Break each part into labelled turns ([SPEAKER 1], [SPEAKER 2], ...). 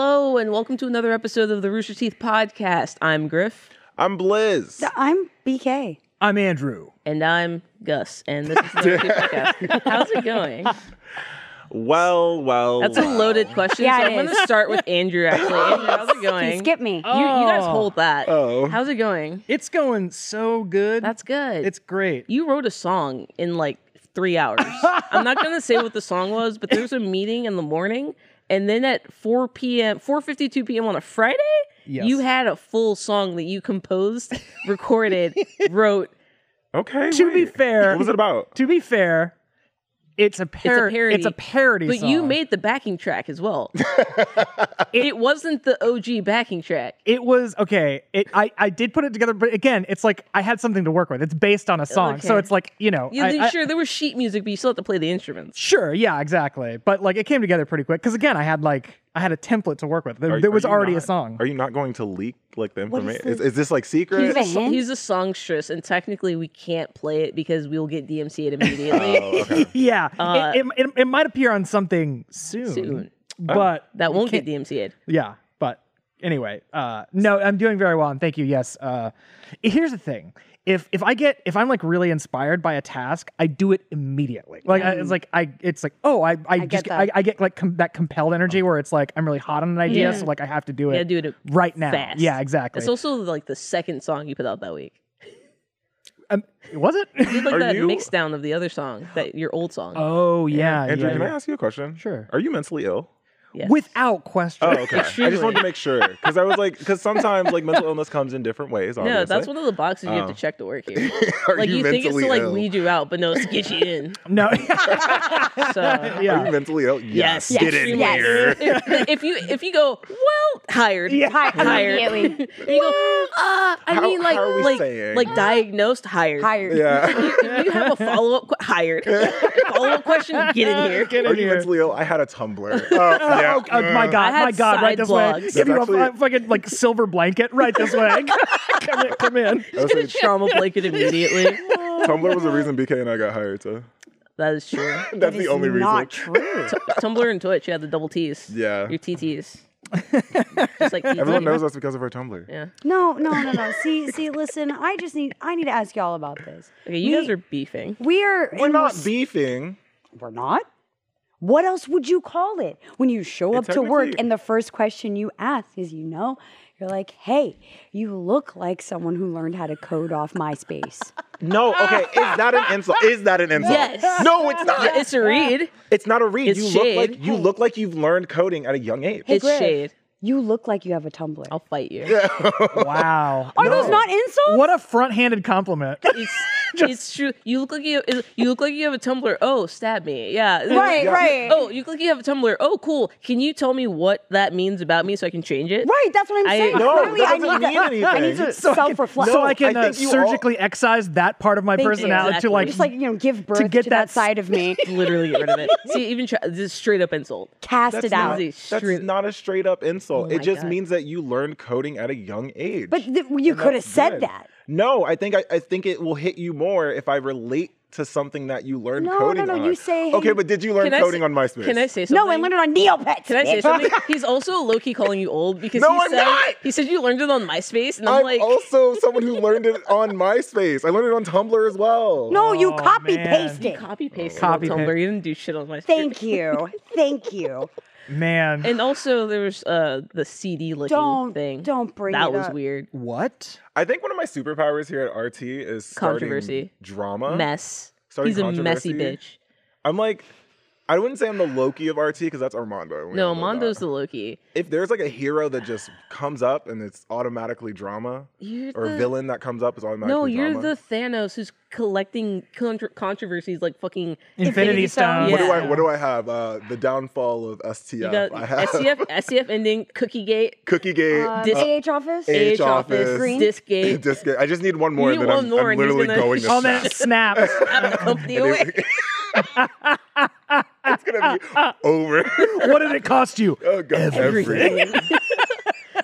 [SPEAKER 1] welcome to another episode of the Rooster Teeth Podcast. I'm Griff.
[SPEAKER 2] I'm Blizz.
[SPEAKER 3] I'm BK.
[SPEAKER 4] I'm Andrew.
[SPEAKER 1] And I'm Gus. And this is the Rooster Teeth Podcast. How's it going?
[SPEAKER 2] Well, well.
[SPEAKER 1] That's a
[SPEAKER 2] well.
[SPEAKER 1] loaded question.
[SPEAKER 3] Yeah,
[SPEAKER 1] so
[SPEAKER 3] it
[SPEAKER 1] I'm going
[SPEAKER 3] is.
[SPEAKER 1] to start with Andrew, actually. Andrew, how's it going?
[SPEAKER 3] Can skip me.
[SPEAKER 1] You, you guys hold that.
[SPEAKER 2] Oh.
[SPEAKER 1] How's it going?
[SPEAKER 4] It's going so good.
[SPEAKER 1] That's good.
[SPEAKER 4] it's great.
[SPEAKER 1] you wrote a song in like three hours. I'm not gonna say what the song was, but there was a meeting in the morning, and then at 4 p.m., 4:52 p.m. on a Friday,
[SPEAKER 4] Yes.
[SPEAKER 1] you had a full song that you composed, recorded, wrote.
[SPEAKER 2] Okay.
[SPEAKER 4] To be
[SPEAKER 2] wait.
[SPEAKER 4] fair-
[SPEAKER 2] What was it about?
[SPEAKER 4] to be fair, it's a, par-
[SPEAKER 1] parody.
[SPEAKER 4] It's a parody.
[SPEAKER 1] But you
[SPEAKER 4] song.
[SPEAKER 1] made the backing track as well. it wasn't the OG backing track.
[SPEAKER 4] it was okay. It I, I did put it together, but again, it's like I had something to work with. It's based on a song, so
[SPEAKER 1] Okay.
[SPEAKER 4] it's like you know.
[SPEAKER 1] Yeah,
[SPEAKER 4] I-
[SPEAKER 1] then
[SPEAKER 4] I-
[SPEAKER 1] sure, there was sheet music, but you still had to play the instruments.
[SPEAKER 4] Sure, yeah, exactly. But like it came together pretty quick because again, I had like I had a template to work with. There,
[SPEAKER 2] Are-
[SPEAKER 4] there
[SPEAKER 2] are
[SPEAKER 4] was
[SPEAKER 2] you
[SPEAKER 4] already
[SPEAKER 2] not-
[SPEAKER 4] a song.
[SPEAKER 2] Are you not going to leak like the
[SPEAKER 4] is
[SPEAKER 2] information? Is,
[SPEAKER 4] this?
[SPEAKER 2] is this like secret?
[SPEAKER 3] He's a hint?
[SPEAKER 1] He's a songstress, and technically we can't play it because we'll get DMCA'd immediately.
[SPEAKER 2] oh, okay.
[SPEAKER 4] yeah,
[SPEAKER 1] Uh,
[SPEAKER 4] it, it, it, it might appear on something soon,
[SPEAKER 1] Soon.
[SPEAKER 2] Oh.
[SPEAKER 4] but
[SPEAKER 1] That won't get DMCA'd.
[SPEAKER 4] Yeah, but anyway, uh, no, I'm doing very well, and thank you. Yes, uh, here's the thing: if if I get if I'm like really inspired by a task, I do it immediately. Like I,
[SPEAKER 1] Mm.
[SPEAKER 4] it's like I it's like oh I I,
[SPEAKER 3] get
[SPEAKER 4] just
[SPEAKER 3] that.
[SPEAKER 4] I, I get like com- that compelled energy where it's like I'm really hot on an idea,
[SPEAKER 1] Yeah.
[SPEAKER 4] so like I have to do it.
[SPEAKER 1] Yeah, do it
[SPEAKER 4] right now.
[SPEAKER 1] fast.
[SPEAKER 4] Yeah, exactly.
[SPEAKER 1] It's also like the second song you put out that week.
[SPEAKER 4] um, was
[SPEAKER 1] You
[SPEAKER 4] it?
[SPEAKER 1] did, like
[SPEAKER 2] Are
[SPEAKER 1] that
[SPEAKER 2] you- Uh,
[SPEAKER 1] mix down of the other song, that your old song.
[SPEAKER 4] oh yeah,
[SPEAKER 2] Andrew,
[SPEAKER 4] yeah,
[SPEAKER 2] can I
[SPEAKER 4] yeah.
[SPEAKER 2] ask you a question?
[SPEAKER 4] Sure.
[SPEAKER 2] Are you mentally ill?
[SPEAKER 1] Yes.
[SPEAKER 4] Without question.
[SPEAKER 2] Oh, okay. I just
[SPEAKER 1] Extremely.
[SPEAKER 2] wanted to make sure because I was like, because sometimes like mental illness comes in different ways. Obviously. Oh.
[SPEAKER 1] no, that's one of the boxes you have to check to work here.
[SPEAKER 2] Are
[SPEAKER 1] like you, think it's to
[SPEAKER 2] mentally
[SPEAKER 1] like
[SPEAKER 2] ill?
[SPEAKER 1] weed you out, but no, it's to get you in.
[SPEAKER 4] No.
[SPEAKER 1] So
[SPEAKER 2] Are
[SPEAKER 4] yeah.
[SPEAKER 2] you mentally ill?
[SPEAKER 1] yes,
[SPEAKER 2] Get in
[SPEAKER 1] extremely.
[SPEAKER 2] here.
[SPEAKER 1] If, if you if you go well hired,
[SPEAKER 4] Yeah.
[SPEAKER 3] Hi-
[SPEAKER 1] hired,
[SPEAKER 3] Immediately.
[SPEAKER 1] you go. Uh, I
[SPEAKER 2] How-
[SPEAKER 1] mean, like
[SPEAKER 2] how are we
[SPEAKER 1] like
[SPEAKER 2] saying?
[SPEAKER 1] like diagnosed hired.
[SPEAKER 3] Hired.
[SPEAKER 2] Yeah.
[SPEAKER 1] If you have a follow up qu- hired follow up question, get in here.
[SPEAKER 4] Get in
[SPEAKER 2] Are you
[SPEAKER 4] here.
[SPEAKER 2] mentally ill? I had a Tumblr. Uh, yeah.
[SPEAKER 4] Oh my god,
[SPEAKER 1] I
[SPEAKER 4] my
[SPEAKER 1] had
[SPEAKER 4] god,
[SPEAKER 1] side
[SPEAKER 4] right this way.
[SPEAKER 1] blogs.
[SPEAKER 4] Give you
[SPEAKER 2] Actually-
[SPEAKER 4] a, fu- fucking like silver blanket right this way. come in, come in.
[SPEAKER 2] That's
[SPEAKER 1] Get a trauma blanket immediately.
[SPEAKER 2] Tumblr was the reason BK and I got hired. So
[SPEAKER 1] That is true.
[SPEAKER 2] that's
[SPEAKER 3] It's
[SPEAKER 2] the only reason.
[SPEAKER 3] Not true.
[SPEAKER 1] Tumblr and Twitch, yeah, the double T's.
[SPEAKER 2] Yeah.
[SPEAKER 1] Your TTs. Just like TT.
[SPEAKER 2] Everyone knows us because of our Tumblr.
[SPEAKER 1] Yeah.
[SPEAKER 3] No, no, no, no. See, see, listen. I just need. I need to ask y'all about this.
[SPEAKER 1] Okay, you
[SPEAKER 3] We-
[SPEAKER 1] guys are beefing.
[SPEAKER 3] We are.
[SPEAKER 2] We're
[SPEAKER 3] in
[SPEAKER 2] not
[SPEAKER 3] this-
[SPEAKER 2] beefing.
[SPEAKER 3] We're not. What else would you call it when you show up to work
[SPEAKER 2] technically-
[SPEAKER 3] and the first question you ask is, you know, you're like, hey, you look like someone who learned how to code off MySpace.
[SPEAKER 2] No, okay. Is that an insult? Is that an insult?
[SPEAKER 1] Yes.
[SPEAKER 2] No, it's not.
[SPEAKER 1] It's a read.
[SPEAKER 2] It's not a read.
[SPEAKER 1] It's
[SPEAKER 2] you
[SPEAKER 1] shade.
[SPEAKER 2] look like you look like you've learned coding at a young age.
[SPEAKER 1] It's
[SPEAKER 3] Griff.
[SPEAKER 1] shade.
[SPEAKER 3] you look like you have a Tumblr.
[SPEAKER 1] I'll fight you.
[SPEAKER 4] Wow.
[SPEAKER 3] Are those not insults?
[SPEAKER 4] What a front-handed compliment.
[SPEAKER 1] It's it's true. You look like you you look like you have a Tumblr. Oh, stab me. Yeah.
[SPEAKER 3] Right,
[SPEAKER 2] Yeah.
[SPEAKER 3] right.
[SPEAKER 1] Oh, you look like you have a Tumblr. Oh, cool. Can you tell me what that means about me so I can change it?
[SPEAKER 3] Right, that's what I'm
[SPEAKER 1] I-
[SPEAKER 3] saying.
[SPEAKER 1] No,
[SPEAKER 3] Clearly,
[SPEAKER 2] that
[SPEAKER 3] I
[SPEAKER 2] doesn't
[SPEAKER 3] need to,
[SPEAKER 2] mean
[SPEAKER 3] I need
[SPEAKER 2] anything.
[SPEAKER 3] to
[SPEAKER 4] So I can-
[SPEAKER 3] self-reflect.
[SPEAKER 4] So I can
[SPEAKER 2] I
[SPEAKER 4] uh,
[SPEAKER 2] think you all-
[SPEAKER 4] surgically excise that part of my
[SPEAKER 3] you.
[SPEAKER 4] personality
[SPEAKER 1] Exactly.
[SPEAKER 4] to like,
[SPEAKER 3] just like you know, give birth to,
[SPEAKER 4] get
[SPEAKER 3] that
[SPEAKER 4] that
[SPEAKER 3] side of me,
[SPEAKER 1] Literally get rid of it. See, even try, this is straight up insult.
[SPEAKER 3] cast
[SPEAKER 2] That's
[SPEAKER 3] it
[SPEAKER 2] not,
[SPEAKER 3] out.
[SPEAKER 1] It's
[SPEAKER 2] that's
[SPEAKER 1] straight-
[SPEAKER 2] not a straight up insult. it
[SPEAKER 1] my
[SPEAKER 2] just
[SPEAKER 1] God.
[SPEAKER 2] means that you learned coding at a young age.
[SPEAKER 3] But th- you
[SPEAKER 2] And
[SPEAKER 3] could have
[SPEAKER 2] that's
[SPEAKER 3] said
[SPEAKER 2] good.
[SPEAKER 3] that.
[SPEAKER 2] No, I think I, I think it will hit you more if I relate to something that you learned
[SPEAKER 3] No, no,
[SPEAKER 2] coding
[SPEAKER 3] no,
[SPEAKER 2] on.
[SPEAKER 3] you say,
[SPEAKER 2] okay,
[SPEAKER 3] hey-
[SPEAKER 2] but did you learn
[SPEAKER 1] I
[SPEAKER 2] coding
[SPEAKER 1] say-
[SPEAKER 2] on MySpace?
[SPEAKER 1] Can I say something?
[SPEAKER 3] No, I learned it on Neopets.
[SPEAKER 1] Can I say
[SPEAKER 3] bitch.
[SPEAKER 1] something? He's also low key calling you old because
[SPEAKER 2] No,
[SPEAKER 1] he
[SPEAKER 2] I'm
[SPEAKER 1] said
[SPEAKER 2] not!
[SPEAKER 1] he said you learned it on MySpace, and I'm,
[SPEAKER 2] I'm
[SPEAKER 1] like,
[SPEAKER 2] also someone who learned it on MySpace. I learned it on Tumblr as well.
[SPEAKER 3] No, you
[SPEAKER 4] Oh,
[SPEAKER 3] copy
[SPEAKER 4] man.
[SPEAKER 3] pasted.
[SPEAKER 1] copy paste
[SPEAKER 4] Copy
[SPEAKER 1] copy on
[SPEAKER 4] paste.
[SPEAKER 1] Tumblr. You didn't do shit on MySpace.
[SPEAKER 3] Thank you. Thank you.
[SPEAKER 4] man,
[SPEAKER 1] And also there was uh the CD looking
[SPEAKER 3] Don't-
[SPEAKER 1] thing.
[SPEAKER 3] don't bring
[SPEAKER 1] that
[SPEAKER 3] it
[SPEAKER 1] was
[SPEAKER 3] up.
[SPEAKER 1] weird
[SPEAKER 4] what?
[SPEAKER 2] I think one of my superpowers here at RT is starting
[SPEAKER 1] Controversy.
[SPEAKER 2] drama.
[SPEAKER 1] mess.
[SPEAKER 2] Starting
[SPEAKER 1] He's a messy bitch.
[SPEAKER 2] controversy? I'm like, I wouldn't say I'm the Loki of RT because that's Armando.
[SPEAKER 1] No, Mondo's the Loki.
[SPEAKER 2] If there's like a hero that just comes up and it's automatically drama,
[SPEAKER 1] You're
[SPEAKER 2] or
[SPEAKER 1] the-
[SPEAKER 2] villain that comes up is automatically
[SPEAKER 1] No, you're
[SPEAKER 2] drama.
[SPEAKER 1] the Thanos who's collecting contro- controversies like fucking.
[SPEAKER 4] Infinity
[SPEAKER 3] Infinity
[SPEAKER 4] Stone.
[SPEAKER 3] Stone.
[SPEAKER 2] What do
[SPEAKER 1] Yeah.
[SPEAKER 2] I? What do I have? Uh, the downfall of STF.
[SPEAKER 1] You got
[SPEAKER 2] I have
[SPEAKER 1] SCF, SCF ending, Cookie Gate,
[SPEAKER 2] Cookie Gate.
[SPEAKER 3] Um,
[SPEAKER 1] Dis-
[SPEAKER 3] AH office.
[SPEAKER 2] AH
[SPEAKER 1] Age
[SPEAKER 2] Office,
[SPEAKER 1] Office,
[SPEAKER 3] Green.
[SPEAKER 1] Disc Gate.
[SPEAKER 2] Disc Gate. I just need one more,
[SPEAKER 1] You
[SPEAKER 2] and then
[SPEAKER 1] need one
[SPEAKER 2] I'm,
[SPEAKER 1] more
[SPEAKER 2] I'm
[SPEAKER 1] and he's
[SPEAKER 2] literally
[SPEAKER 1] gonna-
[SPEAKER 2] going to
[SPEAKER 4] Oh,
[SPEAKER 2] snap.
[SPEAKER 4] then it snaps.
[SPEAKER 1] Out of company away.
[SPEAKER 2] it's gonna be over.
[SPEAKER 4] what did it cost you?
[SPEAKER 2] oh, God, everything.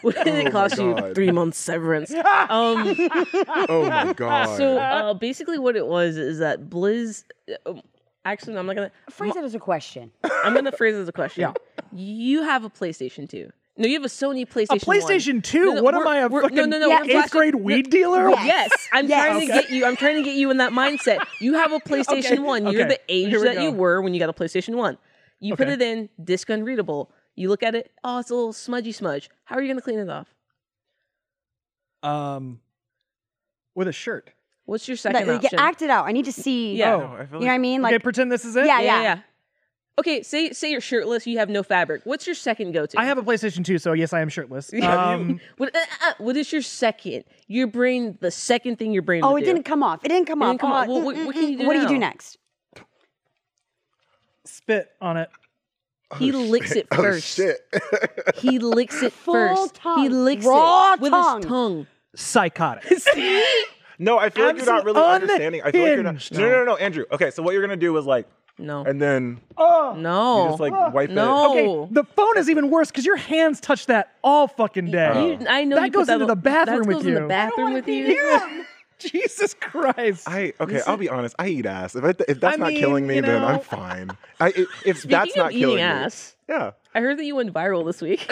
[SPEAKER 1] what did
[SPEAKER 2] Oh my
[SPEAKER 1] it cost you?
[SPEAKER 2] God.
[SPEAKER 1] Three months severance. um,
[SPEAKER 2] Oh my god.
[SPEAKER 1] so uh, basically, what it was is that Blizz. um, Actually, no, I'm not gonna.
[SPEAKER 3] Phrase it as a question.
[SPEAKER 1] I'm gonna phrase it as a question. You have a PlayStation 2. No, you have a Sony
[SPEAKER 4] A
[SPEAKER 1] PlayStation. one.
[SPEAKER 4] PlayStation 2?
[SPEAKER 1] No, no,
[SPEAKER 4] what am
[SPEAKER 1] we're-
[SPEAKER 4] I, a
[SPEAKER 1] we're-
[SPEAKER 4] fucking
[SPEAKER 1] no, no, no,
[SPEAKER 3] Yeah,
[SPEAKER 1] we're
[SPEAKER 3] eighth
[SPEAKER 4] eighth
[SPEAKER 1] flashing-
[SPEAKER 4] grade weed dealer?
[SPEAKER 3] Yeah.
[SPEAKER 1] Yes, I'm
[SPEAKER 3] Yes.
[SPEAKER 1] trying to
[SPEAKER 4] Okay.
[SPEAKER 1] get you. I'm trying to get you in that mindset. You have a PlayStation
[SPEAKER 4] Okay.
[SPEAKER 1] One. You're
[SPEAKER 4] Okay.
[SPEAKER 1] the age
[SPEAKER 4] Here we
[SPEAKER 1] that
[SPEAKER 4] go.
[SPEAKER 1] you were when you got a PlayStation One. You put
[SPEAKER 4] Okay.
[SPEAKER 1] it in disc unreadable. You look at it. Oh, it's a little smudgy smudge. How are you going to clean it off?
[SPEAKER 4] Um, with a shirt.
[SPEAKER 1] What's your
[SPEAKER 3] But,
[SPEAKER 1] second
[SPEAKER 4] uh,
[SPEAKER 3] like,
[SPEAKER 1] option?
[SPEAKER 3] act it out. I need to see.
[SPEAKER 1] Yeah.
[SPEAKER 2] I
[SPEAKER 4] Oh.
[SPEAKER 3] You
[SPEAKER 2] feel
[SPEAKER 3] know what I mean?
[SPEAKER 4] okay,
[SPEAKER 3] Like,
[SPEAKER 4] pretend this is it.
[SPEAKER 3] Yeah,
[SPEAKER 1] yeah, yeah, yeah. Okay, say say you're shirtless. You have no fabric. What's your second go to?
[SPEAKER 4] I have a PlayStation 2, so yes, I am shirtless.
[SPEAKER 1] Yeah,
[SPEAKER 4] Um,
[SPEAKER 1] What, uh, uh, uh, what is your second? Your brain. The second thing your brain.
[SPEAKER 3] oh,
[SPEAKER 1] would
[SPEAKER 3] it
[SPEAKER 1] do.
[SPEAKER 3] didn't come off. It didn't come
[SPEAKER 1] It
[SPEAKER 3] off.
[SPEAKER 1] didn't come
[SPEAKER 3] Oh,
[SPEAKER 1] off. Well, what- what can you do
[SPEAKER 3] What do you do
[SPEAKER 1] now?
[SPEAKER 3] next?
[SPEAKER 4] spit on it.
[SPEAKER 1] He licks it first.
[SPEAKER 2] Oh, shit.
[SPEAKER 1] He licks it
[SPEAKER 3] Full
[SPEAKER 1] first. He
[SPEAKER 3] tongue.
[SPEAKER 1] licks
[SPEAKER 3] Raw
[SPEAKER 1] it with
[SPEAKER 3] tongue.
[SPEAKER 1] his tongue.
[SPEAKER 4] Psychotic.
[SPEAKER 2] no, I feel like you're not
[SPEAKER 4] Absolute
[SPEAKER 2] really understanding. I feel like you're not.
[SPEAKER 4] unhinged.
[SPEAKER 2] No, no, no, no, Andrew. Okay, so what you're gonna do is like,
[SPEAKER 1] No.
[SPEAKER 2] and then
[SPEAKER 4] oh.
[SPEAKER 1] no.
[SPEAKER 2] you just like wipe
[SPEAKER 1] No.
[SPEAKER 2] it.
[SPEAKER 4] Okay,
[SPEAKER 1] Oh.
[SPEAKER 4] the phone is even worse because your hands touch that all fucking day.
[SPEAKER 1] You- I know
[SPEAKER 4] That
[SPEAKER 1] you put
[SPEAKER 4] goes into the
[SPEAKER 1] on-
[SPEAKER 4] bathroom
[SPEAKER 1] that
[SPEAKER 4] with
[SPEAKER 1] goes
[SPEAKER 4] you.
[SPEAKER 1] In
[SPEAKER 4] I
[SPEAKER 1] the
[SPEAKER 4] don't
[SPEAKER 1] bathroom with you.
[SPEAKER 4] Jesus Christ.
[SPEAKER 2] I okay. I'll be honest. I eat ass. If I, if that's
[SPEAKER 4] I
[SPEAKER 2] not
[SPEAKER 4] mean,
[SPEAKER 2] killing me,
[SPEAKER 4] you
[SPEAKER 2] then I'm
[SPEAKER 4] know.
[SPEAKER 2] fine. I if, if
[SPEAKER 1] Speaking
[SPEAKER 2] that's
[SPEAKER 1] of
[SPEAKER 2] not
[SPEAKER 1] eating
[SPEAKER 2] killing
[SPEAKER 1] ass,
[SPEAKER 2] me, yeah.
[SPEAKER 1] I heard that you went viral this week.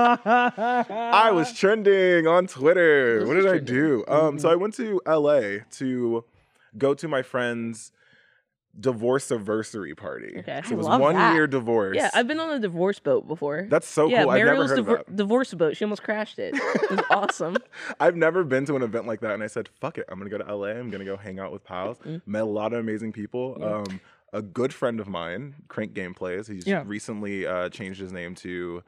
[SPEAKER 2] I was trending on Twitter.
[SPEAKER 1] uh, This
[SPEAKER 2] What
[SPEAKER 1] is
[SPEAKER 2] did I
[SPEAKER 1] trending. Mm-hmm.
[SPEAKER 2] do? Um, so I went to LA to go to my friend's divorce anniversary party.
[SPEAKER 1] Okay.
[SPEAKER 2] So
[SPEAKER 1] I
[SPEAKER 2] it was
[SPEAKER 3] love
[SPEAKER 2] one
[SPEAKER 3] that.
[SPEAKER 2] year divorce.
[SPEAKER 1] yeah, I've been on a divorce boat before.
[SPEAKER 2] that's so
[SPEAKER 1] yeah,
[SPEAKER 2] cool.
[SPEAKER 1] Mariel's
[SPEAKER 2] I've never heard
[SPEAKER 1] divor-
[SPEAKER 2] of that.
[SPEAKER 1] divorce boat. She almost crashed it. It was awesome.
[SPEAKER 2] I've never been to an event like that, and I said, "Fuck it, I'm gonna go to LA. I'm gonna go hang out with pals."
[SPEAKER 1] Mm-hmm.
[SPEAKER 2] Met a lot of amazing people. Um, a good friend of mine, Crank Gameplays, he's
[SPEAKER 4] Yeah.
[SPEAKER 2] recently uh, changed his name to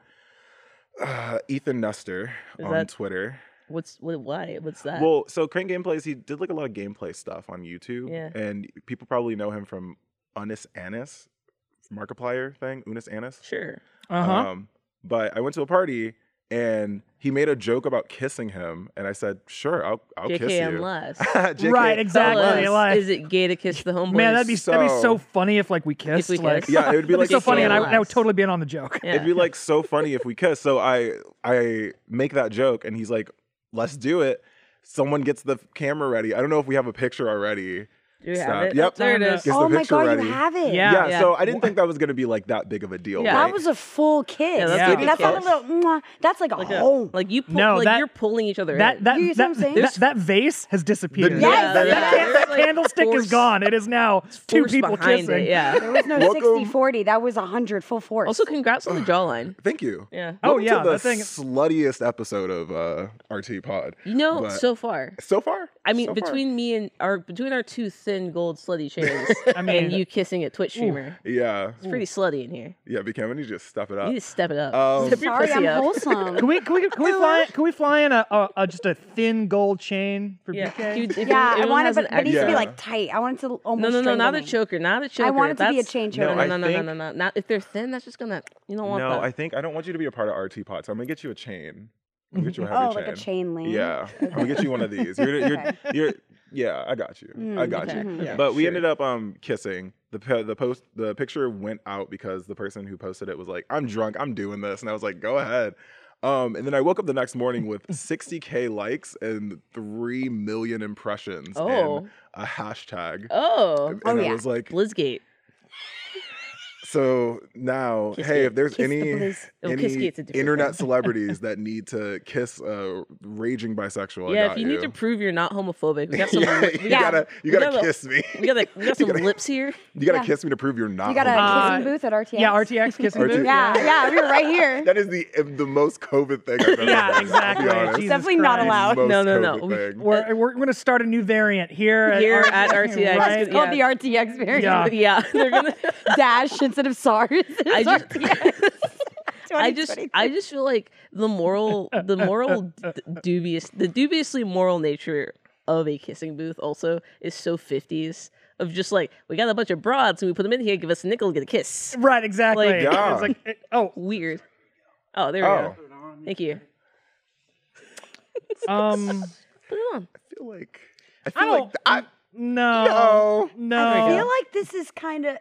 [SPEAKER 2] uh, Ethan Nestor
[SPEAKER 1] Is
[SPEAKER 2] on
[SPEAKER 1] that-
[SPEAKER 2] Twitter.
[SPEAKER 1] What's what, why? What's that?
[SPEAKER 2] Well, so Crank Gameplays, he did like a lot of gameplay stuff on YouTube,
[SPEAKER 1] Yeah.
[SPEAKER 2] and people probably know him from Unis Annis, Markiplier thing, Unis Annis.
[SPEAKER 1] sure.
[SPEAKER 4] Uh huh.
[SPEAKER 2] Um, but I went to a party and he made a joke about kissing him, and I said, "Sure, I'll, I'll kiss you."
[SPEAKER 1] JK unless.
[SPEAKER 2] JK.
[SPEAKER 4] Right,
[SPEAKER 1] Tell
[SPEAKER 4] exactly.
[SPEAKER 1] us,
[SPEAKER 4] Like,
[SPEAKER 1] is it gay to kiss the homeboys?
[SPEAKER 4] Man, that'd be that'd be so
[SPEAKER 2] So-
[SPEAKER 4] funny if like we kissed.
[SPEAKER 1] we
[SPEAKER 4] like,
[SPEAKER 1] kissed.
[SPEAKER 2] Yeah, it would be
[SPEAKER 4] that'd
[SPEAKER 2] like
[SPEAKER 4] so funny,
[SPEAKER 2] so-
[SPEAKER 4] and I, I would
[SPEAKER 1] Yeah.
[SPEAKER 4] totally be in on the joke.
[SPEAKER 1] Yeah.
[SPEAKER 2] It'd be like so funny if we kiss. So I I make that joke, and he's like, "Let's do it." Someone gets the camera ready. I don't know if we have a picture already.
[SPEAKER 1] Do you have
[SPEAKER 2] Stop.
[SPEAKER 1] it?
[SPEAKER 2] Yep.
[SPEAKER 1] There it is.
[SPEAKER 2] Guess the
[SPEAKER 3] oh my
[SPEAKER 2] picture
[SPEAKER 3] god,
[SPEAKER 2] ready.
[SPEAKER 3] you have it.
[SPEAKER 4] Yeah.
[SPEAKER 2] Yeah,
[SPEAKER 1] yeah.
[SPEAKER 2] so I didn't think that was gonna be like that big of a deal.
[SPEAKER 1] Yeah.
[SPEAKER 2] right?
[SPEAKER 3] That was a full kiss.
[SPEAKER 1] Yeah,
[SPEAKER 3] that's
[SPEAKER 1] that's
[SPEAKER 4] Yeah. a good
[SPEAKER 3] not
[SPEAKER 1] kiss.
[SPEAKER 3] a little. mwah. That's like a
[SPEAKER 1] Like,
[SPEAKER 3] home.
[SPEAKER 1] a, like you pull,
[SPEAKER 4] No,
[SPEAKER 1] like
[SPEAKER 4] that-
[SPEAKER 1] you're pulling each other
[SPEAKER 4] That
[SPEAKER 1] in.
[SPEAKER 4] that
[SPEAKER 3] You see what I'm
[SPEAKER 4] that,
[SPEAKER 3] saying?
[SPEAKER 4] that, that vase has disappeared.
[SPEAKER 2] Yes,
[SPEAKER 1] yeah,
[SPEAKER 3] that-
[SPEAKER 1] yeah,
[SPEAKER 3] that-
[SPEAKER 1] there's,
[SPEAKER 4] That
[SPEAKER 1] like,
[SPEAKER 4] candlestick
[SPEAKER 1] force-
[SPEAKER 4] is gone. It is now two
[SPEAKER 1] force
[SPEAKER 4] people
[SPEAKER 1] behind
[SPEAKER 4] kissing.
[SPEAKER 1] It, yeah.
[SPEAKER 3] there was no
[SPEAKER 2] Welcome-
[SPEAKER 3] 60 40. That was 100 full force.
[SPEAKER 1] Also, congrats on the jawline.
[SPEAKER 2] Thank you.
[SPEAKER 1] Yeah.
[SPEAKER 4] Oh,
[SPEAKER 2] Welcome
[SPEAKER 4] yeah,
[SPEAKER 2] to the
[SPEAKER 4] that thing-
[SPEAKER 2] sluttiest episode of uh, RT Pod.
[SPEAKER 1] You know,
[SPEAKER 2] But-
[SPEAKER 1] so far.
[SPEAKER 2] So far,
[SPEAKER 1] I mean,
[SPEAKER 2] So far.
[SPEAKER 1] between me and our between our two thin gold slutty chains,
[SPEAKER 4] I mean,
[SPEAKER 1] and you kissing a Twitch streamer,
[SPEAKER 2] yeah,
[SPEAKER 1] it's pretty slutty in here.
[SPEAKER 2] yeah, became. I need you to step it up.
[SPEAKER 1] You need to step it up.
[SPEAKER 2] Um,
[SPEAKER 1] step your
[SPEAKER 3] Sorry,
[SPEAKER 1] pussy
[SPEAKER 3] I'm
[SPEAKER 1] up.
[SPEAKER 4] Can
[SPEAKER 3] wholesome.
[SPEAKER 4] we can we can we fly can we fly in a, a, a just a thin gold chain for
[SPEAKER 1] Yeah.
[SPEAKER 4] BK?
[SPEAKER 1] You- if you-
[SPEAKER 3] yeah, I
[SPEAKER 1] everyone
[SPEAKER 3] want it,
[SPEAKER 1] has
[SPEAKER 3] but
[SPEAKER 1] an
[SPEAKER 3] but it needs to be
[SPEAKER 2] Yeah.
[SPEAKER 3] like tight. I want it to almost
[SPEAKER 1] No, no, no,
[SPEAKER 3] strangle
[SPEAKER 1] not a
[SPEAKER 3] me.
[SPEAKER 1] choker, not a choker.
[SPEAKER 3] want it to be a
[SPEAKER 1] That's-
[SPEAKER 3] chain
[SPEAKER 1] No,
[SPEAKER 3] No, choker.
[SPEAKER 1] no,
[SPEAKER 2] I
[SPEAKER 1] no, no, no,
[SPEAKER 2] think-
[SPEAKER 1] no, no, Not if they're thin. That's just gonna. You don't want
[SPEAKER 2] no,
[SPEAKER 1] that.
[SPEAKER 2] I think I don't want you to be a part of RT Pots. I'm gonna get you a chain. I'm gonna get you a heavy
[SPEAKER 3] Oh, like a chain link.
[SPEAKER 2] Yeah, I'm gonna get you one of these. You're, you're,
[SPEAKER 3] Okay. Mm, Mm-hmm.
[SPEAKER 2] you're, yeah, I got you. I got
[SPEAKER 1] okay.
[SPEAKER 2] you.
[SPEAKER 4] Yeah,
[SPEAKER 2] but we
[SPEAKER 4] sure.
[SPEAKER 2] ended up um kissing. The po- the post the picture went out because the person who posted it was like, "I'm drunk. I'm doing this," and I was like, "Go ahead." Um, and then I woke up the next morning with 60k likes and three million impressions
[SPEAKER 1] Oh.
[SPEAKER 2] and a hashtag.
[SPEAKER 1] Oh,
[SPEAKER 2] And
[SPEAKER 3] Oh,
[SPEAKER 2] I
[SPEAKER 3] yeah.
[SPEAKER 2] was like,
[SPEAKER 1] Blizzgate.
[SPEAKER 2] so now,
[SPEAKER 1] Kiss
[SPEAKER 2] hey,
[SPEAKER 1] me.
[SPEAKER 2] if there's
[SPEAKER 3] Kiss the
[SPEAKER 2] any,
[SPEAKER 3] police.
[SPEAKER 1] Oh, kiss me,
[SPEAKER 2] any
[SPEAKER 1] it's a different
[SPEAKER 2] internet
[SPEAKER 1] thing.
[SPEAKER 2] celebrities that need to kiss a raging bisexual, I
[SPEAKER 1] yeah, if
[SPEAKER 2] got
[SPEAKER 1] you, need to prove you're not homophobic, we got some.
[SPEAKER 2] yeah, you
[SPEAKER 1] we got-
[SPEAKER 2] gotta,
[SPEAKER 1] we
[SPEAKER 2] you gotta
[SPEAKER 1] got a-
[SPEAKER 2] kiss me.
[SPEAKER 1] we got, a, we got some
[SPEAKER 2] gotta-
[SPEAKER 1] lips here.
[SPEAKER 2] You gotta
[SPEAKER 3] Yeah.
[SPEAKER 2] kiss me to prove you're not.
[SPEAKER 3] You got a
[SPEAKER 2] homophobic.
[SPEAKER 4] Uh,
[SPEAKER 3] kissing booth at RTX.
[SPEAKER 4] yeah, RTX kissing
[SPEAKER 2] RTX.
[SPEAKER 4] booth.
[SPEAKER 3] Yeah, yeah, we were right here.
[SPEAKER 2] that is the eh, the most COVID thing I've ever
[SPEAKER 4] Yeah,
[SPEAKER 2] heard, I'll be
[SPEAKER 4] exactly.
[SPEAKER 2] honest.
[SPEAKER 4] Jesus
[SPEAKER 3] Definitely not
[SPEAKER 4] Christ.
[SPEAKER 3] allowed.
[SPEAKER 2] Most
[SPEAKER 1] No, no, no.
[SPEAKER 2] COVID
[SPEAKER 1] We-
[SPEAKER 2] thing.
[SPEAKER 4] We're we're going to start a new variant here
[SPEAKER 1] Here at RTX.
[SPEAKER 4] right?
[SPEAKER 3] It's called the RTX variant.
[SPEAKER 2] Ah.
[SPEAKER 4] Yeah.
[SPEAKER 1] yeah, they're gonna.
[SPEAKER 3] Dash instead of SARS.
[SPEAKER 1] I
[SPEAKER 3] I
[SPEAKER 1] just-
[SPEAKER 3] RTX.
[SPEAKER 1] I just, I just feel like the moral, the moral d- dubious, the dubiously moral nature of a kissing booth also is so fifties of just like we got a bunch of broads and we put them in here, give us a nickel, get a kiss.
[SPEAKER 4] Right, exactly.
[SPEAKER 1] Like-
[SPEAKER 2] Yeah.
[SPEAKER 4] It's like it- oh,
[SPEAKER 1] Weird. Oh, there we
[SPEAKER 2] Oh,
[SPEAKER 1] go. Thank you.
[SPEAKER 4] um
[SPEAKER 1] Put it on.
[SPEAKER 2] I feel like I
[SPEAKER 4] I
[SPEAKER 2] feel
[SPEAKER 1] Oh,
[SPEAKER 2] like
[SPEAKER 4] don't
[SPEAKER 2] I,
[SPEAKER 4] no.
[SPEAKER 2] no,
[SPEAKER 3] I feel
[SPEAKER 4] No.
[SPEAKER 3] like this is kind of.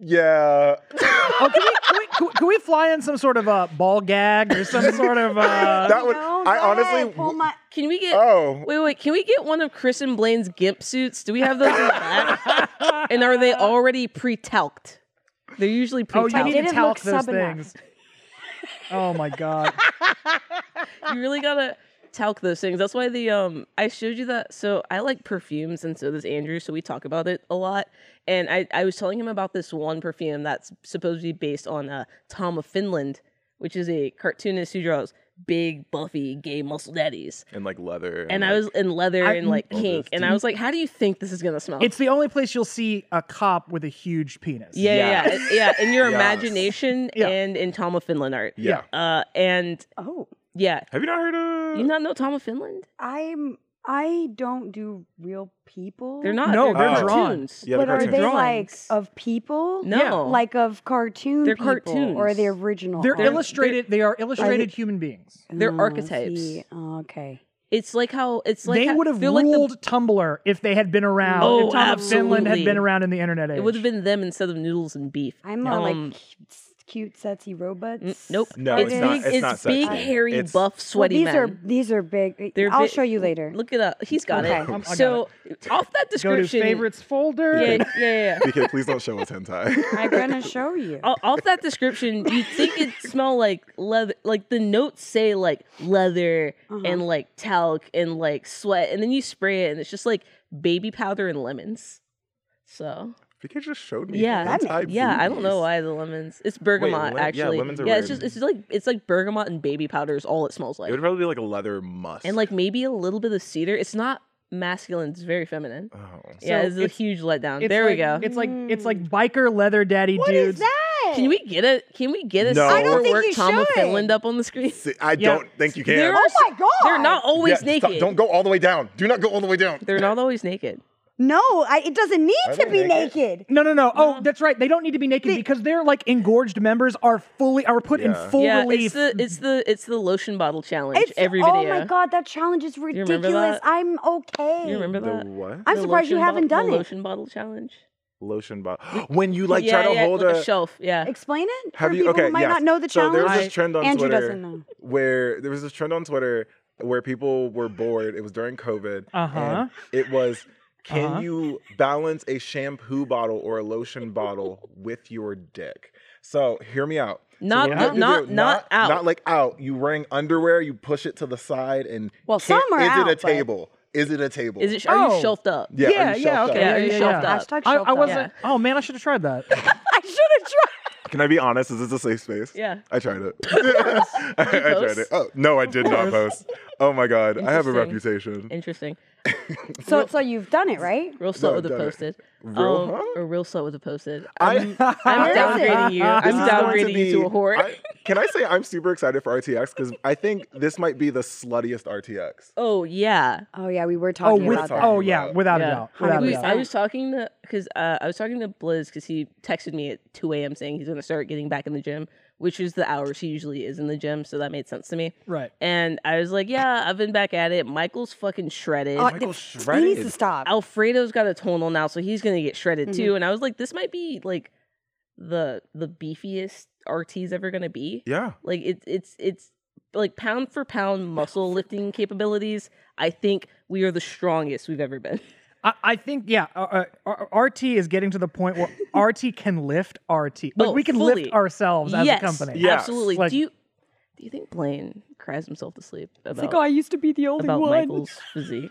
[SPEAKER 2] yeah.
[SPEAKER 4] Oh, can, we, can, we, can we- can we fly in some sort of a ball gag or some sort of uh
[SPEAKER 2] That would- I honestly
[SPEAKER 3] pull
[SPEAKER 2] w-
[SPEAKER 3] my.
[SPEAKER 1] Can we get?
[SPEAKER 2] Oh,
[SPEAKER 1] Wait, wait. Can we get one of Chris and Blaine's gimp suits? Do we have those in black? and are they already pre-talked? They're usually
[SPEAKER 4] Oh,
[SPEAKER 1] pretty
[SPEAKER 4] you need to
[SPEAKER 3] Didn't look
[SPEAKER 4] talc those
[SPEAKER 3] sub enough.
[SPEAKER 4] things. Oh my god.
[SPEAKER 1] you really gotta talc those things. That's why the um I showed you that. So I like perfumes, and so does Andrew. So we talk about it a lot. And I I was telling him about this one perfume that's supposed to be based on uh, Tom of Finland, which is a cartoonist who draws big, buffy, gay muscle daddies.
[SPEAKER 2] and like leather.
[SPEAKER 1] And I
[SPEAKER 2] like,
[SPEAKER 1] was in leather
[SPEAKER 4] I-
[SPEAKER 1] and like
[SPEAKER 2] Well,
[SPEAKER 1] kink,
[SPEAKER 2] this
[SPEAKER 1] and I was like, "How do you think this is gonna smell?"
[SPEAKER 4] It's the only place you'll see a cop with a huge penis.
[SPEAKER 1] yeah, yeah, yeah, yeah, in your
[SPEAKER 2] Yes.
[SPEAKER 1] imagination
[SPEAKER 4] Yeah.
[SPEAKER 1] and in Tom of Finland art.
[SPEAKER 2] yeah.
[SPEAKER 4] yeah.
[SPEAKER 1] Uh, and
[SPEAKER 3] Oh,
[SPEAKER 1] yeah,
[SPEAKER 2] Have you not heard of?
[SPEAKER 1] you not know Tom of Finland?
[SPEAKER 3] I'm. I don't do real people.
[SPEAKER 1] They're not.
[SPEAKER 4] No,
[SPEAKER 1] they're,
[SPEAKER 2] they're
[SPEAKER 1] cartoons.
[SPEAKER 2] drawn. yeah,
[SPEAKER 3] But
[SPEAKER 2] the
[SPEAKER 3] are
[SPEAKER 2] cartoon.
[SPEAKER 3] they
[SPEAKER 1] Drawings.
[SPEAKER 3] like of people?
[SPEAKER 1] No,
[SPEAKER 4] Yeah,
[SPEAKER 3] Like of cartoon
[SPEAKER 1] They're
[SPEAKER 3] people, or the
[SPEAKER 1] cartoons.
[SPEAKER 3] original?
[SPEAKER 4] They're
[SPEAKER 3] art?
[SPEAKER 4] illustrated. They are illustrated
[SPEAKER 3] Like-
[SPEAKER 4] human beings.
[SPEAKER 1] they're
[SPEAKER 3] Oh, I
[SPEAKER 1] archetypes.
[SPEAKER 3] see. Oh, okay.
[SPEAKER 1] It's like how it's like
[SPEAKER 4] they
[SPEAKER 1] how-
[SPEAKER 4] would have
[SPEAKER 1] they're like the-
[SPEAKER 4] ruled Tumblr if they had been around.
[SPEAKER 1] Oh,
[SPEAKER 4] if Tom of Finland had been
[SPEAKER 1] absolutely.
[SPEAKER 4] around in the internet age.
[SPEAKER 1] it would have been them instead of noodles and beef.
[SPEAKER 3] I'm
[SPEAKER 1] um,
[SPEAKER 3] more like cute, cute, sexy robots.
[SPEAKER 1] n- nope.
[SPEAKER 2] No,
[SPEAKER 3] Are
[SPEAKER 2] it's
[SPEAKER 1] big,
[SPEAKER 3] they-
[SPEAKER 2] not. It's, not sexy.
[SPEAKER 1] big, hairy,
[SPEAKER 2] It's-
[SPEAKER 1] buff,
[SPEAKER 3] Well,
[SPEAKER 1] sweaty
[SPEAKER 3] these
[SPEAKER 1] men.
[SPEAKER 3] are these are big.
[SPEAKER 1] They're
[SPEAKER 3] I'll
[SPEAKER 1] big-
[SPEAKER 3] show you later.
[SPEAKER 1] Look it up. He's got
[SPEAKER 3] Okay.
[SPEAKER 1] it.
[SPEAKER 3] Um,
[SPEAKER 4] I got
[SPEAKER 1] so off that
[SPEAKER 4] Go to
[SPEAKER 1] description,
[SPEAKER 4] favorites folder.
[SPEAKER 1] yeah, yeah, yeah. yeah.
[SPEAKER 2] BK, please don't show us hentai.
[SPEAKER 3] I'm gonna show you.
[SPEAKER 1] O- off that description, you think it smell like leather. Like the notes say like leather
[SPEAKER 3] Uh-huh.
[SPEAKER 1] and like talc and like sweat, and then you spray it, and it's just like baby powder and lemons. So
[SPEAKER 2] BK just showed me.
[SPEAKER 1] Yeah.
[SPEAKER 3] That
[SPEAKER 2] hentai
[SPEAKER 1] Yeah, I don't know
[SPEAKER 2] boobies.
[SPEAKER 1] why the lemons. It's bergamot,
[SPEAKER 2] lem- yeah,
[SPEAKER 1] actually.
[SPEAKER 2] lemons are
[SPEAKER 1] it's
[SPEAKER 2] weird.
[SPEAKER 1] just it's like it's like bergamot and baby powder is all it smells
[SPEAKER 2] It
[SPEAKER 1] like,
[SPEAKER 2] would probably be like a leather musk.
[SPEAKER 1] and like maybe a little bit of cedar. It's not masculine; it's very feminine.
[SPEAKER 2] Oh.
[SPEAKER 1] yeah,
[SPEAKER 4] So
[SPEAKER 1] it's,
[SPEAKER 4] it's-
[SPEAKER 1] a huge letdown.
[SPEAKER 4] It's
[SPEAKER 1] There we
[SPEAKER 4] like-
[SPEAKER 1] go.
[SPEAKER 4] It's like it's like Hmm. biker leather daddy
[SPEAKER 3] What is
[SPEAKER 4] dudes.
[SPEAKER 3] that?
[SPEAKER 1] Can we get a Can we get a
[SPEAKER 2] No. I don't
[SPEAKER 1] silver
[SPEAKER 3] think
[SPEAKER 1] work
[SPEAKER 3] you
[SPEAKER 1] Tom of
[SPEAKER 3] should.
[SPEAKER 1] Finland up on the screen?
[SPEAKER 2] See, I
[SPEAKER 4] Yeah.
[SPEAKER 2] don't think you
[SPEAKER 1] They're-
[SPEAKER 2] can.
[SPEAKER 3] Oh my god!
[SPEAKER 1] They're not
[SPEAKER 2] Yeah,
[SPEAKER 1] always
[SPEAKER 2] stop-
[SPEAKER 1] naked.
[SPEAKER 2] don't go all the way down. Do not go all the way down.
[SPEAKER 1] They're not always naked.
[SPEAKER 3] No, I, it doesn't need
[SPEAKER 2] Are
[SPEAKER 3] to
[SPEAKER 2] they
[SPEAKER 3] be
[SPEAKER 2] naked?
[SPEAKER 3] naked.
[SPEAKER 4] No, no, no. Oh, that's right. They don't need to be naked
[SPEAKER 3] They-
[SPEAKER 4] because their like engorged members are fully are put
[SPEAKER 2] Yeah.
[SPEAKER 4] in full
[SPEAKER 1] yeah, it's
[SPEAKER 4] relief.
[SPEAKER 1] the it's the it's the lotion bottle challenge.
[SPEAKER 3] It's,
[SPEAKER 1] every
[SPEAKER 3] oh
[SPEAKER 1] video.
[SPEAKER 3] my god, that challenge is
[SPEAKER 1] remember
[SPEAKER 3] ridiculous.
[SPEAKER 1] that?
[SPEAKER 3] I'm okay.
[SPEAKER 1] You remember
[SPEAKER 2] The
[SPEAKER 1] that?
[SPEAKER 2] what?
[SPEAKER 3] I'm
[SPEAKER 1] The
[SPEAKER 3] surprised
[SPEAKER 1] lotion
[SPEAKER 3] you
[SPEAKER 1] bo-
[SPEAKER 3] haven't done
[SPEAKER 1] the
[SPEAKER 3] it.
[SPEAKER 1] Lotion bottle challenge.
[SPEAKER 2] Lotion bottle. when you like try
[SPEAKER 1] Yeah,
[SPEAKER 2] to
[SPEAKER 1] yeah,
[SPEAKER 2] hold
[SPEAKER 1] like
[SPEAKER 2] a.
[SPEAKER 1] shelf. Yeah.
[SPEAKER 3] Explain it
[SPEAKER 2] Have
[SPEAKER 3] for
[SPEAKER 2] you
[SPEAKER 3] people
[SPEAKER 2] okay?
[SPEAKER 3] who might
[SPEAKER 2] yes.
[SPEAKER 3] not know the
[SPEAKER 2] so there
[SPEAKER 3] challenge.
[SPEAKER 2] was
[SPEAKER 1] I-
[SPEAKER 2] this trend on
[SPEAKER 3] Andrew
[SPEAKER 2] Twitter
[SPEAKER 3] doesn't know.
[SPEAKER 2] where there was this trend on Twitter where people were bored. It was during COVID,
[SPEAKER 4] Uh-huh.
[SPEAKER 2] and it was, can
[SPEAKER 4] Uh-huh.
[SPEAKER 2] you balance a shampoo bottle or a lotion bottle with your dick? So hear me out. So
[SPEAKER 1] Not
[SPEAKER 2] what
[SPEAKER 1] the-
[SPEAKER 2] you do-
[SPEAKER 1] not- not out.
[SPEAKER 2] Not like out. You wearing underwear. You push it to the side, and
[SPEAKER 3] Well,
[SPEAKER 2] can't-
[SPEAKER 3] some are
[SPEAKER 2] Is
[SPEAKER 3] out,
[SPEAKER 2] it a
[SPEAKER 3] but-
[SPEAKER 2] table? Is it a table?
[SPEAKER 1] Is it? Are
[SPEAKER 4] Oh.
[SPEAKER 1] you shelfed up?
[SPEAKER 2] Yeah.
[SPEAKER 4] yeah,
[SPEAKER 2] are you
[SPEAKER 4] yeah,
[SPEAKER 2] shelfed
[SPEAKER 4] okay.
[SPEAKER 2] up?
[SPEAKER 1] Yeah, are you shelfed up?
[SPEAKER 3] Hashtag
[SPEAKER 4] I,
[SPEAKER 3] shelf
[SPEAKER 4] I
[SPEAKER 3] up.
[SPEAKER 4] wasn't. Oh man, I should have tried that.
[SPEAKER 3] I should have tried.
[SPEAKER 2] Can I be honest? Is this a safe space?
[SPEAKER 1] Yeah.
[SPEAKER 2] I tried it. I, I tried
[SPEAKER 1] post?
[SPEAKER 2] it. Oh no, I did not post. Oh my god, I have a
[SPEAKER 1] Interesting.
[SPEAKER 2] reputation.
[SPEAKER 1] Interesting.
[SPEAKER 3] So, so you've done it, right?
[SPEAKER 1] Real slut
[SPEAKER 2] No,
[SPEAKER 1] with a
[SPEAKER 2] done it.
[SPEAKER 1] posted.
[SPEAKER 2] Real,
[SPEAKER 1] um,
[SPEAKER 2] huh?
[SPEAKER 1] Or real slut with a posted.
[SPEAKER 2] I'm,
[SPEAKER 1] I'm
[SPEAKER 3] Where is it?
[SPEAKER 1] downgrading you. I'm
[SPEAKER 2] This is going
[SPEAKER 1] downgrading you to a whore.
[SPEAKER 2] I- can I say I'm super excited for RTX because I think this might be the sluttiest RTX.
[SPEAKER 1] oh yeah.
[SPEAKER 3] Oh yeah, we were
[SPEAKER 4] Oh,
[SPEAKER 3] talking
[SPEAKER 4] with,
[SPEAKER 3] about that.
[SPEAKER 4] oh yeah, without
[SPEAKER 1] Yeah.
[SPEAKER 4] a doubt, without a
[SPEAKER 1] We- I
[SPEAKER 4] doubt.
[SPEAKER 1] was talking to because uh, I was talking to Blizz because he texted me at 2 a.m. saying he's gonna start getting back in the gym, which is the hours he usually is in the gym. So that made sense to me.
[SPEAKER 4] Right.
[SPEAKER 1] And I was like, yeah, I've been back at it. Michael's fucking shredded.
[SPEAKER 3] Uh,
[SPEAKER 2] Michael
[SPEAKER 3] he
[SPEAKER 2] shredded.
[SPEAKER 3] needs to stop.
[SPEAKER 1] Alfredo's got a tonal now, so he's gonna get shredded
[SPEAKER 2] Mm-hmm.
[SPEAKER 1] too. And I was like, this might be like the the beefiest RT's ever gonna be.
[SPEAKER 2] Yeah.
[SPEAKER 1] Like it's it's it's like pound for pound muscle lifting capabilities. I think we are the strongest we've ever been.
[SPEAKER 4] I, I think yeah. Uh, uh, R- RT is getting to the point where RT can lift RT. Like
[SPEAKER 1] Oh,
[SPEAKER 4] we can
[SPEAKER 1] fully.
[SPEAKER 4] lift ourselves as
[SPEAKER 1] yes,
[SPEAKER 4] a company.
[SPEAKER 2] Yeah. Yes.
[SPEAKER 1] absolutely.
[SPEAKER 4] Like-
[SPEAKER 1] do you do you think Blaine cries himself to sleep
[SPEAKER 3] It's like,
[SPEAKER 1] about,
[SPEAKER 3] oh, I used to be the only
[SPEAKER 1] about
[SPEAKER 3] one.
[SPEAKER 1] Michael's physique?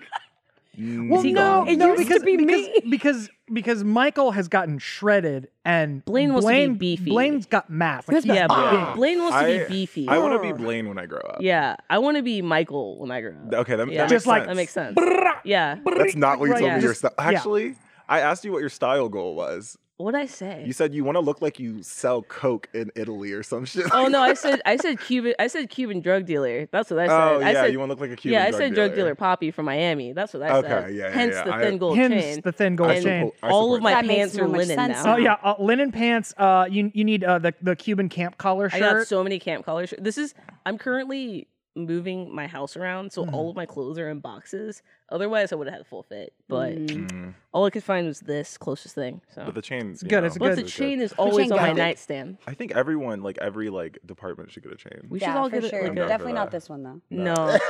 [SPEAKER 4] Well,
[SPEAKER 1] he
[SPEAKER 4] no,
[SPEAKER 1] gone? It
[SPEAKER 4] no,
[SPEAKER 3] used to
[SPEAKER 4] because,
[SPEAKER 3] be
[SPEAKER 4] because,
[SPEAKER 3] me.
[SPEAKER 4] because because Michael has gotten shredded and
[SPEAKER 1] Blaine wants to be
[SPEAKER 4] Blaine,
[SPEAKER 1] beefy.
[SPEAKER 4] Blaine's got mass. Like,
[SPEAKER 1] yeah,
[SPEAKER 2] Ah.
[SPEAKER 1] Blaine, Blaine wants to
[SPEAKER 2] I-
[SPEAKER 1] be beefy.
[SPEAKER 2] I want to be Blaine when I grow up.
[SPEAKER 1] yeah, I want to be Michael when I grow up.
[SPEAKER 2] Okay, that,
[SPEAKER 1] Yeah.
[SPEAKER 2] that
[SPEAKER 1] Just
[SPEAKER 2] makes
[SPEAKER 4] like-
[SPEAKER 2] sense.
[SPEAKER 1] That makes sense. yeah.
[SPEAKER 2] That's not what you
[SPEAKER 4] Right,
[SPEAKER 2] told
[SPEAKER 1] yeah.
[SPEAKER 2] me your style.
[SPEAKER 4] yeah.
[SPEAKER 2] Actually, I asked you what your style goal was.
[SPEAKER 1] What'd I say?
[SPEAKER 2] You said you want to look like you sell coke in Italy or some shit.
[SPEAKER 1] Oh no, I said I said Cuban I said Cuban drug dealer. That's what I said.
[SPEAKER 2] Oh,
[SPEAKER 1] I
[SPEAKER 2] yeah,
[SPEAKER 1] said,
[SPEAKER 2] you want to look like a Cuban
[SPEAKER 1] yeah, I said drug dealer Poppy from Miami. That's what I said.
[SPEAKER 2] Okay, yeah, yeah,
[SPEAKER 1] Hence
[SPEAKER 2] yeah.
[SPEAKER 1] the
[SPEAKER 2] I-
[SPEAKER 1] thin gold
[SPEAKER 4] Hence
[SPEAKER 1] chain.
[SPEAKER 4] the thin gold
[SPEAKER 2] I
[SPEAKER 1] and
[SPEAKER 4] chain.
[SPEAKER 2] support- I
[SPEAKER 1] all of
[SPEAKER 2] support
[SPEAKER 1] my
[SPEAKER 3] that. That makes
[SPEAKER 1] pants
[SPEAKER 3] so
[SPEAKER 1] are
[SPEAKER 3] much
[SPEAKER 1] linen
[SPEAKER 3] sense
[SPEAKER 1] now.
[SPEAKER 4] Oh yeah, uh, linen pants. Uh, you you need uh, the the Cuban camp collar
[SPEAKER 1] I
[SPEAKER 4] shirt.
[SPEAKER 1] got so many camp collar shirts. This is I'm currently moving my house around,
[SPEAKER 4] Mm.
[SPEAKER 1] so all of my clothes are in boxes. Otherwise, I would have had a full fit. But
[SPEAKER 2] Mm.
[SPEAKER 1] all I could find was this closest thing. So,
[SPEAKER 2] But the chain, it's
[SPEAKER 4] good, it's
[SPEAKER 1] but
[SPEAKER 4] good.
[SPEAKER 1] the chain is always
[SPEAKER 3] chain
[SPEAKER 1] on my
[SPEAKER 3] got it.
[SPEAKER 1] nightstand.
[SPEAKER 2] I think everyone, like every like department, should get a chain.
[SPEAKER 1] We
[SPEAKER 3] yeah,
[SPEAKER 1] should all
[SPEAKER 3] for
[SPEAKER 1] get
[SPEAKER 3] sure.
[SPEAKER 1] it. Like
[SPEAKER 2] down
[SPEAKER 1] a,
[SPEAKER 2] for
[SPEAKER 3] Definitely not
[SPEAKER 2] that.
[SPEAKER 3] this one though.
[SPEAKER 1] no, That-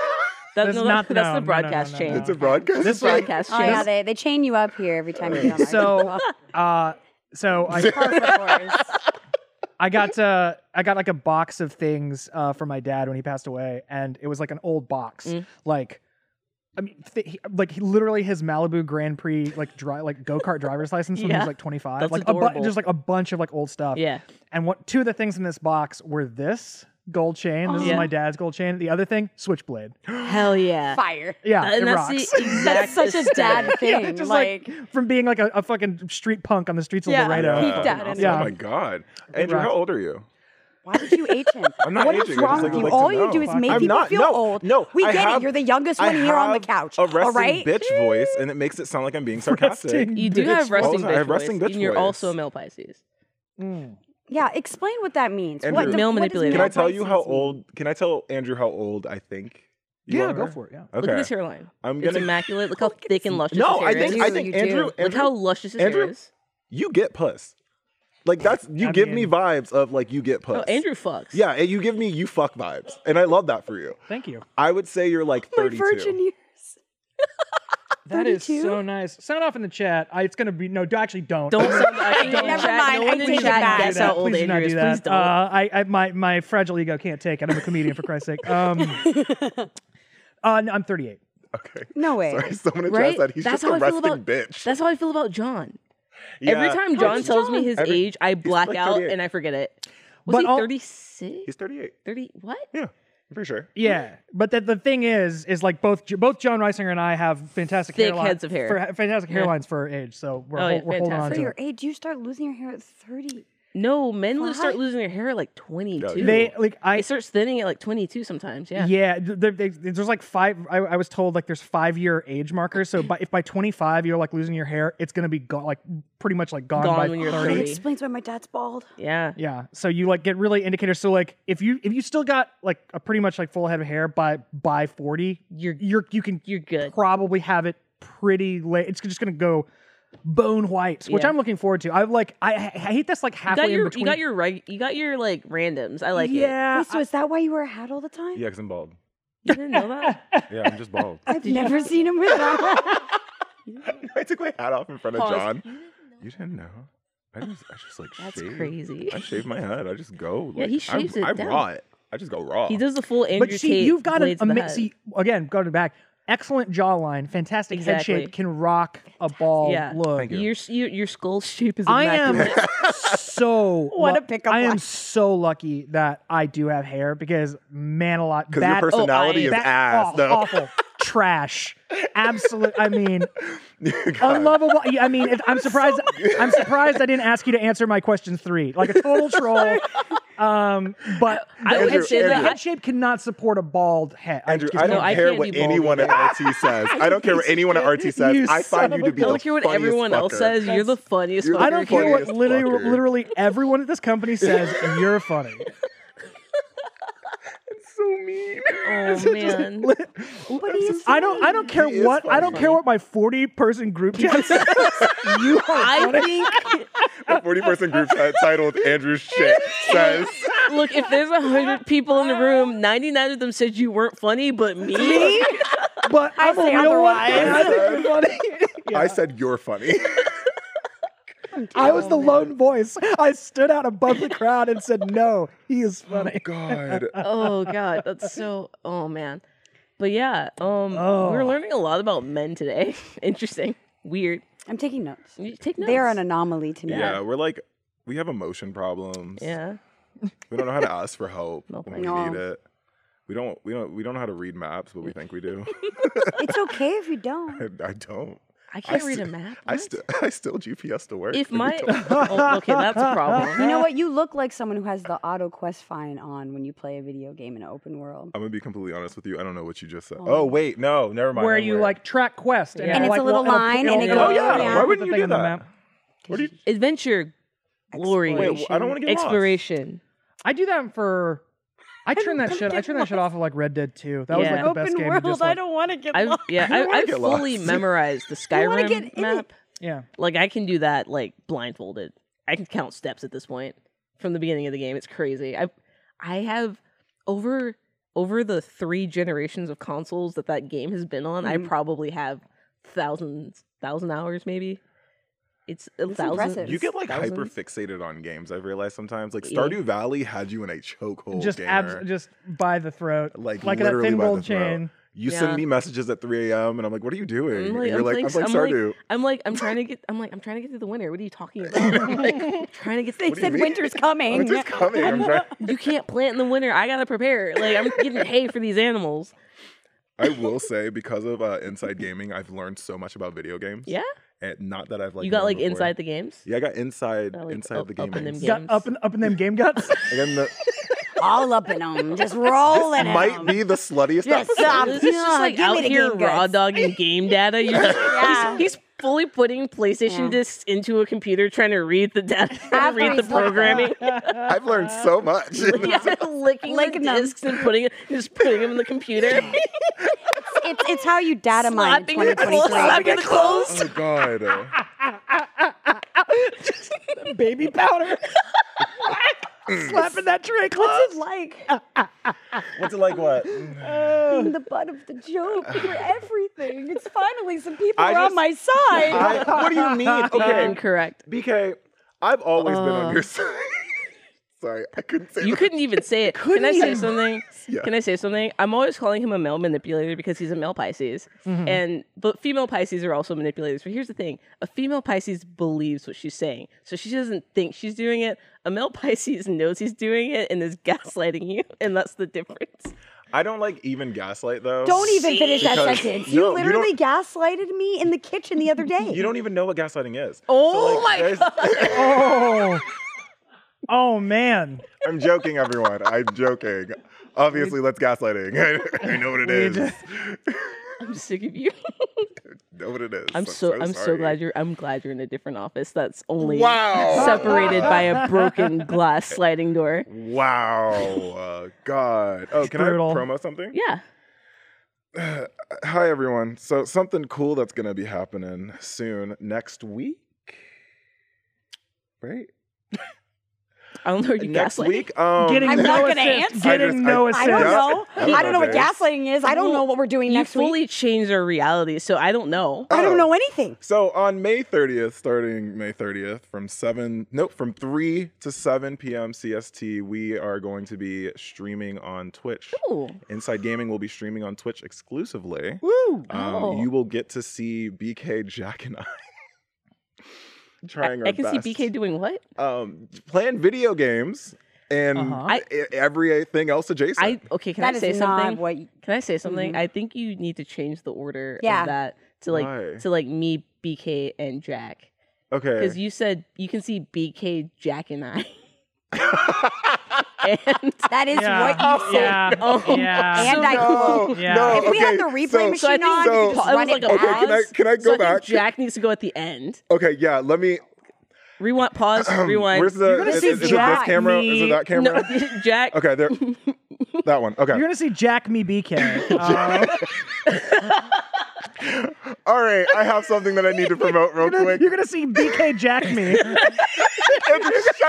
[SPEAKER 4] That's
[SPEAKER 1] no,
[SPEAKER 4] not-
[SPEAKER 1] that- that's
[SPEAKER 4] no, no,
[SPEAKER 1] the
[SPEAKER 4] no,
[SPEAKER 1] broadcast
[SPEAKER 4] no, no,
[SPEAKER 1] chain.
[SPEAKER 4] no.
[SPEAKER 2] It's a broadcast.
[SPEAKER 1] Broadcast
[SPEAKER 3] Oh yeah,
[SPEAKER 1] chain.
[SPEAKER 3] they, they chain you up here every time you get on
[SPEAKER 4] So, uh, so I I got uh, I got like a box of things uh, from my dad when he passed away, and it was like an old box,
[SPEAKER 1] Mm.
[SPEAKER 4] like. I mean, th- he, like he, literally his Malibu Grand Prix, like dry, like go kart driver's license when he
[SPEAKER 1] Yeah.
[SPEAKER 4] was like twenty five,
[SPEAKER 1] That's
[SPEAKER 4] like a bu-
[SPEAKER 1] adorable.
[SPEAKER 4] just like a bunch of like old stuff.
[SPEAKER 1] yeah.
[SPEAKER 4] And what two of the things in this box were this gold chain. This
[SPEAKER 1] Aw.
[SPEAKER 4] is my dad's gold chain. The other thing, switchblade.
[SPEAKER 1] Hell yeah.
[SPEAKER 3] Fire.
[SPEAKER 4] Yeah,
[SPEAKER 1] and
[SPEAKER 4] it
[SPEAKER 1] that's
[SPEAKER 4] rocks.
[SPEAKER 1] the exact
[SPEAKER 3] That's such a dad
[SPEAKER 1] aesthetic.
[SPEAKER 3] thing.
[SPEAKER 4] just
[SPEAKER 3] like,
[SPEAKER 4] like, from being like a, a fucking street punk on the streets of
[SPEAKER 1] Yeah.
[SPEAKER 4] Laredo.
[SPEAKER 3] peaked out in
[SPEAKER 2] awesome.
[SPEAKER 3] it.
[SPEAKER 2] Oh my god, Andrew,
[SPEAKER 4] rocks.
[SPEAKER 2] how old are you?
[SPEAKER 3] why would you age him?
[SPEAKER 2] I'm not
[SPEAKER 3] What is
[SPEAKER 2] aging, I just
[SPEAKER 3] wrong
[SPEAKER 2] like
[SPEAKER 3] with
[SPEAKER 2] to
[SPEAKER 3] you?
[SPEAKER 2] like to
[SPEAKER 3] All you do
[SPEAKER 2] know.
[SPEAKER 3] is make
[SPEAKER 2] I'm
[SPEAKER 3] people
[SPEAKER 2] not-
[SPEAKER 3] feel
[SPEAKER 2] no,
[SPEAKER 3] old.
[SPEAKER 2] no,
[SPEAKER 3] we
[SPEAKER 2] I
[SPEAKER 3] get
[SPEAKER 2] have-
[SPEAKER 3] it. You're the youngest
[SPEAKER 2] I
[SPEAKER 3] one here on the
[SPEAKER 2] have
[SPEAKER 3] couch.
[SPEAKER 2] A resting
[SPEAKER 3] all right.
[SPEAKER 2] bitch voice, and it makes it sound like I'm being sarcastic.
[SPEAKER 4] Resting
[SPEAKER 1] You do
[SPEAKER 4] bitch
[SPEAKER 1] have resting
[SPEAKER 2] voice. I
[SPEAKER 1] bitch,
[SPEAKER 2] have resting
[SPEAKER 1] voice,
[SPEAKER 2] bitch
[SPEAKER 1] and you're
[SPEAKER 2] voice.
[SPEAKER 1] also a male Pisces.
[SPEAKER 4] Mm.
[SPEAKER 3] Yeah, explain what that means.
[SPEAKER 2] Andrew,
[SPEAKER 3] what do-
[SPEAKER 1] Male
[SPEAKER 3] what does
[SPEAKER 1] manipulator.
[SPEAKER 2] Can
[SPEAKER 3] male
[SPEAKER 2] I tell you
[SPEAKER 3] Pisces
[SPEAKER 2] how
[SPEAKER 3] mean?
[SPEAKER 2] old? Can I tell Andrew how old I think? you
[SPEAKER 4] Yeah,
[SPEAKER 2] are?
[SPEAKER 4] go for it. Yeah.
[SPEAKER 1] Look at his
[SPEAKER 2] Okay,
[SPEAKER 1] hairline.
[SPEAKER 2] I'm
[SPEAKER 1] It's
[SPEAKER 2] gonna.
[SPEAKER 1] immaculate. Look how thick and luscious his
[SPEAKER 2] no,
[SPEAKER 1] hair
[SPEAKER 2] I think
[SPEAKER 1] is.
[SPEAKER 2] I
[SPEAKER 3] You-
[SPEAKER 2] think
[SPEAKER 3] you do.
[SPEAKER 2] Andrew.
[SPEAKER 1] Look
[SPEAKER 2] Andrew,
[SPEAKER 1] how luscious his
[SPEAKER 2] Andrew-
[SPEAKER 1] hair is.
[SPEAKER 2] you get puss. Like that's you
[SPEAKER 4] I
[SPEAKER 2] give me
[SPEAKER 4] mean-
[SPEAKER 2] vibes of like you get puss.
[SPEAKER 1] Oh, Andrew fucks.
[SPEAKER 2] Yeah, and you give me you fuck vibes, and I love that for you.
[SPEAKER 4] Thank you.
[SPEAKER 2] I would say you're like
[SPEAKER 3] My
[SPEAKER 2] 32.
[SPEAKER 3] virgin years.
[SPEAKER 4] That is
[SPEAKER 3] 32?
[SPEAKER 4] so nice. Sound off in the chat. I, it's gonna be no. d- Actually, don't.
[SPEAKER 1] Don't sound I
[SPEAKER 3] Never mind,
[SPEAKER 1] No
[SPEAKER 3] I
[SPEAKER 1] one in
[SPEAKER 3] take
[SPEAKER 1] the
[SPEAKER 3] it
[SPEAKER 1] chat
[SPEAKER 3] back.
[SPEAKER 1] guess how old
[SPEAKER 4] Please do not
[SPEAKER 1] Andrew is.
[SPEAKER 4] do that.
[SPEAKER 1] Please don't.
[SPEAKER 4] Uh, I, I, my, my fragile ego can't take it. I'm a comedian for Christ's sake. Um, uh, no, I'm 38.
[SPEAKER 2] Okay.
[SPEAKER 3] No way.
[SPEAKER 2] Sorry, someone in
[SPEAKER 1] Right?
[SPEAKER 2] chat said he's
[SPEAKER 1] That's
[SPEAKER 2] just a
[SPEAKER 1] how I feel
[SPEAKER 2] resting
[SPEAKER 1] about-
[SPEAKER 2] bitch.
[SPEAKER 1] That's how I feel about John. Every
[SPEAKER 2] Yeah.
[SPEAKER 1] time John
[SPEAKER 3] old's
[SPEAKER 1] tells me
[SPEAKER 3] John?
[SPEAKER 1] his
[SPEAKER 2] Every-
[SPEAKER 1] age, I black
[SPEAKER 2] like
[SPEAKER 1] out
[SPEAKER 2] 38.
[SPEAKER 1] and I forget it. Was
[SPEAKER 4] But
[SPEAKER 1] he
[SPEAKER 4] all-
[SPEAKER 1] 36?
[SPEAKER 2] He's 38.
[SPEAKER 1] 30 what?
[SPEAKER 2] Yeah, I'm pretty sure.
[SPEAKER 4] Yeah, but the, the thing is, is like both both John Reisinger and I have fantastic
[SPEAKER 1] Thick
[SPEAKER 4] hairline-
[SPEAKER 1] heads of hair.
[SPEAKER 4] for- fantastic
[SPEAKER 1] Yeah.
[SPEAKER 4] hairlines for our age. So we're,
[SPEAKER 1] Oh,
[SPEAKER 4] hol-
[SPEAKER 1] yeah,
[SPEAKER 4] we're holding on
[SPEAKER 1] fantastic.
[SPEAKER 3] For
[SPEAKER 4] to
[SPEAKER 3] your
[SPEAKER 4] it.
[SPEAKER 3] age, you start losing your hair at 30.
[SPEAKER 1] No, men lo- start
[SPEAKER 3] Why?
[SPEAKER 1] losing their hair at like 22.
[SPEAKER 2] yeah.
[SPEAKER 4] They like I
[SPEAKER 1] it starts thinning at like 22 sometimes. Yeah.
[SPEAKER 4] yeah. th th- they- there's like five. I, I was told like there's five year age markers. So by, if by 25 you're like losing your hair, it's gonna be gone like pretty much like gone,
[SPEAKER 1] Gone
[SPEAKER 4] by
[SPEAKER 1] when you're
[SPEAKER 4] 30.
[SPEAKER 3] That
[SPEAKER 1] 30.
[SPEAKER 3] explains why my dad's bald.
[SPEAKER 1] Yeah.
[SPEAKER 4] Yeah. So you like get really indicators. So like if you if you still got like a pretty much like full head of hair by by 40,
[SPEAKER 1] You're
[SPEAKER 4] you're you can
[SPEAKER 1] you're good.
[SPEAKER 4] probably have it pretty late. It's just gonna go bone white, which
[SPEAKER 1] Yeah.
[SPEAKER 4] I'm looking forward to. I like I, I hate this like
[SPEAKER 1] You
[SPEAKER 4] halfway
[SPEAKER 1] got
[SPEAKER 4] in
[SPEAKER 1] your
[SPEAKER 4] between.
[SPEAKER 1] you got your right you got your like randoms. I like it.
[SPEAKER 4] yeah.
[SPEAKER 3] Wait, so is that why you wear a hat all the time?
[SPEAKER 2] Yeah, because I'm bald.
[SPEAKER 1] You didn't know that?
[SPEAKER 2] Yeah, I'm just bald.
[SPEAKER 3] I've never seen him with that.
[SPEAKER 2] I took my hat off in front of
[SPEAKER 1] Pause.
[SPEAKER 2] John.
[SPEAKER 1] You didn't
[SPEAKER 2] You didn't know. I just, I just like
[SPEAKER 1] That's
[SPEAKER 2] shave.
[SPEAKER 1] crazy.
[SPEAKER 2] I shave my head. I just go.
[SPEAKER 1] Yeah,
[SPEAKER 2] like,
[SPEAKER 1] he shaves
[SPEAKER 2] I,
[SPEAKER 1] it
[SPEAKER 2] I
[SPEAKER 1] down.
[SPEAKER 2] raw it. I just go raw.
[SPEAKER 1] He does the full Andrew
[SPEAKER 4] but see,
[SPEAKER 1] Tate
[SPEAKER 4] you've got a,
[SPEAKER 1] blades
[SPEAKER 4] a
[SPEAKER 1] of the
[SPEAKER 4] mi-
[SPEAKER 1] head.
[SPEAKER 4] see again, go to the back. Excellent jawline, fantastic head
[SPEAKER 1] Exactly.
[SPEAKER 4] shape, can rock a ball
[SPEAKER 1] Yeah.
[SPEAKER 4] Oh, look.
[SPEAKER 2] Thank you.
[SPEAKER 1] Your, s- your your skull shape is
[SPEAKER 4] I am
[SPEAKER 1] immaculate.
[SPEAKER 4] so
[SPEAKER 3] What a
[SPEAKER 4] lu-
[SPEAKER 3] pickup
[SPEAKER 4] I am
[SPEAKER 3] line.
[SPEAKER 4] so lucky that I do have hair because man, a lot
[SPEAKER 2] Because your
[SPEAKER 4] that oh,
[SPEAKER 2] personality
[SPEAKER 1] Oh, I-
[SPEAKER 2] is
[SPEAKER 4] that-
[SPEAKER 2] ass,
[SPEAKER 4] aw-
[SPEAKER 2] though.
[SPEAKER 4] awful trash, absolute. I mean,
[SPEAKER 2] God.
[SPEAKER 4] unlovable. yeah, I mean, it- I'm surprised. I'm surprised I didn't ask you to answer my question three, like a total troll. Um, but
[SPEAKER 1] I
[SPEAKER 4] the
[SPEAKER 2] would
[SPEAKER 4] head,
[SPEAKER 2] say
[SPEAKER 4] shape, the
[SPEAKER 2] that-
[SPEAKER 4] head shape cannot support a bald head. I
[SPEAKER 2] Andrew,
[SPEAKER 4] just
[SPEAKER 2] I don't
[SPEAKER 1] No, I
[SPEAKER 2] care
[SPEAKER 1] can't
[SPEAKER 2] what
[SPEAKER 1] be bald
[SPEAKER 2] anyone at RT says. I don't care what anyone at RT says.
[SPEAKER 4] You
[SPEAKER 2] I
[SPEAKER 4] son
[SPEAKER 2] find
[SPEAKER 4] of
[SPEAKER 2] you
[SPEAKER 4] a
[SPEAKER 2] to be
[SPEAKER 4] bitch.
[SPEAKER 1] I
[SPEAKER 2] the
[SPEAKER 1] don't care what everyone
[SPEAKER 2] funniest
[SPEAKER 1] else
[SPEAKER 2] fucker.
[SPEAKER 1] says. You're the funniest.
[SPEAKER 2] You're the
[SPEAKER 4] I
[SPEAKER 1] fucker.
[SPEAKER 4] don't care what
[SPEAKER 2] funniest
[SPEAKER 4] literally,
[SPEAKER 2] fucker.
[SPEAKER 4] literally everyone at this company says. You're funny.
[SPEAKER 2] so mean.
[SPEAKER 1] Oh man.
[SPEAKER 3] What do you say?
[SPEAKER 4] I don't. I don't care
[SPEAKER 2] He is
[SPEAKER 4] what. I don't
[SPEAKER 2] funny.
[SPEAKER 4] care what my forty-person group chat says. you are
[SPEAKER 1] I
[SPEAKER 4] funny.
[SPEAKER 1] think
[SPEAKER 2] A 40 person group chat titled Andrew Shit says.
[SPEAKER 1] look, if there's a hundred people in the room, ninety-nine of them said you weren't funny, but me,
[SPEAKER 4] But
[SPEAKER 3] I
[SPEAKER 4] I'm a
[SPEAKER 3] say
[SPEAKER 4] real
[SPEAKER 3] otherwise.
[SPEAKER 4] one. and I think you're funny.
[SPEAKER 2] I said you're funny.
[SPEAKER 4] I was the
[SPEAKER 2] Oh,
[SPEAKER 4] lone voice. I stood out above the crowd and said, "No, he is funny."
[SPEAKER 2] God.
[SPEAKER 1] oh god, that's so oh man. But yeah, um
[SPEAKER 4] Oh.
[SPEAKER 1] we're learning a lot about men today. Interesting. Weird.
[SPEAKER 3] I'm taking notes.
[SPEAKER 1] You take notes.
[SPEAKER 3] They are an anomaly to me.
[SPEAKER 2] Yeah, we're like, we have emotion problems.
[SPEAKER 1] Yeah.
[SPEAKER 2] We don't know how to ask for help
[SPEAKER 1] No
[SPEAKER 2] when we
[SPEAKER 3] problem.
[SPEAKER 2] need it. We don't we don't we don't know how to read maps, but we think we do.
[SPEAKER 3] It's okay if you don't.
[SPEAKER 2] I, I don't.
[SPEAKER 1] I can't read a
[SPEAKER 2] st-
[SPEAKER 1] map.
[SPEAKER 2] I
[SPEAKER 1] What?
[SPEAKER 2] still I still GPS to work.
[SPEAKER 1] if
[SPEAKER 2] What are
[SPEAKER 1] my
[SPEAKER 2] you talking-
[SPEAKER 1] oh, okay, that's a problem.
[SPEAKER 3] You know what? You look like someone who has the auto quest fine on when you play a video game in an open world.
[SPEAKER 2] I'm gonna be completely honest with you. I don't know what you just said.
[SPEAKER 3] Oh.
[SPEAKER 2] Oh wait, no, never mind.
[SPEAKER 4] Where
[SPEAKER 2] I'm
[SPEAKER 4] you
[SPEAKER 2] weird.
[SPEAKER 4] like track quest,
[SPEAKER 1] And
[SPEAKER 4] it'll,
[SPEAKER 1] it's
[SPEAKER 3] a
[SPEAKER 4] like,
[SPEAKER 3] little
[SPEAKER 4] it'll-
[SPEAKER 3] line and
[SPEAKER 4] it'll-
[SPEAKER 3] it
[SPEAKER 4] it'll-
[SPEAKER 3] goes
[SPEAKER 4] it'll
[SPEAKER 3] Oh, yeah.
[SPEAKER 4] put
[SPEAKER 3] Why
[SPEAKER 4] the
[SPEAKER 2] wouldn't you
[SPEAKER 4] thing
[SPEAKER 2] do
[SPEAKER 4] on the
[SPEAKER 2] that?
[SPEAKER 4] map.
[SPEAKER 2] What are you-
[SPEAKER 1] Adventure, glory,
[SPEAKER 2] Wait, wh- I don't want to get
[SPEAKER 1] exploration.
[SPEAKER 4] I do that for. I turn that shit. I turn that shit off of like Red Dead 2. That was
[SPEAKER 1] Yeah.
[SPEAKER 4] like the best game. to just, like-
[SPEAKER 3] don't want to get
[SPEAKER 1] I've yeah,
[SPEAKER 2] I don't wanna
[SPEAKER 1] I, I've
[SPEAKER 2] get
[SPEAKER 1] fully
[SPEAKER 2] lost.
[SPEAKER 1] memorized the
[SPEAKER 3] You wanna
[SPEAKER 1] Skyrim
[SPEAKER 3] get in
[SPEAKER 1] map.
[SPEAKER 4] Yeah.
[SPEAKER 1] Like I can do that like blindfolded. I can count steps at this point from the beginning of the game. It's crazy. I I have over over the three generations of consoles that that game has been on. I
[SPEAKER 3] Mhm.
[SPEAKER 1] probably have thousands thousand hours maybe. It's a
[SPEAKER 3] That's
[SPEAKER 1] thousand.
[SPEAKER 3] impressive.
[SPEAKER 2] You get like
[SPEAKER 1] Thousands?
[SPEAKER 2] hyper fixated on games. I've realized sometimes, like
[SPEAKER 1] Yeah.
[SPEAKER 2] Stardew Valley had you in a chokehold.
[SPEAKER 4] just
[SPEAKER 2] gamer.
[SPEAKER 4] abs- just by the throat,
[SPEAKER 2] Like,
[SPEAKER 4] like that
[SPEAKER 2] literally
[SPEAKER 4] thin
[SPEAKER 2] by the
[SPEAKER 4] gold
[SPEAKER 2] throat.
[SPEAKER 4] chain.
[SPEAKER 2] you
[SPEAKER 1] Yeah.
[SPEAKER 2] send me messages at 3 a.m. and I'm like, "What are you doing?"
[SPEAKER 1] I'm
[SPEAKER 2] And
[SPEAKER 1] like-
[SPEAKER 2] you're
[SPEAKER 1] I'm
[SPEAKER 2] like,
[SPEAKER 1] like-
[SPEAKER 2] "I'm playing
[SPEAKER 1] I'm like-
[SPEAKER 2] Stardew."
[SPEAKER 1] I'm like, I'm trying to get. I'm like, I'm trying to get through the winter. What are you talking about? I'm like, I'm trying to get things.
[SPEAKER 2] What do you
[SPEAKER 1] You,
[SPEAKER 3] Said
[SPEAKER 2] mean?
[SPEAKER 3] winter's coming.
[SPEAKER 2] Winter's coming. I'm trying-
[SPEAKER 1] can't plant in the winter. I gotta prepare. Like I'm getting hay for these animals.
[SPEAKER 2] I will say, because of uh, Inside Gaming, I've learned so much about video games.
[SPEAKER 1] Yeah.
[SPEAKER 2] and not that I've like
[SPEAKER 1] you got
[SPEAKER 2] known
[SPEAKER 1] like
[SPEAKER 2] before.
[SPEAKER 1] inside the games.
[SPEAKER 2] Yeah, I got inside
[SPEAKER 1] Got, like,
[SPEAKER 2] inside
[SPEAKER 1] up-
[SPEAKER 2] the
[SPEAKER 1] up in them
[SPEAKER 2] gaming.
[SPEAKER 1] games.
[SPEAKER 4] Got up and up in them game guts.
[SPEAKER 2] Again, the,
[SPEAKER 3] All up in them. Just rolling in
[SPEAKER 2] might
[SPEAKER 3] 'em.
[SPEAKER 2] be the sluttiest.
[SPEAKER 3] Yes,
[SPEAKER 2] episode.
[SPEAKER 3] um,
[SPEAKER 1] This is just
[SPEAKER 3] yeah,
[SPEAKER 1] like
[SPEAKER 3] give me
[SPEAKER 1] out
[SPEAKER 3] the
[SPEAKER 1] here
[SPEAKER 3] game
[SPEAKER 1] raw
[SPEAKER 3] goods.
[SPEAKER 1] dogging game data. You're just,
[SPEAKER 3] Yeah.
[SPEAKER 1] he's, he's fully putting PlayStation
[SPEAKER 3] Yeah.
[SPEAKER 1] discs into a computer, trying to read the data,
[SPEAKER 3] After
[SPEAKER 1] read the
[SPEAKER 3] he's looked up.
[SPEAKER 1] programming.
[SPEAKER 2] I've learned so much.
[SPEAKER 1] Yeah, licking,
[SPEAKER 3] Licking
[SPEAKER 1] the
[SPEAKER 3] them.
[SPEAKER 1] discs and putting it, just putting them in the computer.
[SPEAKER 3] It's, it's how you data mine in
[SPEAKER 1] slapping the clothes,
[SPEAKER 3] 2023.
[SPEAKER 1] slapping the clothes.
[SPEAKER 2] oh God.
[SPEAKER 4] Baby powder. Slapping that tray
[SPEAKER 3] What's it
[SPEAKER 4] close.
[SPEAKER 3] like?
[SPEAKER 2] What's it like? What?
[SPEAKER 3] Being the butt of the joke for everything. It's finally some people
[SPEAKER 2] I
[SPEAKER 3] are
[SPEAKER 2] just-
[SPEAKER 3] on my side.
[SPEAKER 2] I, what do you mean? Okay,
[SPEAKER 1] Incorrect.
[SPEAKER 2] BK, I've always been on
[SPEAKER 1] Uh.
[SPEAKER 2] your side. Sorry, I couldn't say
[SPEAKER 1] You
[SPEAKER 2] that.
[SPEAKER 1] couldn't even say it. Can I say something?
[SPEAKER 2] Yeah.
[SPEAKER 1] Can I say something? I'm always calling him a male manipulator because he's a male Pisces, and but female Pisces are also manipulators. But here's the thing: a female Pisces believes what she's saying, so she doesn't think she's doing it. A male Pisces knows he's doing it and is gaslighting you, and that's the difference.
[SPEAKER 2] I don't like even gaslight though.
[SPEAKER 3] Don't even finish that
[SPEAKER 2] Because- no,
[SPEAKER 3] sentence. You
[SPEAKER 2] you
[SPEAKER 3] literally gaslighted me in the kitchen the other day.
[SPEAKER 2] You don't even know what gaslighting is.
[SPEAKER 1] Oh my
[SPEAKER 2] god!
[SPEAKER 4] Oh. Oh man.
[SPEAKER 2] I'm joking, everyone. I'm joking. Obviously, let's gaslighting. I, know what it
[SPEAKER 4] We
[SPEAKER 2] is.
[SPEAKER 4] just-
[SPEAKER 1] I'm sick of you.
[SPEAKER 2] know what it is.
[SPEAKER 1] I'm so, I'm so
[SPEAKER 2] sorry.
[SPEAKER 1] glad you're I'm glad you're in a different office. That's only
[SPEAKER 2] Wow.
[SPEAKER 1] separated by a broken glass sliding door.
[SPEAKER 2] Wow. Uh, God. Oh, can
[SPEAKER 4] Brutal.
[SPEAKER 2] I promo something?
[SPEAKER 1] Yeah.
[SPEAKER 2] Hi, everyone. So, something cool that's going to be happening soon next week. Right?
[SPEAKER 1] I don't know. Are you
[SPEAKER 2] next
[SPEAKER 1] gaslighting?
[SPEAKER 2] weck. Um,
[SPEAKER 4] Getting
[SPEAKER 3] I'm
[SPEAKER 4] no
[SPEAKER 3] not gonna
[SPEAKER 4] assist.
[SPEAKER 3] answer.
[SPEAKER 4] Getting
[SPEAKER 2] I just-
[SPEAKER 4] no
[SPEAKER 2] I-
[SPEAKER 4] assist.
[SPEAKER 3] I don't
[SPEAKER 2] Yeah.
[SPEAKER 3] know.
[SPEAKER 2] Yeah.
[SPEAKER 3] I don't know what
[SPEAKER 2] Nowadays.
[SPEAKER 3] gaslighting is. I don't know what we're doing
[SPEAKER 1] you
[SPEAKER 3] next
[SPEAKER 1] fully
[SPEAKER 3] week.
[SPEAKER 1] changed our reality, so I don't know.
[SPEAKER 3] I don't
[SPEAKER 2] Oh.
[SPEAKER 3] know anything.
[SPEAKER 2] So on May 30th, starting May 30th, from seven, nope, from three to seven p.m. CST, we are going to be streaming on Twitch.
[SPEAKER 1] Ooh.
[SPEAKER 3] Oh.
[SPEAKER 2] Inside Gaming will be streaming on Twitch exclusively.
[SPEAKER 4] Woo.
[SPEAKER 2] Um,
[SPEAKER 1] Oh.
[SPEAKER 2] You will get to see BK, Jack, and I
[SPEAKER 1] I,
[SPEAKER 2] trying our
[SPEAKER 1] I can
[SPEAKER 2] best.
[SPEAKER 1] see BK doing what?
[SPEAKER 2] um, playing video games and
[SPEAKER 4] Uh-huh.
[SPEAKER 1] I-
[SPEAKER 2] e- everything else adjacent.
[SPEAKER 1] I okay. Can I
[SPEAKER 3] That is
[SPEAKER 1] say
[SPEAKER 3] not
[SPEAKER 1] something?
[SPEAKER 3] what you-
[SPEAKER 1] Can I say something? I think you need to change the order
[SPEAKER 3] Yeah.
[SPEAKER 1] of that to like
[SPEAKER 2] Why?
[SPEAKER 1] to like me, BK, and Jack.
[SPEAKER 2] okay.
[SPEAKER 1] Because you said you can see BK, Jack, and I. and
[SPEAKER 3] That is
[SPEAKER 4] Yeah.
[SPEAKER 3] what you said.
[SPEAKER 4] Yeah.
[SPEAKER 1] Oh,
[SPEAKER 4] yeah.
[SPEAKER 3] Oh. And I
[SPEAKER 2] no,
[SPEAKER 3] cool.
[SPEAKER 4] Yeah.
[SPEAKER 2] no,
[SPEAKER 3] If we had
[SPEAKER 2] Oh, okay,
[SPEAKER 3] the replay
[SPEAKER 2] so-
[SPEAKER 3] machine
[SPEAKER 1] so I think
[SPEAKER 3] on,
[SPEAKER 2] so-
[SPEAKER 3] we could
[SPEAKER 1] it
[SPEAKER 3] just run
[SPEAKER 1] was like
[SPEAKER 3] it
[SPEAKER 1] a
[SPEAKER 3] back.
[SPEAKER 2] Okay, can I
[SPEAKER 1] pause.
[SPEAKER 2] can I
[SPEAKER 1] so
[SPEAKER 2] go
[SPEAKER 1] I think
[SPEAKER 2] back?
[SPEAKER 1] Jack needs to go at the end.
[SPEAKER 2] Okay, yeah. Let me.
[SPEAKER 1] Rewind. Pause. rewind.
[SPEAKER 2] Where's the?
[SPEAKER 4] You're gonna
[SPEAKER 2] Is,
[SPEAKER 4] see
[SPEAKER 2] is, is it this
[SPEAKER 4] Jack
[SPEAKER 2] camera? Is it
[SPEAKER 4] me-
[SPEAKER 2] that camera?
[SPEAKER 1] No, Jack.
[SPEAKER 2] Okay, there. that one. Okay.
[SPEAKER 4] You're gonna see Jack me BK. Uh,
[SPEAKER 2] All right. I have something that I need to promote real quick.
[SPEAKER 4] you're gonna see BK Jack me.
[SPEAKER 2] shut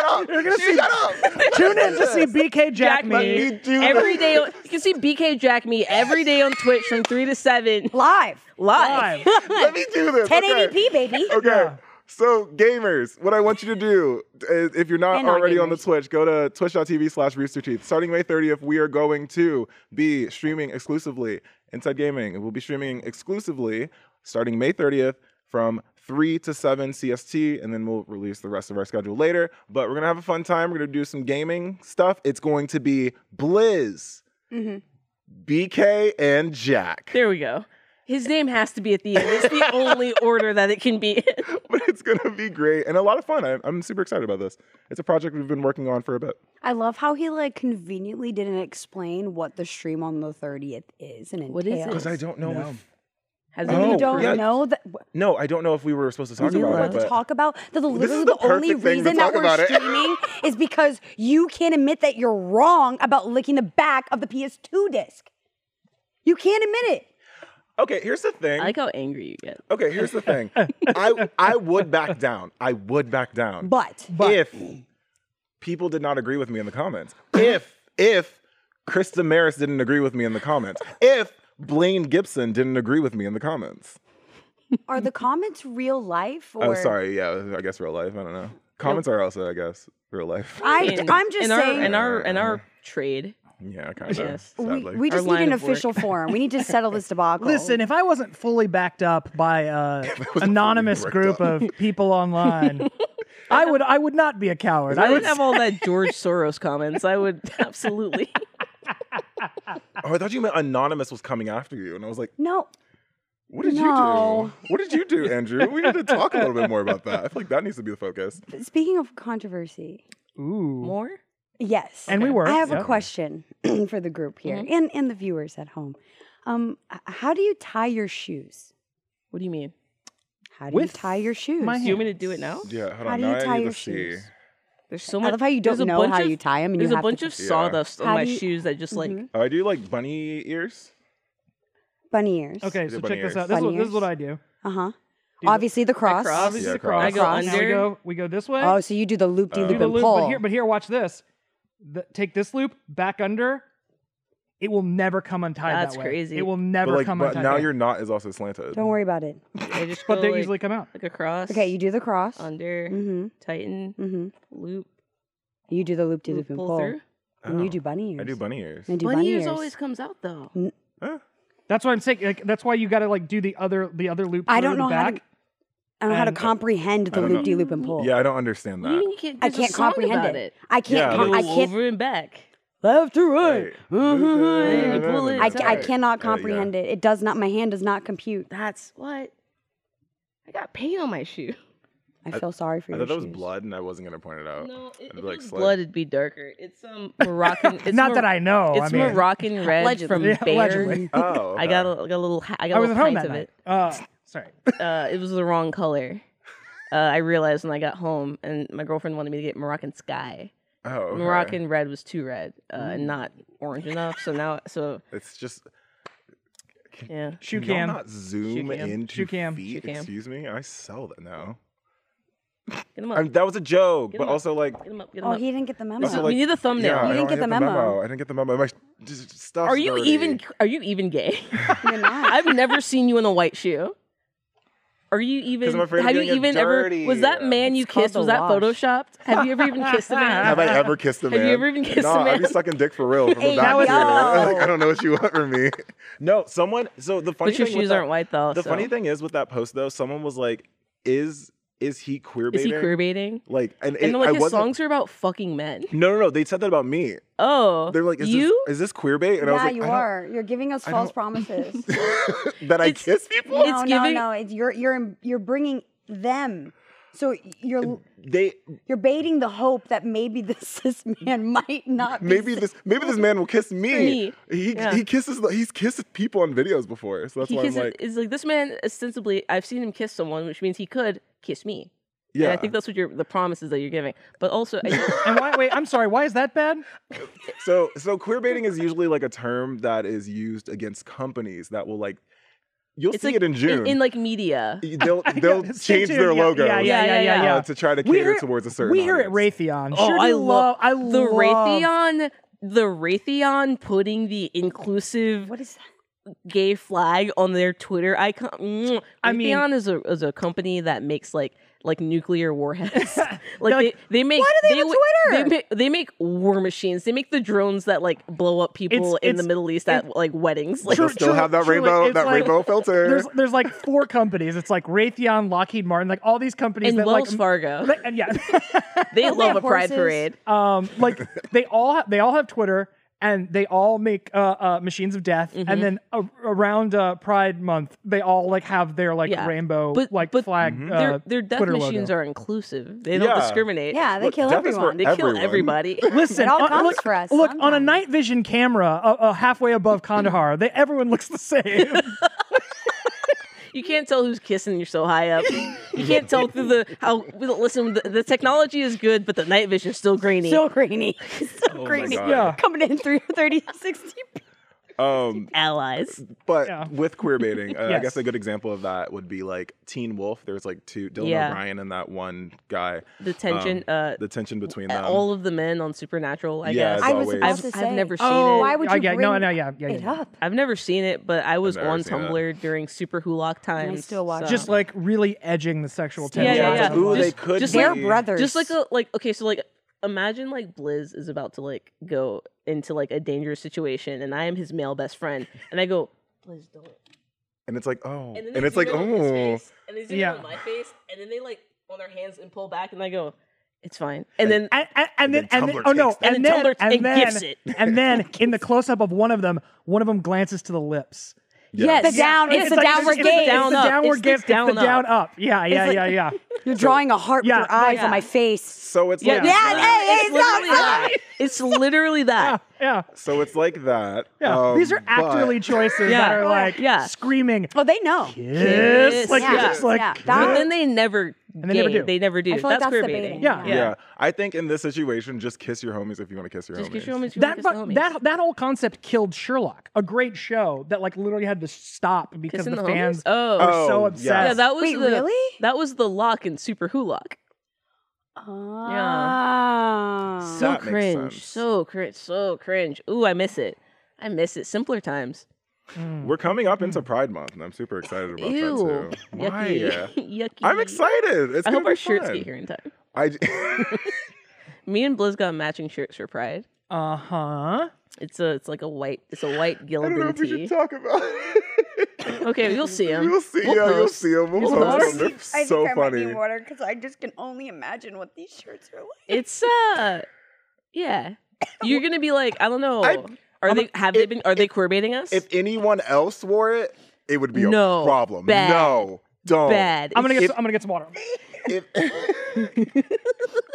[SPEAKER 2] up. You're
[SPEAKER 4] gonna see-
[SPEAKER 2] Shut up.
[SPEAKER 4] Tune in to see BK Jack
[SPEAKER 1] Jack
[SPEAKER 4] me.
[SPEAKER 2] me.
[SPEAKER 1] me
[SPEAKER 2] me do
[SPEAKER 1] every day. On, you can see BK Jack me every day on Twitch from three to seven
[SPEAKER 3] Live.
[SPEAKER 1] live.
[SPEAKER 4] Live.
[SPEAKER 2] Let me do this. Okay.
[SPEAKER 3] 1080p, baby.
[SPEAKER 2] Okay.
[SPEAKER 4] Yeah.
[SPEAKER 2] So gamers, what I want you to do is if you're not
[SPEAKER 3] And not
[SPEAKER 2] already on the
[SPEAKER 3] gamers.
[SPEAKER 2] Twitch, go to twitch.tv slash roosterteeth. Starting May 30th, we are going to be streaming exclusively Inside Gaming. We'll be streaming exclusively starting May 30th from 3 to 7 CST, and then we'll release the rest of our schedule later. But we're gonna have a fun time. We're gonna do some gaming stuff. It's going to be Blizz,
[SPEAKER 3] Mm-hmm.
[SPEAKER 2] BK, and Jack.
[SPEAKER 1] There we go. His name has to be at the end. It's the only order that it can be. in.
[SPEAKER 2] but it's gonna be great and a lot of fun. I, I'm super excited about this. It's a project we've been working on for a bit.
[SPEAKER 3] I love how he like conveniently didn't explain what the stream on the 30th is and
[SPEAKER 1] What is
[SPEAKER 3] entails.
[SPEAKER 1] it? 'Cause I
[SPEAKER 2] don't know. If,
[SPEAKER 1] Has
[SPEAKER 2] Oh,
[SPEAKER 3] You
[SPEAKER 1] been
[SPEAKER 3] don't
[SPEAKER 2] yeah.
[SPEAKER 3] know that what
[SPEAKER 2] no, I don't know if we were supposed to talk
[SPEAKER 3] you
[SPEAKER 1] don't
[SPEAKER 2] about
[SPEAKER 1] know
[SPEAKER 2] it.
[SPEAKER 3] want to
[SPEAKER 2] but-
[SPEAKER 3] talk about. That the,
[SPEAKER 2] This
[SPEAKER 3] literally
[SPEAKER 2] is
[SPEAKER 3] the,
[SPEAKER 2] the
[SPEAKER 3] only
[SPEAKER 2] perfect thing to
[SPEAKER 3] reason that
[SPEAKER 2] talk
[SPEAKER 3] we're
[SPEAKER 2] about it.
[SPEAKER 3] streaming is because you can't admit that you're wrong about licking the back of the PS2 disc. You can't admit it.
[SPEAKER 2] okay, here's the thing.
[SPEAKER 1] I like how angry you get.
[SPEAKER 2] okay, here's the thing. I I would back down. I would back down.
[SPEAKER 3] But
[SPEAKER 2] if people did not agree with me in the comments, if if Krista Maris didn't agree with me in the comments, if Blaine Gibson didn't agree with me in the comments.
[SPEAKER 3] Are the comments real life? Or
[SPEAKER 2] Oh, sorry. Yeah, I guess real life. I don't know. Comments are also, I guess, real life.
[SPEAKER 3] I,
[SPEAKER 1] In-
[SPEAKER 3] I'm just
[SPEAKER 1] in
[SPEAKER 3] saying.
[SPEAKER 1] our in our in our trade.
[SPEAKER 2] Yeah, kind of.
[SPEAKER 1] Yes.
[SPEAKER 3] we-
[SPEAKER 2] Sadly.
[SPEAKER 3] We just need
[SPEAKER 1] line
[SPEAKER 3] an
[SPEAKER 1] of work.
[SPEAKER 3] official form. We need to settle this debacle.
[SPEAKER 4] Listen, if I wasn't fully backed up by a
[SPEAKER 2] fully
[SPEAKER 4] anonymous
[SPEAKER 2] backed
[SPEAKER 4] group
[SPEAKER 2] up.
[SPEAKER 4] of people online, I would I would not be a coward.
[SPEAKER 1] I
[SPEAKER 4] I
[SPEAKER 1] would
[SPEAKER 4] would
[SPEAKER 1] have all that George Soros comments. I would absolutely.
[SPEAKER 2] oh, I thought you meant anonymous was coming after you, and I was like,
[SPEAKER 3] no,
[SPEAKER 2] "What did
[SPEAKER 3] No.
[SPEAKER 2] you do? What did you do, Andrew? We need to talk a little bit more about that. I feel like that needs to be the focus."
[SPEAKER 3] speaking of controversy,
[SPEAKER 4] Ooh.
[SPEAKER 1] More?
[SPEAKER 3] yes.
[SPEAKER 4] And we were.
[SPEAKER 3] I have
[SPEAKER 4] yeah.
[SPEAKER 3] a question for the group here
[SPEAKER 1] Mm-hmm.
[SPEAKER 3] and, and the viewers at home. Um, h- how do you tie your shoes?
[SPEAKER 1] What do you mean?
[SPEAKER 3] How do
[SPEAKER 4] With
[SPEAKER 3] you tie your shoes?
[SPEAKER 4] my
[SPEAKER 1] Do you want me to do it now?
[SPEAKER 2] Yeah, hold
[SPEAKER 3] How
[SPEAKER 2] on.
[SPEAKER 3] do you
[SPEAKER 2] Now I
[SPEAKER 3] tie
[SPEAKER 2] need
[SPEAKER 3] your
[SPEAKER 2] to see.
[SPEAKER 3] shoes?
[SPEAKER 1] There's so much.
[SPEAKER 3] I love how you
[SPEAKER 1] there's
[SPEAKER 3] don't
[SPEAKER 1] a
[SPEAKER 3] know
[SPEAKER 1] bunch
[SPEAKER 3] how
[SPEAKER 1] of-
[SPEAKER 3] you tie them, and you
[SPEAKER 1] There's a
[SPEAKER 3] have
[SPEAKER 1] bunch
[SPEAKER 3] to,
[SPEAKER 1] of sawdust on
[SPEAKER 3] How
[SPEAKER 1] my
[SPEAKER 3] do you- Mm-hmm.
[SPEAKER 1] shoes that just like
[SPEAKER 2] Oh, I do like bunny ears.
[SPEAKER 3] bunny ears.
[SPEAKER 4] Okay,
[SPEAKER 2] Is it
[SPEAKER 4] so
[SPEAKER 2] bunny
[SPEAKER 4] check this
[SPEAKER 2] ears?
[SPEAKER 4] out. This is, what,
[SPEAKER 3] Bunny
[SPEAKER 4] this is what
[SPEAKER 3] ears?
[SPEAKER 4] I do.
[SPEAKER 3] Uh huh.
[SPEAKER 4] the-
[SPEAKER 3] Obviously the cross.
[SPEAKER 1] cross.
[SPEAKER 4] This
[SPEAKER 2] Yeah,
[SPEAKER 4] is the
[SPEAKER 2] cross.
[SPEAKER 4] cross.
[SPEAKER 2] I
[SPEAKER 1] go
[SPEAKER 4] Now we
[SPEAKER 1] under.
[SPEAKER 4] go. We go this way.
[SPEAKER 3] Oh, so you do the loop, de
[SPEAKER 2] Oh.
[SPEAKER 4] do
[SPEAKER 3] loop,
[SPEAKER 4] the
[SPEAKER 3] and
[SPEAKER 4] loop,
[SPEAKER 3] pull.
[SPEAKER 4] but here, but here, watch this. The, take this loop back under. It will never come untied.
[SPEAKER 1] That's
[SPEAKER 4] that way.
[SPEAKER 1] crazy.
[SPEAKER 4] It will
[SPEAKER 2] But
[SPEAKER 4] never
[SPEAKER 2] like,
[SPEAKER 4] come
[SPEAKER 2] but
[SPEAKER 4] untied.
[SPEAKER 2] now
[SPEAKER 4] Yeah.
[SPEAKER 2] your knot is also slanted.
[SPEAKER 3] Don't worry about it.
[SPEAKER 1] they just
[SPEAKER 4] But
[SPEAKER 1] go,
[SPEAKER 4] they
[SPEAKER 1] like,
[SPEAKER 4] usually come out.
[SPEAKER 1] like across.
[SPEAKER 3] Okay, you do the cross.
[SPEAKER 1] under,
[SPEAKER 3] Mm-hmm.
[SPEAKER 1] tighten,
[SPEAKER 3] Mm-hmm.
[SPEAKER 1] loop,
[SPEAKER 3] You do the loop, de
[SPEAKER 1] loop,
[SPEAKER 3] loop, and
[SPEAKER 1] pull,
[SPEAKER 3] pull.
[SPEAKER 1] through.
[SPEAKER 3] And
[SPEAKER 2] Oh,
[SPEAKER 3] you do bunny ears.
[SPEAKER 2] I do bunny ears.
[SPEAKER 3] And I do
[SPEAKER 1] Bunny,
[SPEAKER 3] bunny
[SPEAKER 1] ears always comes out though.
[SPEAKER 2] Huh?
[SPEAKER 4] That's what I'm saying. Like, that's why you got to like do the other the other loop.
[SPEAKER 3] I don't
[SPEAKER 4] through and
[SPEAKER 3] know how to-
[SPEAKER 4] back.
[SPEAKER 3] I don't know how to
[SPEAKER 4] And-
[SPEAKER 3] comprehend the
[SPEAKER 2] don't know.
[SPEAKER 3] loop, de loop, and pull.
[SPEAKER 2] Yeah, I don't understand
[SPEAKER 1] What do you
[SPEAKER 2] that.
[SPEAKER 1] mean you can't?
[SPEAKER 3] I
[SPEAKER 1] there's a
[SPEAKER 3] can't
[SPEAKER 1] song
[SPEAKER 3] comprehend
[SPEAKER 1] about
[SPEAKER 3] it.
[SPEAKER 1] it.
[SPEAKER 3] I can't.
[SPEAKER 2] Yeah,
[SPEAKER 3] com-
[SPEAKER 1] Go
[SPEAKER 3] I can't.
[SPEAKER 1] over and back.
[SPEAKER 3] Left to
[SPEAKER 2] Right.
[SPEAKER 1] Mhm. Pull it.
[SPEAKER 3] I,
[SPEAKER 1] That's
[SPEAKER 3] I
[SPEAKER 1] right.
[SPEAKER 2] Uh,
[SPEAKER 3] cannot
[SPEAKER 2] yeah.
[SPEAKER 3] comprehend it. It does not. My hand does not compute.
[SPEAKER 1] That's what. I got paint on my shoe.
[SPEAKER 3] I feel sorry for
[SPEAKER 2] I
[SPEAKER 3] your
[SPEAKER 2] thought that was
[SPEAKER 3] shoes.
[SPEAKER 2] blood, and I wasn't gonna point it out.
[SPEAKER 1] No, it,
[SPEAKER 2] Uh, I'd
[SPEAKER 1] if
[SPEAKER 2] be
[SPEAKER 1] it
[SPEAKER 2] like,
[SPEAKER 1] was
[SPEAKER 2] "Slay."
[SPEAKER 1] blood, it'd be darker. It's um Moroccan. It's
[SPEAKER 4] Not
[SPEAKER 1] Mor-
[SPEAKER 4] that I know.
[SPEAKER 1] It's
[SPEAKER 4] I mean,
[SPEAKER 1] Moroccan red from
[SPEAKER 4] Yeah,
[SPEAKER 1] Bear.
[SPEAKER 4] allegedly.
[SPEAKER 2] Oh,
[SPEAKER 1] I
[SPEAKER 2] okay.
[SPEAKER 1] got a, got a little. ha- I got
[SPEAKER 4] I
[SPEAKER 1] a
[SPEAKER 4] was
[SPEAKER 1] little
[SPEAKER 4] at
[SPEAKER 1] pint
[SPEAKER 4] home that
[SPEAKER 1] of
[SPEAKER 4] night.
[SPEAKER 1] it.
[SPEAKER 4] Uh, sorry.
[SPEAKER 1] Uh, it was the wrong color. Uh, I realized when I got home, and my girlfriend wanted me to get Moroccan sky.
[SPEAKER 2] Oh, okay.
[SPEAKER 1] Moroccan red was too red uh, and not orange enough. So now, so
[SPEAKER 2] It's just
[SPEAKER 1] yeah.
[SPEAKER 4] Shoe
[SPEAKER 2] Can y'all
[SPEAKER 4] cam.
[SPEAKER 2] not zoom
[SPEAKER 1] Shoe cam.
[SPEAKER 2] into
[SPEAKER 4] Shoe cam.
[SPEAKER 2] feet?
[SPEAKER 1] Shoe cam.
[SPEAKER 2] Excuse me, I sell that now.
[SPEAKER 1] Get him up.
[SPEAKER 2] I mean, that was a joke,
[SPEAKER 1] Get
[SPEAKER 2] but
[SPEAKER 1] him up.
[SPEAKER 2] also like,
[SPEAKER 1] Get him up. Get him
[SPEAKER 3] Oh,
[SPEAKER 1] up.
[SPEAKER 3] he didn't get the memo.
[SPEAKER 2] Also,
[SPEAKER 1] we
[SPEAKER 2] like-
[SPEAKER 1] need a thumbnail.
[SPEAKER 2] yeah, I
[SPEAKER 3] You didn't
[SPEAKER 2] don't
[SPEAKER 3] get the
[SPEAKER 2] have
[SPEAKER 3] memo.
[SPEAKER 2] I didn't get the memo. My s- s- stuff's
[SPEAKER 1] are you
[SPEAKER 2] dirty.
[SPEAKER 1] even? Are you even gay?
[SPEAKER 3] You're not.
[SPEAKER 1] I've never seen you in a white shoe. Are you even?
[SPEAKER 2] I'm afraid of
[SPEAKER 1] Have you
[SPEAKER 2] getting it
[SPEAKER 1] even
[SPEAKER 2] dirty. uh,
[SPEAKER 1] ever? Was that man you
[SPEAKER 3] It's called
[SPEAKER 1] kissed?
[SPEAKER 3] the
[SPEAKER 1] Was that
[SPEAKER 3] wash.
[SPEAKER 1] photoshopped? Have you ever even kissed a man?
[SPEAKER 2] Have I ever kissed a
[SPEAKER 1] Have
[SPEAKER 2] man?
[SPEAKER 1] you ever even kissed a
[SPEAKER 2] nah, I be
[SPEAKER 1] man?
[SPEAKER 2] sucking dick for real. From the
[SPEAKER 3] Hey,
[SPEAKER 2] back
[SPEAKER 3] that was-
[SPEAKER 2] here. Like,
[SPEAKER 3] yo.
[SPEAKER 2] I don't know what you want from me. No, someone. So the funny
[SPEAKER 1] But your
[SPEAKER 2] thing with
[SPEAKER 1] shoes
[SPEAKER 2] that-
[SPEAKER 1] aren't white though.
[SPEAKER 2] The
[SPEAKER 1] so.
[SPEAKER 2] funny thing is with that post though, someone was like, "Is is he queer
[SPEAKER 1] is
[SPEAKER 2] baiting?"
[SPEAKER 1] he queer baiting?
[SPEAKER 2] Like, and, it,
[SPEAKER 1] And then, like
[SPEAKER 2] I
[SPEAKER 1] his
[SPEAKER 2] wasn't.
[SPEAKER 1] songs are about fucking men.
[SPEAKER 2] No, no, no. They said that about me.
[SPEAKER 1] Oh,
[SPEAKER 2] They're like, is
[SPEAKER 1] you?
[SPEAKER 2] This, is this queer bait? And I was
[SPEAKER 3] yeah,
[SPEAKER 2] like,
[SPEAKER 3] you
[SPEAKER 2] I don't-
[SPEAKER 3] are. You're giving us
[SPEAKER 2] I
[SPEAKER 3] false
[SPEAKER 2] don't-
[SPEAKER 3] promises.
[SPEAKER 2] that I
[SPEAKER 1] It's-
[SPEAKER 2] kiss people.
[SPEAKER 3] no,
[SPEAKER 1] It's
[SPEAKER 3] no,
[SPEAKER 1] giving-
[SPEAKER 3] no. It's, you're you're you're bringing them. So you're
[SPEAKER 2] They
[SPEAKER 3] you're baiting the hope that maybe the cis man might not. Be
[SPEAKER 2] maybe this maybe this man will kiss me.
[SPEAKER 1] Me.
[SPEAKER 2] He
[SPEAKER 1] Yeah.
[SPEAKER 2] he kisses the- he's kissed people on videos before, so that's
[SPEAKER 1] he
[SPEAKER 2] why I'm
[SPEAKER 1] kisses.
[SPEAKER 2] like,
[SPEAKER 1] it's like this man ostensibly. I've seen him kiss someone, which means he could kiss me.
[SPEAKER 2] yeah.
[SPEAKER 1] And I think that's what you're the promises that you're giving. But also, I,
[SPEAKER 4] And why, wait, I'm sorry. Why is that bad?
[SPEAKER 2] so so queer baiting is usually like a term that is used against companies that will like you'll
[SPEAKER 1] it's
[SPEAKER 2] see
[SPEAKER 1] like
[SPEAKER 2] it in June.
[SPEAKER 1] in, like media.
[SPEAKER 2] they'll they'll
[SPEAKER 4] it's in
[SPEAKER 2] change their
[SPEAKER 4] June, yeah,
[SPEAKER 2] logo.
[SPEAKER 4] yeah, yeah, yeah, yeah,
[SPEAKER 2] uh,
[SPEAKER 4] yeah.
[SPEAKER 2] to try to
[SPEAKER 4] We
[SPEAKER 2] cater
[SPEAKER 4] hear-
[SPEAKER 2] towards a certain.
[SPEAKER 4] we hear it
[SPEAKER 2] audience.
[SPEAKER 4] Raytheon.
[SPEAKER 1] Oh,
[SPEAKER 4] Sure
[SPEAKER 1] I
[SPEAKER 4] do
[SPEAKER 1] love
[SPEAKER 4] I
[SPEAKER 1] the
[SPEAKER 4] love
[SPEAKER 1] Raytheon. The Raytheon putting the inclusive
[SPEAKER 3] What is that?
[SPEAKER 1] gay flag on their Twitter icon. Mm.
[SPEAKER 4] I mean-
[SPEAKER 1] Raytheon is a is a company that makes like like nuclear warheads. like,
[SPEAKER 4] Like,
[SPEAKER 1] they, they make
[SPEAKER 3] why do they have a
[SPEAKER 1] w-
[SPEAKER 3] Twitter?
[SPEAKER 1] They make, they make war machines. They make the drones that like blow up people
[SPEAKER 4] It's-
[SPEAKER 1] in the
[SPEAKER 4] it's-
[SPEAKER 1] Middle East at like weddings. Like
[SPEAKER 4] True,
[SPEAKER 2] They'll still
[SPEAKER 4] true,
[SPEAKER 2] have that
[SPEAKER 4] true,
[SPEAKER 2] rainbow
[SPEAKER 4] it's
[SPEAKER 2] that
[SPEAKER 4] like-
[SPEAKER 2] rainbow filter.
[SPEAKER 4] There's there's like four companies. It's like Raytheon, Lockheed Martin, like all these companies
[SPEAKER 1] and
[SPEAKER 4] that
[SPEAKER 1] Wells
[SPEAKER 4] like
[SPEAKER 1] Fargo.
[SPEAKER 4] They- and yeah,
[SPEAKER 1] they love
[SPEAKER 3] have
[SPEAKER 1] a pride
[SPEAKER 3] horses.
[SPEAKER 1] parade.
[SPEAKER 4] um, like they all ha- they all have Twitter and they all make uh, uh, machines of death.
[SPEAKER 1] Mm-hmm.
[SPEAKER 4] And then a- around uh, Pride Month, they all like have their like
[SPEAKER 1] Yeah.
[SPEAKER 4] rainbow
[SPEAKER 1] But-
[SPEAKER 4] like
[SPEAKER 1] but
[SPEAKER 4] flag.
[SPEAKER 2] Mm-hmm.
[SPEAKER 4] uh,
[SPEAKER 1] their their death
[SPEAKER 4] Twitter
[SPEAKER 1] machines
[SPEAKER 4] logo.
[SPEAKER 1] are inclusive. They don't
[SPEAKER 2] Yeah.
[SPEAKER 1] discriminate.
[SPEAKER 3] Yeah, they
[SPEAKER 2] Look,
[SPEAKER 3] kill
[SPEAKER 2] death is for
[SPEAKER 3] everyone.
[SPEAKER 1] They
[SPEAKER 2] Everyone.
[SPEAKER 1] kill everybody.
[SPEAKER 4] Listen,
[SPEAKER 3] It all
[SPEAKER 4] on-
[SPEAKER 3] comes
[SPEAKER 4] look,
[SPEAKER 3] for us
[SPEAKER 4] look on a
[SPEAKER 3] sometimes.
[SPEAKER 4] night vision camera uh, uh, halfway above Kandahar. They everyone looks the same.
[SPEAKER 1] You can't tell who's kissing. You're so high up. You can't tell through the how. Listen, the, the technology is good, but the night vision's still grainy.
[SPEAKER 3] Still grainy. Still
[SPEAKER 2] Oh my
[SPEAKER 3] grainy.
[SPEAKER 2] God.
[SPEAKER 4] yeah.
[SPEAKER 3] Coming in through 30, 60.
[SPEAKER 2] Um,
[SPEAKER 1] Allies.
[SPEAKER 2] but
[SPEAKER 4] Yeah.
[SPEAKER 2] with queer baiting, uh, I
[SPEAKER 4] Yes.
[SPEAKER 2] guess a good example of that would be like Teen Wolf. There's like two Dylan
[SPEAKER 1] Yeah.
[SPEAKER 2] O'Brien and that one guy.
[SPEAKER 1] The tension. uh,
[SPEAKER 2] The tension between them.
[SPEAKER 1] all of the men on Supernatural. I
[SPEAKER 2] um, Yeah,
[SPEAKER 1] guess.
[SPEAKER 2] it's
[SPEAKER 3] I was
[SPEAKER 2] always-
[SPEAKER 1] I've,
[SPEAKER 3] about to say.
[SPEAKER 1] I've never seen
[SPEAKER 4] Oh,
[SPEAKER 1] it.
[SPEAKER 3] Why would
[SPEAKER 4] I
[SPEAKER 3] you
[SPEAKER 4] get-
[SPEAKER 3] bring
[SPEAKER 4] no, no, yeah, yeah,
[SPEAKER 3] it
[SPEAKER 4] yeah.
[SPEAKER 3] up?
[SPEAKER 1] I've never seen it, but I was
[SPEAKER 2] never
[SPEAKER 1] on
[SPEAKER 2] seen it.
[SPEAKER 1] Tumblr during super hulock times.
[SPEAKER 3] still watch it.
[SPEAKER 4] Just like really edging the sexual
[SPEAKER 1] Yeah,
[SPEAKER 4] tension.
[SPEAKER 1] yeah, yeah.
[SPEAKER 4] out of the
[SPEAKER 2] Ooh,
[SPEAKER 4] line.
[SPEAKER 2] they
[SPEAKER 1] Just-
[SPEAKER 2] could
[SPEAKER 1] just
[SPEAKER 2] be.
[SPEAKER 1] like-
[SPEAKER 3] They're brothers.
[SPEAKER 1] just like a like okay, so like imagine like Blizz is about to like go into like a dangerous situation, and I am his male best friend, and I go Blizz, don't.
[SPEAKER 2] and it's like oh,
[SPEAKER 1] And, then
[SPEAKER 2] and,
[SPEAKER 1] they
[SPEAKER 2] it's like
[SPEAKER 1] zoom in on his
[SPEAKER 2] oh,
[SPEAKER 1] face, and they zoom
[SPEAKER 4] Yeah.
[SPEAKER 1] in on my face, and then they like on their hands and pull back, and I go, it's fine, and then
[SPEAKER 4] and, and, and then,
[SPEAKER 2] then
[SPEAKER 4] and then
[SPEAKER 2] Tumblr
[SPEAKER 4] oh no,
[SPEAKER 2] takes
[SPEAKER 1] that.
[SPEAKER 4] and
[SPEAKER 1] And then
[SPEAKER 4] then
[SPEAKER 1] Tumblr
[SPEAKER 4] and
[SPEAKER 1] and
[SPEAKER 4] then
[SPEAKER 1] gifts it.
[SPEAKER 4] and then in the close up of one of them, one of them glances to the lips.
[SPEAKER 2] oh.
[SPEAKER 3] Yes. The down- it's
[SPEAKER 4] Like,
[SPEAKER 3] the downward
[SPEAKER 4] it's, the-
[SPEAKER 3] gaze.
[SPEAKER 4] It's
[SPEAKER 1] Down
[SPEAKER 4] the
[SPEAKER 1] up.
[SPEAKER 4] downward
[SPEAKER 1] It's the
[SPEAKER 4] gaze. It's
[SPEAKER 1] down
[SPEAKER 4] the
[SPEAKER 1] up.
[SPEAKER 4] down up. Yeah, yeah,
[SPEAKER 3] like-
[SPEAKER 4] yeah, yeah.
[SPEAKER 3] You're drawing a heart
[SPEAKER 4] Yeah,
[SPEAKER 3] with your eyes
[SPEAKER 1] yeah.
[SPEAKER 3] on my face.
[SPEAKER 2] So it's like
[SPEAKER 3] Yeah,
[SPEAKER 1] it's that.
[SPEAKER 3] hey,
[SPEAKER 1] it's
[SPEAKER 3] it's not
[SPEAKER 1] literally that. It's literally that.
[SPEAKER 4] Yeah.
[SPEAKER 2] so it's like that.
[SPEAKER 4] Yeah.
[SPEAKER 2] um,
[SPEAKER 4] These are
[SPEAKER 2] but-
[SPEAKER 4] actorly choices
[SPEAKER 1] Yeah.
[SPEAKER 4] that are like
[SPEAKER 1] Yeah.
[SPEAKER 4] screaming
[SPEAKER 3] Oh, they know.
[SPEAKER 4] kiss. Like
[SPEAKER 1] Yeah.
[SPEAKER 4] you're just like
[SPEAKER 3] Yeah.
[SPEAKER 1] But
[SPEAKER 3] That-
[SPEAKER 1] then they never.
[SPEAKER 4] they never
[SPEAKER 1] game.
[SPEAKER 4] do.
[SPEAKER 1] They never do.
[SPEAKER 3] I feel like
[SPEAKER 1] that's
[SPEAKER 3] that's
[SPEAKER 1] queer
[SPEAKER 3] the
[SPEAKER 1] baiting.
[SPEAKER 3] baiting.
[SPEAKER 4] Yeah.
[SPEAKER 2] Yeah. I think in this situation, just kiss your homies if you want to kiss your
[SPEAKER 1] Just
[SPEAKER 2] homies.
[SPEAKER 1] kiss your homies. if you wanna
[SPEAKER 4] that
[SPEAKER 1] kiss
[SPEAKER 4] fu-
[SPEAKER 1] the homies.
[SPEAKER 4] that that whole concept killed Sherlock, a great show that like literally had to stop because
[SPEAKER 1] Kissing
[SPEAKER 4] the,
[SPEAKER 1] the homies?
[SPEAKER 4] fans
[SPEAKER 1] Oh.
[SPEAKER 4] were
[SPEAKER 2] Oh,
[SPEAKER 4] so
[SPEAKER 2] yeah.
[SPEAKER 4] obsessed.
[SPEAKER 1] yeah, that was
[SPEAKER 3] Wait,
[SPEAKER 1] the
[SPEAKER 3] really?
[SPEAKER 1] that was the lock in Super Hulock.
[SPEAKER 3] Ah.
[SPEAKER 1] So
[SPEAKER 2] That makes
[SPEAKER 1] cringe,
[SPEAKER 2] sense.
[SPEAKER 1] so cringe, so cringe. Ooh, I miss it. I miss it. Simpler times.
[SPEAKER 4] Mm,
[SPEAKER 2] We're coming up into Pride Month, and I'm super excited about
[SPEAKER 1] Mm. Ew,
[SPEAKER 2] that too. Why?
[SPEAKER 1] yucky, yucky.
[SPEAKER 2] I'm excited. It's
[SPEAKER 1] I
[SPEAKER 2] gonna
[SPEAKER 1] hope our
[SPEAKER 2] be
[SPEAKER 1] shirts
[SPEAKER 2] fun.
[SPEAKER 1] get here in time.
[SPEAKER 2] I
[SPEAKER 1] Me and Blizz got matching shirts for Pride.
[SPEAKER 4] Uh huh.
[SPEAKER 1] It's a, it's like a white, it's a white
[SPEAKER 2] I don't know
[SPEAKER 1] Gilligan
[SPEAKER 2] if we should
[SPEAKER 1] tee.
[SPEAKER 2] talk about it.
[SPEAKER 1] Okay, you'll see them.
[SPEAKER 2] You'll see,
[SPEAKER 1] Um, We'll
[SPEAKER 2] yeah, you'll
[SPEAKER 1] post.
[SPEAKER 2] see them. We'll
[SPEAKER 1] We'll
[SPEAKER 2] post
[SPEAKER 1] post.
[SPEAKER 2] them. They're so funny.
[SPEAKER 3] water because I just can only imagine what these shirts are like.
[SPEAKER 1] It's uh, yeah. You're gonna be like, I don't know.
[SPEAKER 2] I-
[SPEAKER 1] are
[SPEAKER 2] I'm
[SPEAKER 1] they
[SPEAKER 2] a-
[SPEAKER 1] have they
[SPEAKER 2] if-
[SPEAKER 1] been? Are they queer baiting us?
[SPEAKER 2] If anyone else wore it, it would be
[SPEAKER 1] No,
[SPEAKER 2] a problem.
[SPEAKER 1] bad.
[SPEAKER 2] No, don't.
[SPEAKER 1] Bad.
[SPEAKER 4] I'm gonna get
[SPEAKER 2] If-
[SPEAKER 4] some, I'm gonna get some water.
[SPEAKER 2] If-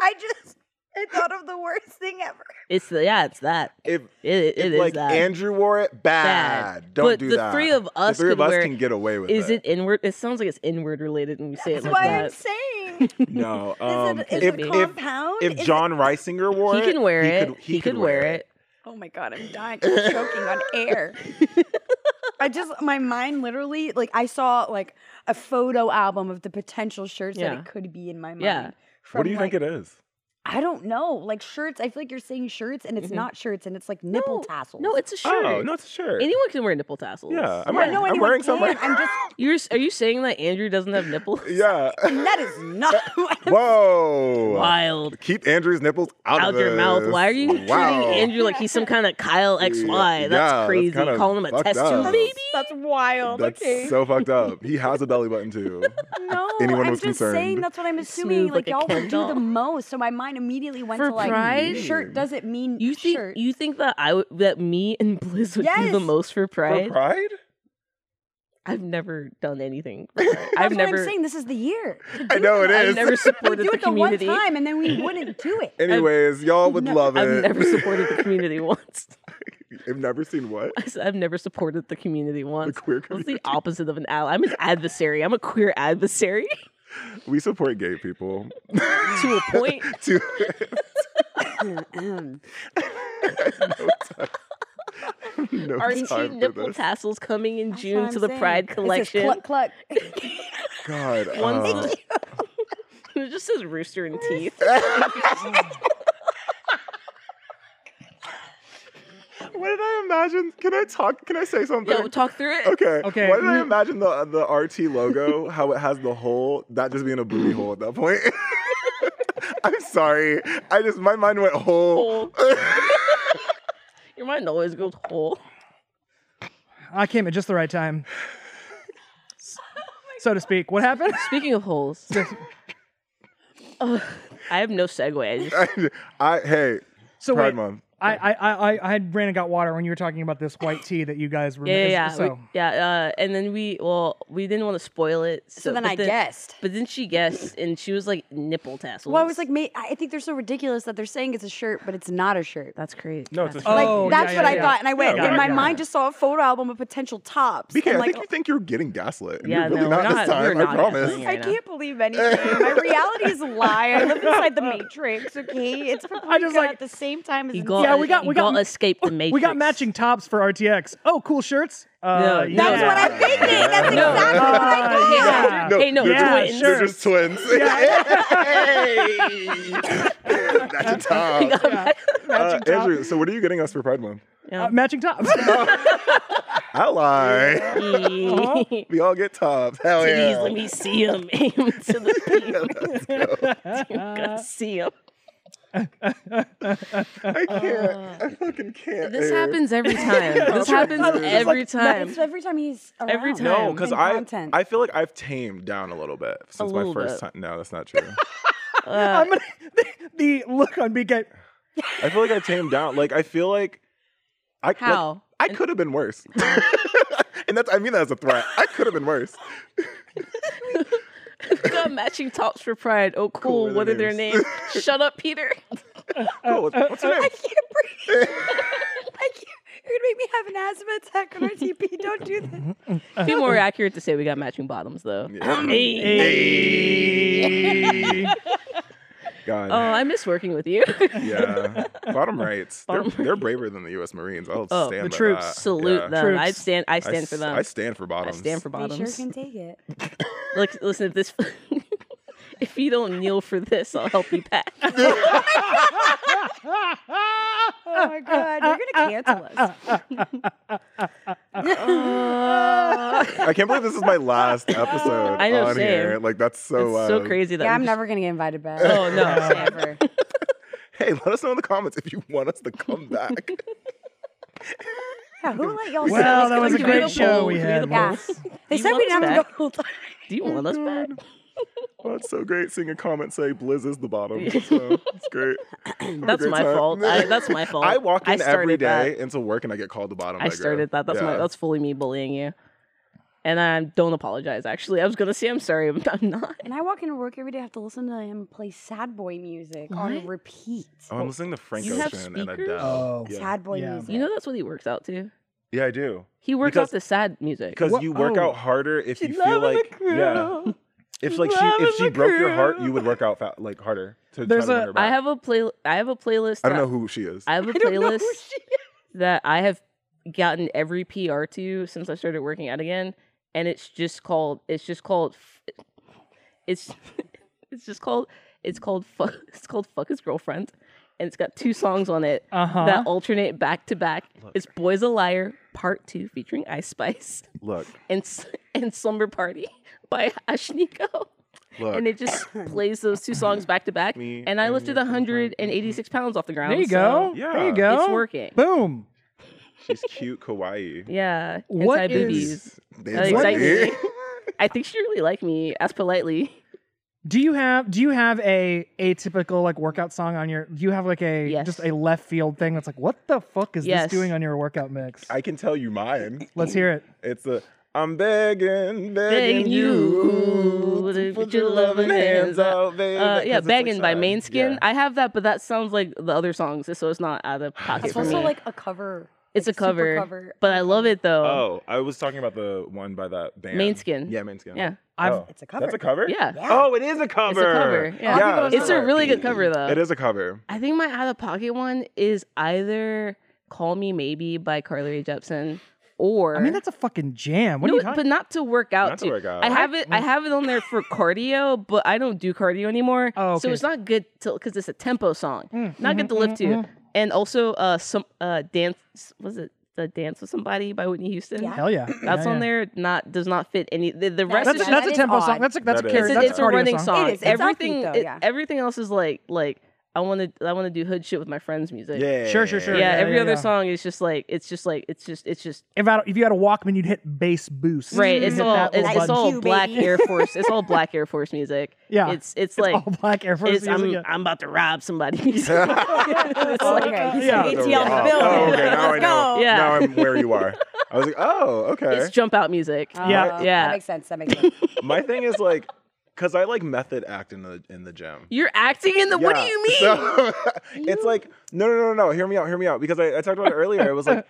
[SPEAKER 3] I just I thought of the worst thing ever.
[SPEAKER 1] It's the yeah, it's that.
[SPEAKER 2] if
[SPEAKER 1] It, it,
[SPEAKER 2] if
[SPEAKER 1] it is
[SPEAKER 2] like
[SPEAKER 1] that.
[SPEAKER 2] Andrew wore it, bad. Don't
[SPEAKER 1] But
[SPEAKER 2] do
[SPEAKER 1] the
[SPEAKER 2] that.
[SPEAKER 1] three of us
[SPEAKER 2] the three of
[SPEAKER 1] could
[SPEAKER 2] us
[SPEAKER 1] wear
[SPEAKER 2] can
[SPEAKER 1] it.
[SPEAKER 2] get away with
[SPEAKER 1] Is it inward? It sounds like it's inward related when you say it like
[SPEAKER 3] That's why
[SPEAKER 1] that.
[SPEAKER 3] I'm saying.
[SPEAKER 2] No.
[SPEAKER 3] Is
[SPEAKER 2] Um,
[SPEAKER 3] it, is
[SPEAKER 2] if,
[SPEAKER 3] it
[SPEAKER 2] if,
[SPEAKER 3] compound?
[SPEAKER 2] if
[SPEAKER 3] Is
[SPEAKER 2] John Reisinger wore
[SPEAKER 1] he
[SPEAKER 2] it,
[SPEAKER 1] can wear it.
[SPEAKER 2] Could,
[SPEAKER 1] he, could wear it.
[SPEAKER 3] Oh my god, I'm dying. I'm choking on air. I just my mind literally like I saw like a photo album of the potential shirts that
[SPEAKER 1] Yeah.
[SPEAKER 3] it could be in my mind.
[SPEAKER 1] Yeah.
[SPEAKER 2] What do you think
[SPEAKER 3] like-
[SPEAKER 2] it is?
[SPEAKER 3] I don't know. Like shirts, I feel like you're saying shirts and it's
[SPEAKER 1] Mhm.
[SPEAKER 3] not shirts and it's like nipple
[SPEAKER 1] No,
[SPEAKER 3] tassels.
[SPEAKER 1] No, it's a shirt.
[SPEAKER 2] Oh, no, it's a shirt.
[SPEAKER 1] Anyone can wear nipple tassels.
[SPEAKER 2] yeah, I'm
[SPEAKER 3] Yeah,
[SPEAKER 2] wearing,
[SPEAKER 3] no,
[SPEAKER 2] I'm
[SPEAKER 3] anyone
[SPEAKER 2] wearing some.
[SPEAKER 3] can. I'm just
[SPEAKER 1] You're s- are you saying that Andrew doesn't have nipples?
[SPEAKER 2] yeah.
[SPEAKER 3] that is not what I'm
[SPEAKER 2] Whoa.
[SPEAKER 1] Wild.
[SPEAKER 2] Keep Andrew's nipples out,
[SPEAKER 1] Out
[SPEAKER 2] of
[SPEAKER 1] your mouth.
[SPEAKER 2] this.
[SPEAKER 1] Why are you
[SPEAKER 2] wow.
[SPEAKER 1] treating Andrew like he's some kind of Kyle XY?
[SPEAKER 2] Yeah,
[SPEAKER 1] that's
[SPEAKER 2] that's
[SPEAKER 1] crazy.
[SPEAKER 2] kinda
[SPEAKER 1] Calling him a
[SPEAKER 2] fucked
[SPEAKER 1] test
[SPEAKER 2] up.
[SPEAKER 1] tube baby.
[SPEAKER 3] That's wild.
[SPEAKER 2] That's
[SPEAKER 3] okay.
[SPEAKER 2] so fucked up. He has a belly button too.
[SPEAKER 3] no,
[SPEAKER 2] anyone
[SPEAKER 3] I'm
[SPEAKER 2] was
[SPEAKER 3] just saying
[SPEAKER 2] concerned.
[SPEAKER 3] that's what I'm assuming.
[SPEAKER 1] Smooth like
[SPEAKER 3] Like,
[SPEAKER 1] a
[SPEAKER 3] y'all would do
[SPEAKER 1] Kindle.
[SPEAKER 3] the most. So my mind immediately went
[SPEAKER 1] For
[SPEAKER 3] to like
[SPEAKER 1] pride?
[SPEAKER 3] shirt doesn't mean
[SPEAKER 1] You think
[SPEAKER 3] shirt.
[SPEAKER 1] you think that I would that me and Blizz would do the
[SPEAKER 3] Yes.
[SPEAKER 1] most for pride?
[SPEAKER 2] For pride?
[SPEAKER 1] I've never done anything. For pride. I've
[SPEAKER 3] That's
[SPEAKER 1] never.
[SPEAKER 3] what I'm saying. This is the year. to
[SPEAKER 2] I
[SPEAKER 3] do
[SPEAKER 2] know it
[SPEAKER 3] that.
[SPEAKER 2] is.
[SPEAKER 1] I've never
[SPEAKER 3] We
[SPEAKER 1] supported
[SPEAKER 3] do
[SPEAKER 1] the
[SPEAKER 3] it the one
[SPEAKER 1] community.
[SPEAKER 3] time and then we wouldn't do it.
[SPEAKER 2] Anyways, y'all would
[SPEAKER 3] no,
[SPEAKER 2] love
[SPEAKER 1] I've
[SPEAKER 2] it.
[SPEAKER 1] never supported the community once.
[SPEAKER 2] I've never seen what?
[SPEAKER 1] I said, I've never supported the community once.
[SPEAKER 2] queer
[SPEAKER 1] What's the opposite of an ally? I'm an adversary. I'm a queer adversary
[SPEAKER 2] We support gay people.
[SPEAKER 1] to a point.
[SPEAKER 2] to
[SPEAKER 3] Did
[SPEAKER 2] no
[SPEAKER 1] Our
[SPEAKER 2] time
[SPEAKER 1] two
[SPEAKER 2] for
[SPEAKER 1] nipple
[SPEAKER 2] this.
[SPEAKER 1] tassels coming in June to the Pride collection.
[SPEAKER 3] Cluck cluck.
[SPEAKER 2] God.
[SPEAKER 1] One-
[SPEAKER 2] uh,
[SPEAKER 1] it just says rooster and teeth.
[SPEAKER 2] what did I imagine? Can I talk? Can I say something?
[SPEAKER 1] Yo, talk through it.
[SPEAKER 2] Okay.
[SPEAKER 4] Okay.
[SPEAKER 2] Why did I
[SPEAKER 4] Mm.
[SPEAKER 2] imagine the the RT logo? How it has the hole? That just being a booty hole at that point. I'm sorry. I just my mind went whole.
[SPEAKER 1] Hole. Your mind always goes whole.
[SPEAKER 4] I came at just the right time, so to speak. What happened?
[SPEAKER 1] Speaking of holes, Ugh, I have no segue. I just,
[SPEAKER 2] I, hey,
[SPEAKER 4] So
[SPEAKER 2] Pride
[SPEAKER 4] wait,
[SPEAKER 2] Month.
[SPEAKER 4] I, I I I I had ran and got water when you were talking about this white tea that you guys were.
[SPEAKER 1] yeah, yeah, yeah.
[SPEAKER 4] So
[SPEAKER 1] We- yeah, uh, and then we well, we didn't want to spoil it. So,
[SPEAKER 3] So then
[SPEAKER 1] but
[SPEAKER 3] I guessed.
[SPEAKER 1] But then she guessed, and she was like nipple tassels.
[SPEAKER 3] Well, I was like, mate, I think they're so ridiculous that they're saying it's a shirt, but it's not a shirt.
[SPEAKER 1] that's crazy.
[SPEAKER 2] No, it's a
[SPEAKER 4] Oh,
[SPEAKER 3] Like
[SPEAKER 4] yeah,
[SPEAKER 3] that's
[SPEAKER 4] yeah,
[SPEAKER 3] what I
[SPEAKER 4] yeah.
[SPEAKER 3] thought, and I went,
[SPEAKER 2] Yeah,
[SPEAKER 3] and my
[SPEAKER 2] yeah.
[SPEAKER 3] mind just saw a photo album of potential tops.
[SPEAKER 2] BK,
[SPEAKER 3] I'm
[SPEAKER 2] I
[SPEAKER 3] like, "Oh."
[SPEAKER 2] think you think you're getting gaslit. and
[SPEAKER 1] Yeah,
[SPEAKER 2] you're really
[SPEAKER 1] no,
[SPEAKER 2] not,
[SPEAKER 1] we're
[SPEAKER 2] this
[SPEAKER 1] not- we're
[SPEAKER 2] time. I
[SPEAKER 1] not
[SPEAKER 2] promise.
[SPEAKER 1] gaslighting.
[SPEAKER 3] I
[SPEAKER 1] Yeah.
[SPEAKER 3] can't believe anything. My reality is a lie. I live inside the matrix. Okay, it's paprika
[SPEAKER 4] just, like-
[SPEAKER 3] at the same time as
[SPEAKER 1] He
[SPEAKER 3] inside
[SPEAKER 1] got
[SPEAKER 4] Yeah, we got-
[SPEAKER 1] you
[SPEAKER 4] we got
[SPEAKER 1] don't
[SPEAKER 4] ma-
[SPEAKER 1] escape the matrix.
[SPEAKER 4] We got matching tops for RTX. Oh, cool shirts. Uh,
[SPEAKER 1] No,
[SPEAKER 3] That was
[SPEAKER 1] Yeah.
[SPEAKER 3] what I'm thinking. That's exactly
[SPEAKER 1] No.
[SPEAKER 3] what I
[SPEAKER 4] Uh,
[SPEAKER 3] thought.
[SPEAKER 4] yeah.
[SPEAKER 1] Hey, no,
[SPEAKER 2] they're,
[SPEAKER 4] yeah,
[SPEAKER 2] twins.
[SPEAKER 4] sure.
[SPEAKER 2] they're just twins. hey, that's
[SPEAKER 1] We
[SPEAKER 2] a top.
[SPEAKER 1] got matching-
[SPEAKER 2] Uh, Andrew, so what are you getting us for Pride Month?
[SPEAKER 1] Yeah.
[SPEAKER 4] Uh, matching tops.
[SPEAKER 2] Ally.
[SPEAKER 1] Jeez,
[SPEAKER 2] We all get tops. Hell yeah.
[SPEAKER 1] let me see him aim to the beam. I'm gonna see him.
[SPEAKER 2] I can't. I fucking can't.
[SPEAKER 1] Uh, This
[SPEAKER 2] Eric.
[SPEAKER 1] happens every time. This happens
[SPEAKER 2] It's just
[SPEAKER 1] every
[SPEAKER 2] like-
[SPEAKER 1] time.
[SPEAKER 3] It's every time he's around.
[SPEAKER 1] Every time.
[SPEAKER 2] No, because
[SPEAKER 3] And
[SPEAKER 2] I
[SPEAKER 3] content.
[SPEAKER 2] I feel like I've tamed down a little bit since my
[SPEAKER 1] little
[SPEAKER 2] first
[SPEAKER 1] bit.
[SPEAKER 2] time. No, that's not true.
[SPEAKER 1] Uh,
[SPEAKER 4] I'm gonna, the, the look on BK.
[SPEAKER 2] I feel like I tamed down. Like I feel like I like,
[SPEAKER 1] How?
[SPEAKER 2] I could have been worse. and that's I mean that as a threat. I could have been worse.
[SPEAKER 1] we got matching tops for Pride. Oh, cool. What are their names? Shut up, Peter.
[SPEAKER 2] Oh, what's, what's your name?
[SPEAKER 3] I can't breathe. I can't. You're gonna make me have an asthma attack on RTP. Don't do that.
[SPEAKER 1] It'd be more accurate to say we got matching bottoms, though. Um,
[SPEAKER 2] Yeah.
[SPEAKER 1] Hey.
[SPEAKER 2] God.
[SPEAKER 1] Oh, I miss working with you.
[SPEAKER 2] yeah. Bottom rights.
[SPEAKER 1] Bottom
[SPEAKER 2] they're, they're braver than the U.S. Marines. I'll
[SPEAKER 1] Oh,
[SPEAKER 2] stand
[SPEAKER 4] the
[SPEAKER 2] by
[SPEAKER 4] troops.
[SPEAKER 2] that.
[SPEAKER 1] Salute
[SPEAKER 2] Yeah.
[SPEAKER 1] them.
[SPEAKER 4] Troops.
[SPEAKER 1] I stand. I stand
[SPEAKER 2] s-
[SPEAKER 1] for
[SPEAKER 2] um,
[SPEAKER 1] them.
[SPEAKER 2] I stand for
[SPEAKER 1] I
[SPEAKER 2] bottoms.
[SPEAKER 1] stand for
[SPEAKER 3] We sure
[SPEAKER 1] bottoms.
[SPEAKER 3] can take it.
[SPEAKER 1] Look, listen. If this, if you don't kneel for this, I'll help you pack.
[SPEAKER 3] Oh my god, you're gonna cancel us.
[SPEAKER 2] I can't believe this is my last episode
[SPEAKER 1] I know,
[SPEAKER 2] on
[SPEAKER 1] same.
[SPEAKER 2] here. Like that's so
[SPEAKER 1] it's so
[SPEAKER 2] uh,
[SPEAKER 1] crazy that
[SPEAKER 3] Yeah,
[SPEAKER 1] we
[SPEAKER 3] I'm
[SPEAKER 1] just-
[SPEAKER 3] never gonna get invited back.
[SPEAKER 1] Oh, no.
[SPEAKER 3] never.
[SPEAKER 2] Hey, let us know in the comments if you want us to come back.
[SPEAKER 3] Yeah, who let y'all?
[SPEAKER 4] Well, that was a
[SPEAKER 1] Can we do
[SPEAKER 4] great
[SPEAKER 1] the
[SPEAKER 4] show
[SPEAKER 1] poll?
[SPEAKER 4] we
[SPEAKER 1] Can
[SPEAKER 4] had.
[SPEAKER 1] do the
[SPEAKER 3] Yeah.
[SPEAKER 1] polls?
[SPEAKER 3] They
[SPEAKER 1] You
[SPEAKER 3] said we
[SPEAKER 1] want us
[SPEAKER 3] didn't have to go
[SPEAKER 1] back?
[SPEAKER 3] the whole time.
[SPEAKER 1] Do you want us back?
[SPEAKER 2] Well, Oh, it's so great seeing a comment say Blizz is the bottom. So it's great. Have a
[SPEAKER 1] That's
[SPEAKER 2] great
[SPEAKER 1] my
[SPEAKER 2] time.
[SPEAKER 1] fault. I, that's my fault.
[SPEAKER 2] I walk in every
[SPEAKER 1] started that.
[SPEAKER 2] day into work and I get called the bottom.
[SPEAKER 1] I
[SPEAKER 2] nigger.
[SPEAKER 1] started that. That's my.
[SPEAKER 2] Yeah.
[SPEAKER 1] That's fully me bullying you. And I don't apologize. Actually, I was gonna say I'm sorry, but I'm not.
[SPEAKER 3] And I walk into work every day. I have to listen to him play sad boy music on
[SPEAKER 1] What?
[SPEAKER 3] repeat.
[SPEAKER 2] Oh, I'm listening to Frank
[SPEAKER 1] You have
[SPEAKER 2] Ocean and
[SPEAKER 1] speakers?
[SPEAKER 2] Adele.
[SPEAKER 4] Oh.
[SPEAKER 2] yeah.
[SPEAKER 3] Sad boy
[SPEAKER 4] Yeah.
[SPEAKER 3] music.
[SPEAKER 1] You know that's what he works out to.
[SPEAKER 2] yeah, I do.
[SPEAKER 1] He works
[SPEAKER 2] Because-
[SPEAKER 1] out to sad music.
[SPEAKER 2] Because
[SPEAKER 4] What-
[SPEAKER 2] you work
[SPEAKER 4] oh.
[SPEAKER 2] out harder if
[SPEAKER 1] She's
[SPEAKER 2] you feel
[SPEAKER 1] loving the
[SPEAKER 2] like yeah.
[SPEAKER 1] crew.
[SPEAKER 2] If like she
[SPEAKER 1] loving
[SPEAKER 2] if she
[SPEAKER 1] the
[SPEAKER 2] broke your heart,
[SPEAKER 1] crew.
[SPEAKER 2] you would work out fa- like harder to
[SPEAKER 4] There's
[SPEAKER 2] try to
[SPEAKER 4] a-
[SPEAKER 2] win her
[SPEAKER 1] I
[SPEAKER 2] back.
[SPEAKER 1] have a play. I have a playlist.
[SPEAKER 2] I don't know
[SPEAKER 1] that-
[SPEAKER 2] who she is.
[SPEAKER 1] I have a playlist that I have gotten every PR to since I started working out again, and it's just called. It's just called. f- It's. It's just called. It's called. Fuck, it's called. Fuck his girlfriend, and it's got two songs on it.
[SPEAKER 4] Uh huh.
[SPEAKER 1] that alternate back to back is Boys a Liar Part 2 featuring Ice Spice
[SPEAKER 2] Look,
[SPEAKER 1] and S- and Slumber Party by Ashniko.
[SPEAKER 2] look.
[SPEAKER 1] And it just plays those two songs back to back.
[SPEAKER 2] Me
[SPEAKER 1] And I
[SPEAKER 2] and
[SPEAKER 1] lifted
[SPEAKER 2] your girlfriend.
[SPEAKER 1] 186 pounds off the ground.
[SPEAKER 4] There you
[SPEAKER 1] so
[SPEAKER 4] go.
[SPEAKER 2] Yeah.
[SPEAKER 4] There you go.
[SPEAKER 1] It's working.
[SPEAKER 4] Boom.
[SPEAKER 2] She's cute, kawaii.
[SPEAKER 1] Yeah.
[SPEAKER 4] What
[SPEAKER 1] anti boobies.
[SPEAKER 4] is-
[SPEAKER 1] That
[SPEAKER 4] excites
[SPEAKER 1] me. I think she really liked me, as politely.
[SPEAKER 4] Do you have do you have a atypical like workout song on your do you have like a
[SPEAKER 1] Yes.
[SPEAKER 4] just a left field thing that's like what the fuck is
[SPEAKER 1] Yes.
[SPEAKER 4] this doing on your workout mix?
[SPEAKER 2] I Oh. can tell you mine.
[SPEAKER 4] Let's hear it.
[SPEAKER 2] It's a I'm begging, begging,
[SPEAKER 1] Begging
[SPEAKER 2] you
[SPEAKER 1] you
[SPEAKER 2] to
[SPEAKER 1] to
[SPEAKER 2] put
[SPEAKER 1] put
[SPEAKER 2] your
[SPEAKER 1] your loving
[SPEAKER 2] loving hands
[SPEAKER 1] hands up.
[SPEAKER 2] out, baby.
[SPEAKER 1] Uh,
[SPEAKER 2] 'cause
[SPEAKER 1] yeah,
[SPEAKER 2] it's
[SPEAKER 1] Begging by
[SPEAKER 2] exciting.
[SPEAKER 1] Mainskin.
[SPEAKER 2] Yeah.
[SPEAKER 1] I have that, but that sounds like the other songs, so it's not out of pocket
[SPEAKER 3] It's
[SPEAKER 1] for
[SPEAKER 3] also
[SPEAKER 1] me.
[SPEAKER 3] like a cover.
[SPEAKER 1] it's
[SPEAKER 3] like
[SPEAKER 1] a
[SPEAKER 3] super
[SPEAKER 1] cover,
[SPEAKER 3] cover.
[SPEAKER 1] but I love it though.
[SPEAKER 2] Oh, I was talking about the one by that band.
[SPEAKER 1] Mainskin.
[SPEAKER 2] Yeah, Mainskin.
[SPEAKER 1] Yeah.
[SPEAKER 4] I've
[SPEAKER 2] Oh,
[SPEAKER 3] It's a cover.
[SPEAKER 2] That's a cover?
[SPEAKER 1] Yeah.
[SPEAKER 2] Oh, it is a cover.
[SPEAKER 1] It's a cover. Yeah.
[SPEAKER 2] Yeah,
[SPEAKER 3] people don't
[SPEAKER 1] it's
[SPEAKER 3] know
[SPEAKER 1] a
[SPEAKER 3] that.
[SPEAKER 1] really good cover though.
[SPEAKER 2] It is a cover.
[SPEAKER 1] I think my out of pocket one is either Call Me Maybe by Carly Rae Jepsen or
[SPEAKER 4] I mean that's a fucking jam. What
[SPEAKER 1] no,
[SPEAKER 4] are you talking
[SPEAKER 1] but not to work out
[SPEAKER 2] Not to
[SPEAKER 1] to.
[SPEAKER 2] work out.
[SPEAKER 1] I have it I have it on there for cardio, but I don't do cardio anymore.
[SPEAKER 4] Oh,
[SPEAKER 1] So
[SPEAKER 4] okay. Mm, mm-hmm,
[SPEAKER 1] it's not good to cuz it's a tempo song. not good to lift to. And also uh some uh dance was it the dance with somebody by Whitney Houston?
[SPEAKER 3] Yeah.
[SPEAKER 4] Hell yeah.
[SPEAKER 1] That's
[SPEAKER 4] Yeah,
[SPEAKER 1] on
[SPEAKER 4] yeah.
[SPEAKER 1] there not does not fit any the, the rest
[SPEAKER 4] That's
[SPEAKER 1] is
[SPEAKER 4] a,
[SPEAKER 3] That
[SPEAKER 4] that's a
[SPEAKER 3] is
[SPEAKER 4] tempo song.
[SPEAKER 3] odd.
[SPEAKER 4] That's a that's
[SPEAKER 2] That
[SPEAKER 4] a
[SPEAKER 2] is.
[SPEAKER 1] it's,
[SPEAKER 4] carry,
[SPEAKER 1] a-
[SPEAKER 4] that's
[SPEAKER 1] it's
[SPEAKER 4] a
[SPEAKER 1] a
[SPEAKER 4] cardio
[SPEAKER 1] running
[SPEAKER 4] song.
[SPEAKER 1] song.
[SPEAKER 3] It is. It's
[SPEAKER 1] everything,
[SPEAKER 3] upbeat, though,
[SPEAKER 1] it-
[SPEAKER 3] yeah.
[SPEAKER 1] everything else is like like I want to I want to do hood shit with my friends music.
[SPEAKER 2] Yeah.
[SPEAKER 4] Sure, sure, sure.
[SPEAKER 1] Yeah,
[SPEAKER 4] Yeah,
[SPEAKER 1] every
[SPEAKER 4] yeah,
[SPEAKER 1] other
[SPEAKER 4] yeah.
[SPEAKER 1] song is just like it's just like it's just it's just
[SPEAKER 4] If, I, if you had a Walkman, you'd hit bass boost.
[SPEAKER 1] right.
[SPEAKER 4] You'd
[SPEAKER 1] It's
[SPEAKER 4] hit
[SPEAKER 1] all
[SPEAKER 4] that
[SPEAKER 1] it's,
[SPEAKER 4] little
[SPEAKER 1] it's
[SPEAKER 4] button.
[SPEAKER 1] all
[SPEAKER 3] Q,
[SPEAKER 1] black
[SPEAKER 3] baby.
[SPEAKER 1] Air Force. It's all black Air Force music.
[SPEAKER 4] Yeah.
[SPEAKER 1] it's it's
[SPEAKER 4] It's
[SPEAKER 1] like
[SPEAKER 4] all black Air Force.
[SPEAKER 1] it's, um, I'm
[SPEAKER 4] music, yeah.
[SPEAKER 1] I'm about to rob somebody. music. it's
[SPEAKER 3] Oh,
[SPEAKER 1] like,
[SPEAKER 3] okay. He's
[SPEAKER 4] Yeah.
[SPEAKER 3] yeah.
[SPEAKER 2] The
[SPEAKER 3] ATL
[SPEAKER 2] rock.
[SPEAKER 3] building.
[SPEAKER 2] Oh, okay. Now I
[SPEAKER 3] Let's
[SPEAKER 2] know.
[SPEAKER 3] go.
[SPEAKER 1] Yeah.
[SPEAKER 2] Now I'm where you are. I was like, oh, okay.
[SPEAKER 1] it's jump out music.
[SPEAKER 4] Yeah.
[SPEAKER 1] Yeah.
[SPEAKER 3] Uh, That makes sense. That makes sense.
[SPEAKER 2] My thing is like, cause I like method act in the in the gym.
[SPEAKER 1] You're acting in the. What do
[SPEAKER 2] Yeah.
[SPEAKER 1] you mean?
[SPEAKER 2] So- it's like no, no, no, no, no. Hear me out. Hear me out. Because I, I talked about it earlier. It was like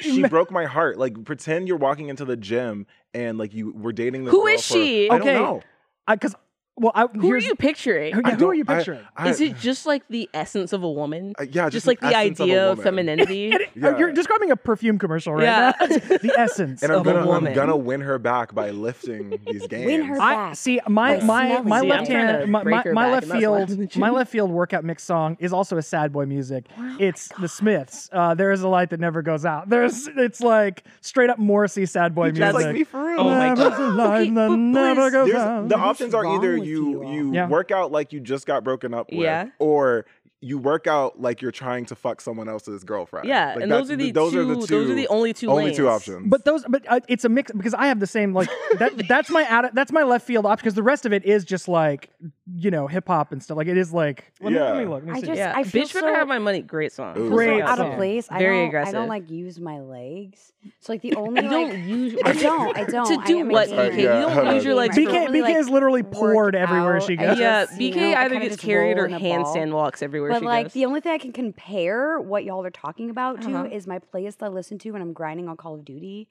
[SPEAKER 2] she broke my heart. Like pretend you're walking into the gym and like you were dating this.
[SPEAKER 1] Who
[SPEAKER 2] girl
[SPEAKER 1] is
[SPEAKER 2] for-
[SPEAKER 1] she?
[SPEAKER 2] I
[SPEAKER 4] Okay.
[SPEAKER 2] don't know.
[SPEAKER 4] I because Well, I,
[SPEAKER 1] Who are
[SPEAKER 4] here's-
[SPEAKER 1] you picturing?
[SPEAKER 4] Yeah,
[SPEAKER 2] I
[SPEAKER 4] who are
[SPEAKER 2] don't-
[SPEAKER 4] you
[SPEAKER 2] I-
[SPEAKER 4] picturing?
[SPEAKER 2] I-
[SPEAKER 1] Is it just like the essence of a woman?
[SPEAKER 2] Uh, yeah,
[SPEAKER 1] just,
[SPEAKER 2] just
[SPEAKER 1] like
[SPEAKER 2] the
[SPEAKER 1] the
[SPEAKER 2] essence of a
[SPEAKER 1] idea of,
[SPEAKER 2] woman.
[SPEAKER 1] femininity.
[SPEAKER 4] And it-
[SPEAKER 2] Yeah.
[SPEAKER 4] Oh, You're describing a perfume commercial right
[SPEAKER 1] Yeah.
[SPEAKER 4] now. the essence
[SPEAKER 2] and I'm
[SPEAKER 4] of a
[SPEAKER 2] gonna,
[SPEAKER 1] woman.
[SPEAKER 2] I'm gonna win her back by lifting these games.
[SPEAKER 3] Win her
[SPEAKER 4] I
[SPEAKER 3] back.
[SPEAKER 4] see my
[SPEAKER 3] Like,
[SPEAKER 4] my
[SPEAKER 3] smelly
[SPEAKER 4] my
[SPEAKER 3] See, I'm
[SPEAKER 4] left
[SPEAKER 3] trying
[SPEAKER 1] to
[SPEAKER 4] hand my,
[SPEAKER 1] break
[SPEAKER 4] my,
[SPEAKER 1] her
[SPEAKER 4] my
[SPEAKER 1] back,
[SPEAKER 4] left
[SPEAKER 1] and that's why I'm in the
[SPEAKER 4] field
[SPEAKER 1] gym.
[SPEAKER 4] my left field workout mix song is also a sad boy music. it's the Smiths. Uh, there is a light that never goes out. There's it's like straight up Morrissey sad boy
[SPEAKER 2] Just
[SPEAKER 4] music.
[SPEAKER 2] like me for real.
[SPEAKER 1] Oh my
[SPEAKER 4] There is a
[SPEAKER 1] God.
[SPEAKER 4] light
[SPEAKER 1] Okay,
[SPEAKER 4] that
[SPEAKER 1] but
[SPEAKER 4] never
[SPEAKER 1] please,
[SPEAKER 4] goes
[SPEAKER 2] There's,
[SPEAKER 4] out.
[SPEAKER 2] the
[SPEAKER 4] The,
[SPEAKER 2] options are either
[SPEAKER 1] wrong with you
[SPEAKER 2] you
[SPEAKER 1] all?
[SPEAKER 2] you
[SPEAKER 4] Yeah.
[SPEAKER 2] work out like you just got broken up with,
[SPEAKER 1] Yeah.
[SPEAKER 2] or you work out like you're trying to fuck someone else's girlfriend.
[SPEAKER 1] yeah,
[SPEAKER 2] Like,
[SPEAKER 1] and
[SPEAKER 2] that's-
[SPEAKER 1] those are the
[SPEAKER 2] those
[SPEAKER 1] two,
[SPEAKER 2] are the two
[SPEAKER 1] Those are the only two.
[SPEAKER 2] only two
[SPEAKER 1] lanes.
[SPEAKER 2] options.
[SPEAKER 4] but those but uh, it's a mix because I have the same like that that's my ad, that's my left field option because the rest of it is just like you know hip hop and stuff like it is like let me, let me
[SPEAKER 2] Yeah.
[SPEAKER 4] look let me
[SPEAKER 3] I
[SPEAKER 4] see.
[SPEAKER 3] just-
[SPEAKER 1] Yeah,
[SPEAKER 3] I feel
[SPEAKER 1] bitch better
[SPEAKER 3] so-
[SPEAKER 1] have my money. Great song.
[SPEAKER 2] Ooh.
[SPEAKER 4] Great
[SPEAKER 3] so out of
[SPEAKER 4] song.
[SPEAKER 3] place. I
[SPEAKER 1] Very
[SPEAKER 3] don't,
[SPEAKER 1] aggressive.
[SPEAKER 3] I don't like use my legs. So like the only
[SPEAKER 1] You
[SPEAKER 3] like,
[SPEAKER 1] don't use.
[SPEAKER 3] I don't. I don't.
[SPEAKER 1] To do
[SPEAKER 3] I am
[SPEAKER 1] what,
[SPEAKER 3] ignorant.
[SPEAKER 2] BK? You Yeah. don't use your
[SPEAKER 1] legs
[SPEAKER 3] I
[SPEAKER 1] to
[SPEAKER 4] BK,
[SPEAKER 3] don't really,
[SPEAKER 4] BK
[SPEAKER 3] like,
[SPEAKER 4] is literally
[SPEAKER 3] work
[SPEAKER 4] poured everywhere she
[SPEAKER 3] out.
[SPEAKER 4] goes.
[SPEAKER 3] I
[SPEAKER 1] Yeah,
[SPEAKER 3] just, you
[SPEAKER 1] BK
[SPEAKER 3] know, I
[SPEAKER 1] either
[SPEAKER 3] kinda
[SPEAKER 1] gets
[SPEAKER 3] just
[SPEAKER 1] carried
[SPEAKER 3] roll
[SPEAKER 1] or
[SPEAKER 3] in a
[SPEAKER 1] handstand
[SPEAKER 3] ball.
[SPEAKER 1] walks everywhere
[SPEAKER 3] But
[SPEAKER 1] she
[SPEAKER 3] like
[SPEAKER 1] goes.
[SPEAKER 3] the only thing I can compare what y'all are talking about to
[SPEAKER 1] Uh-huh.
[SPEAKER 3] is my playlist I listen to when I'm grinding on Call of Duty.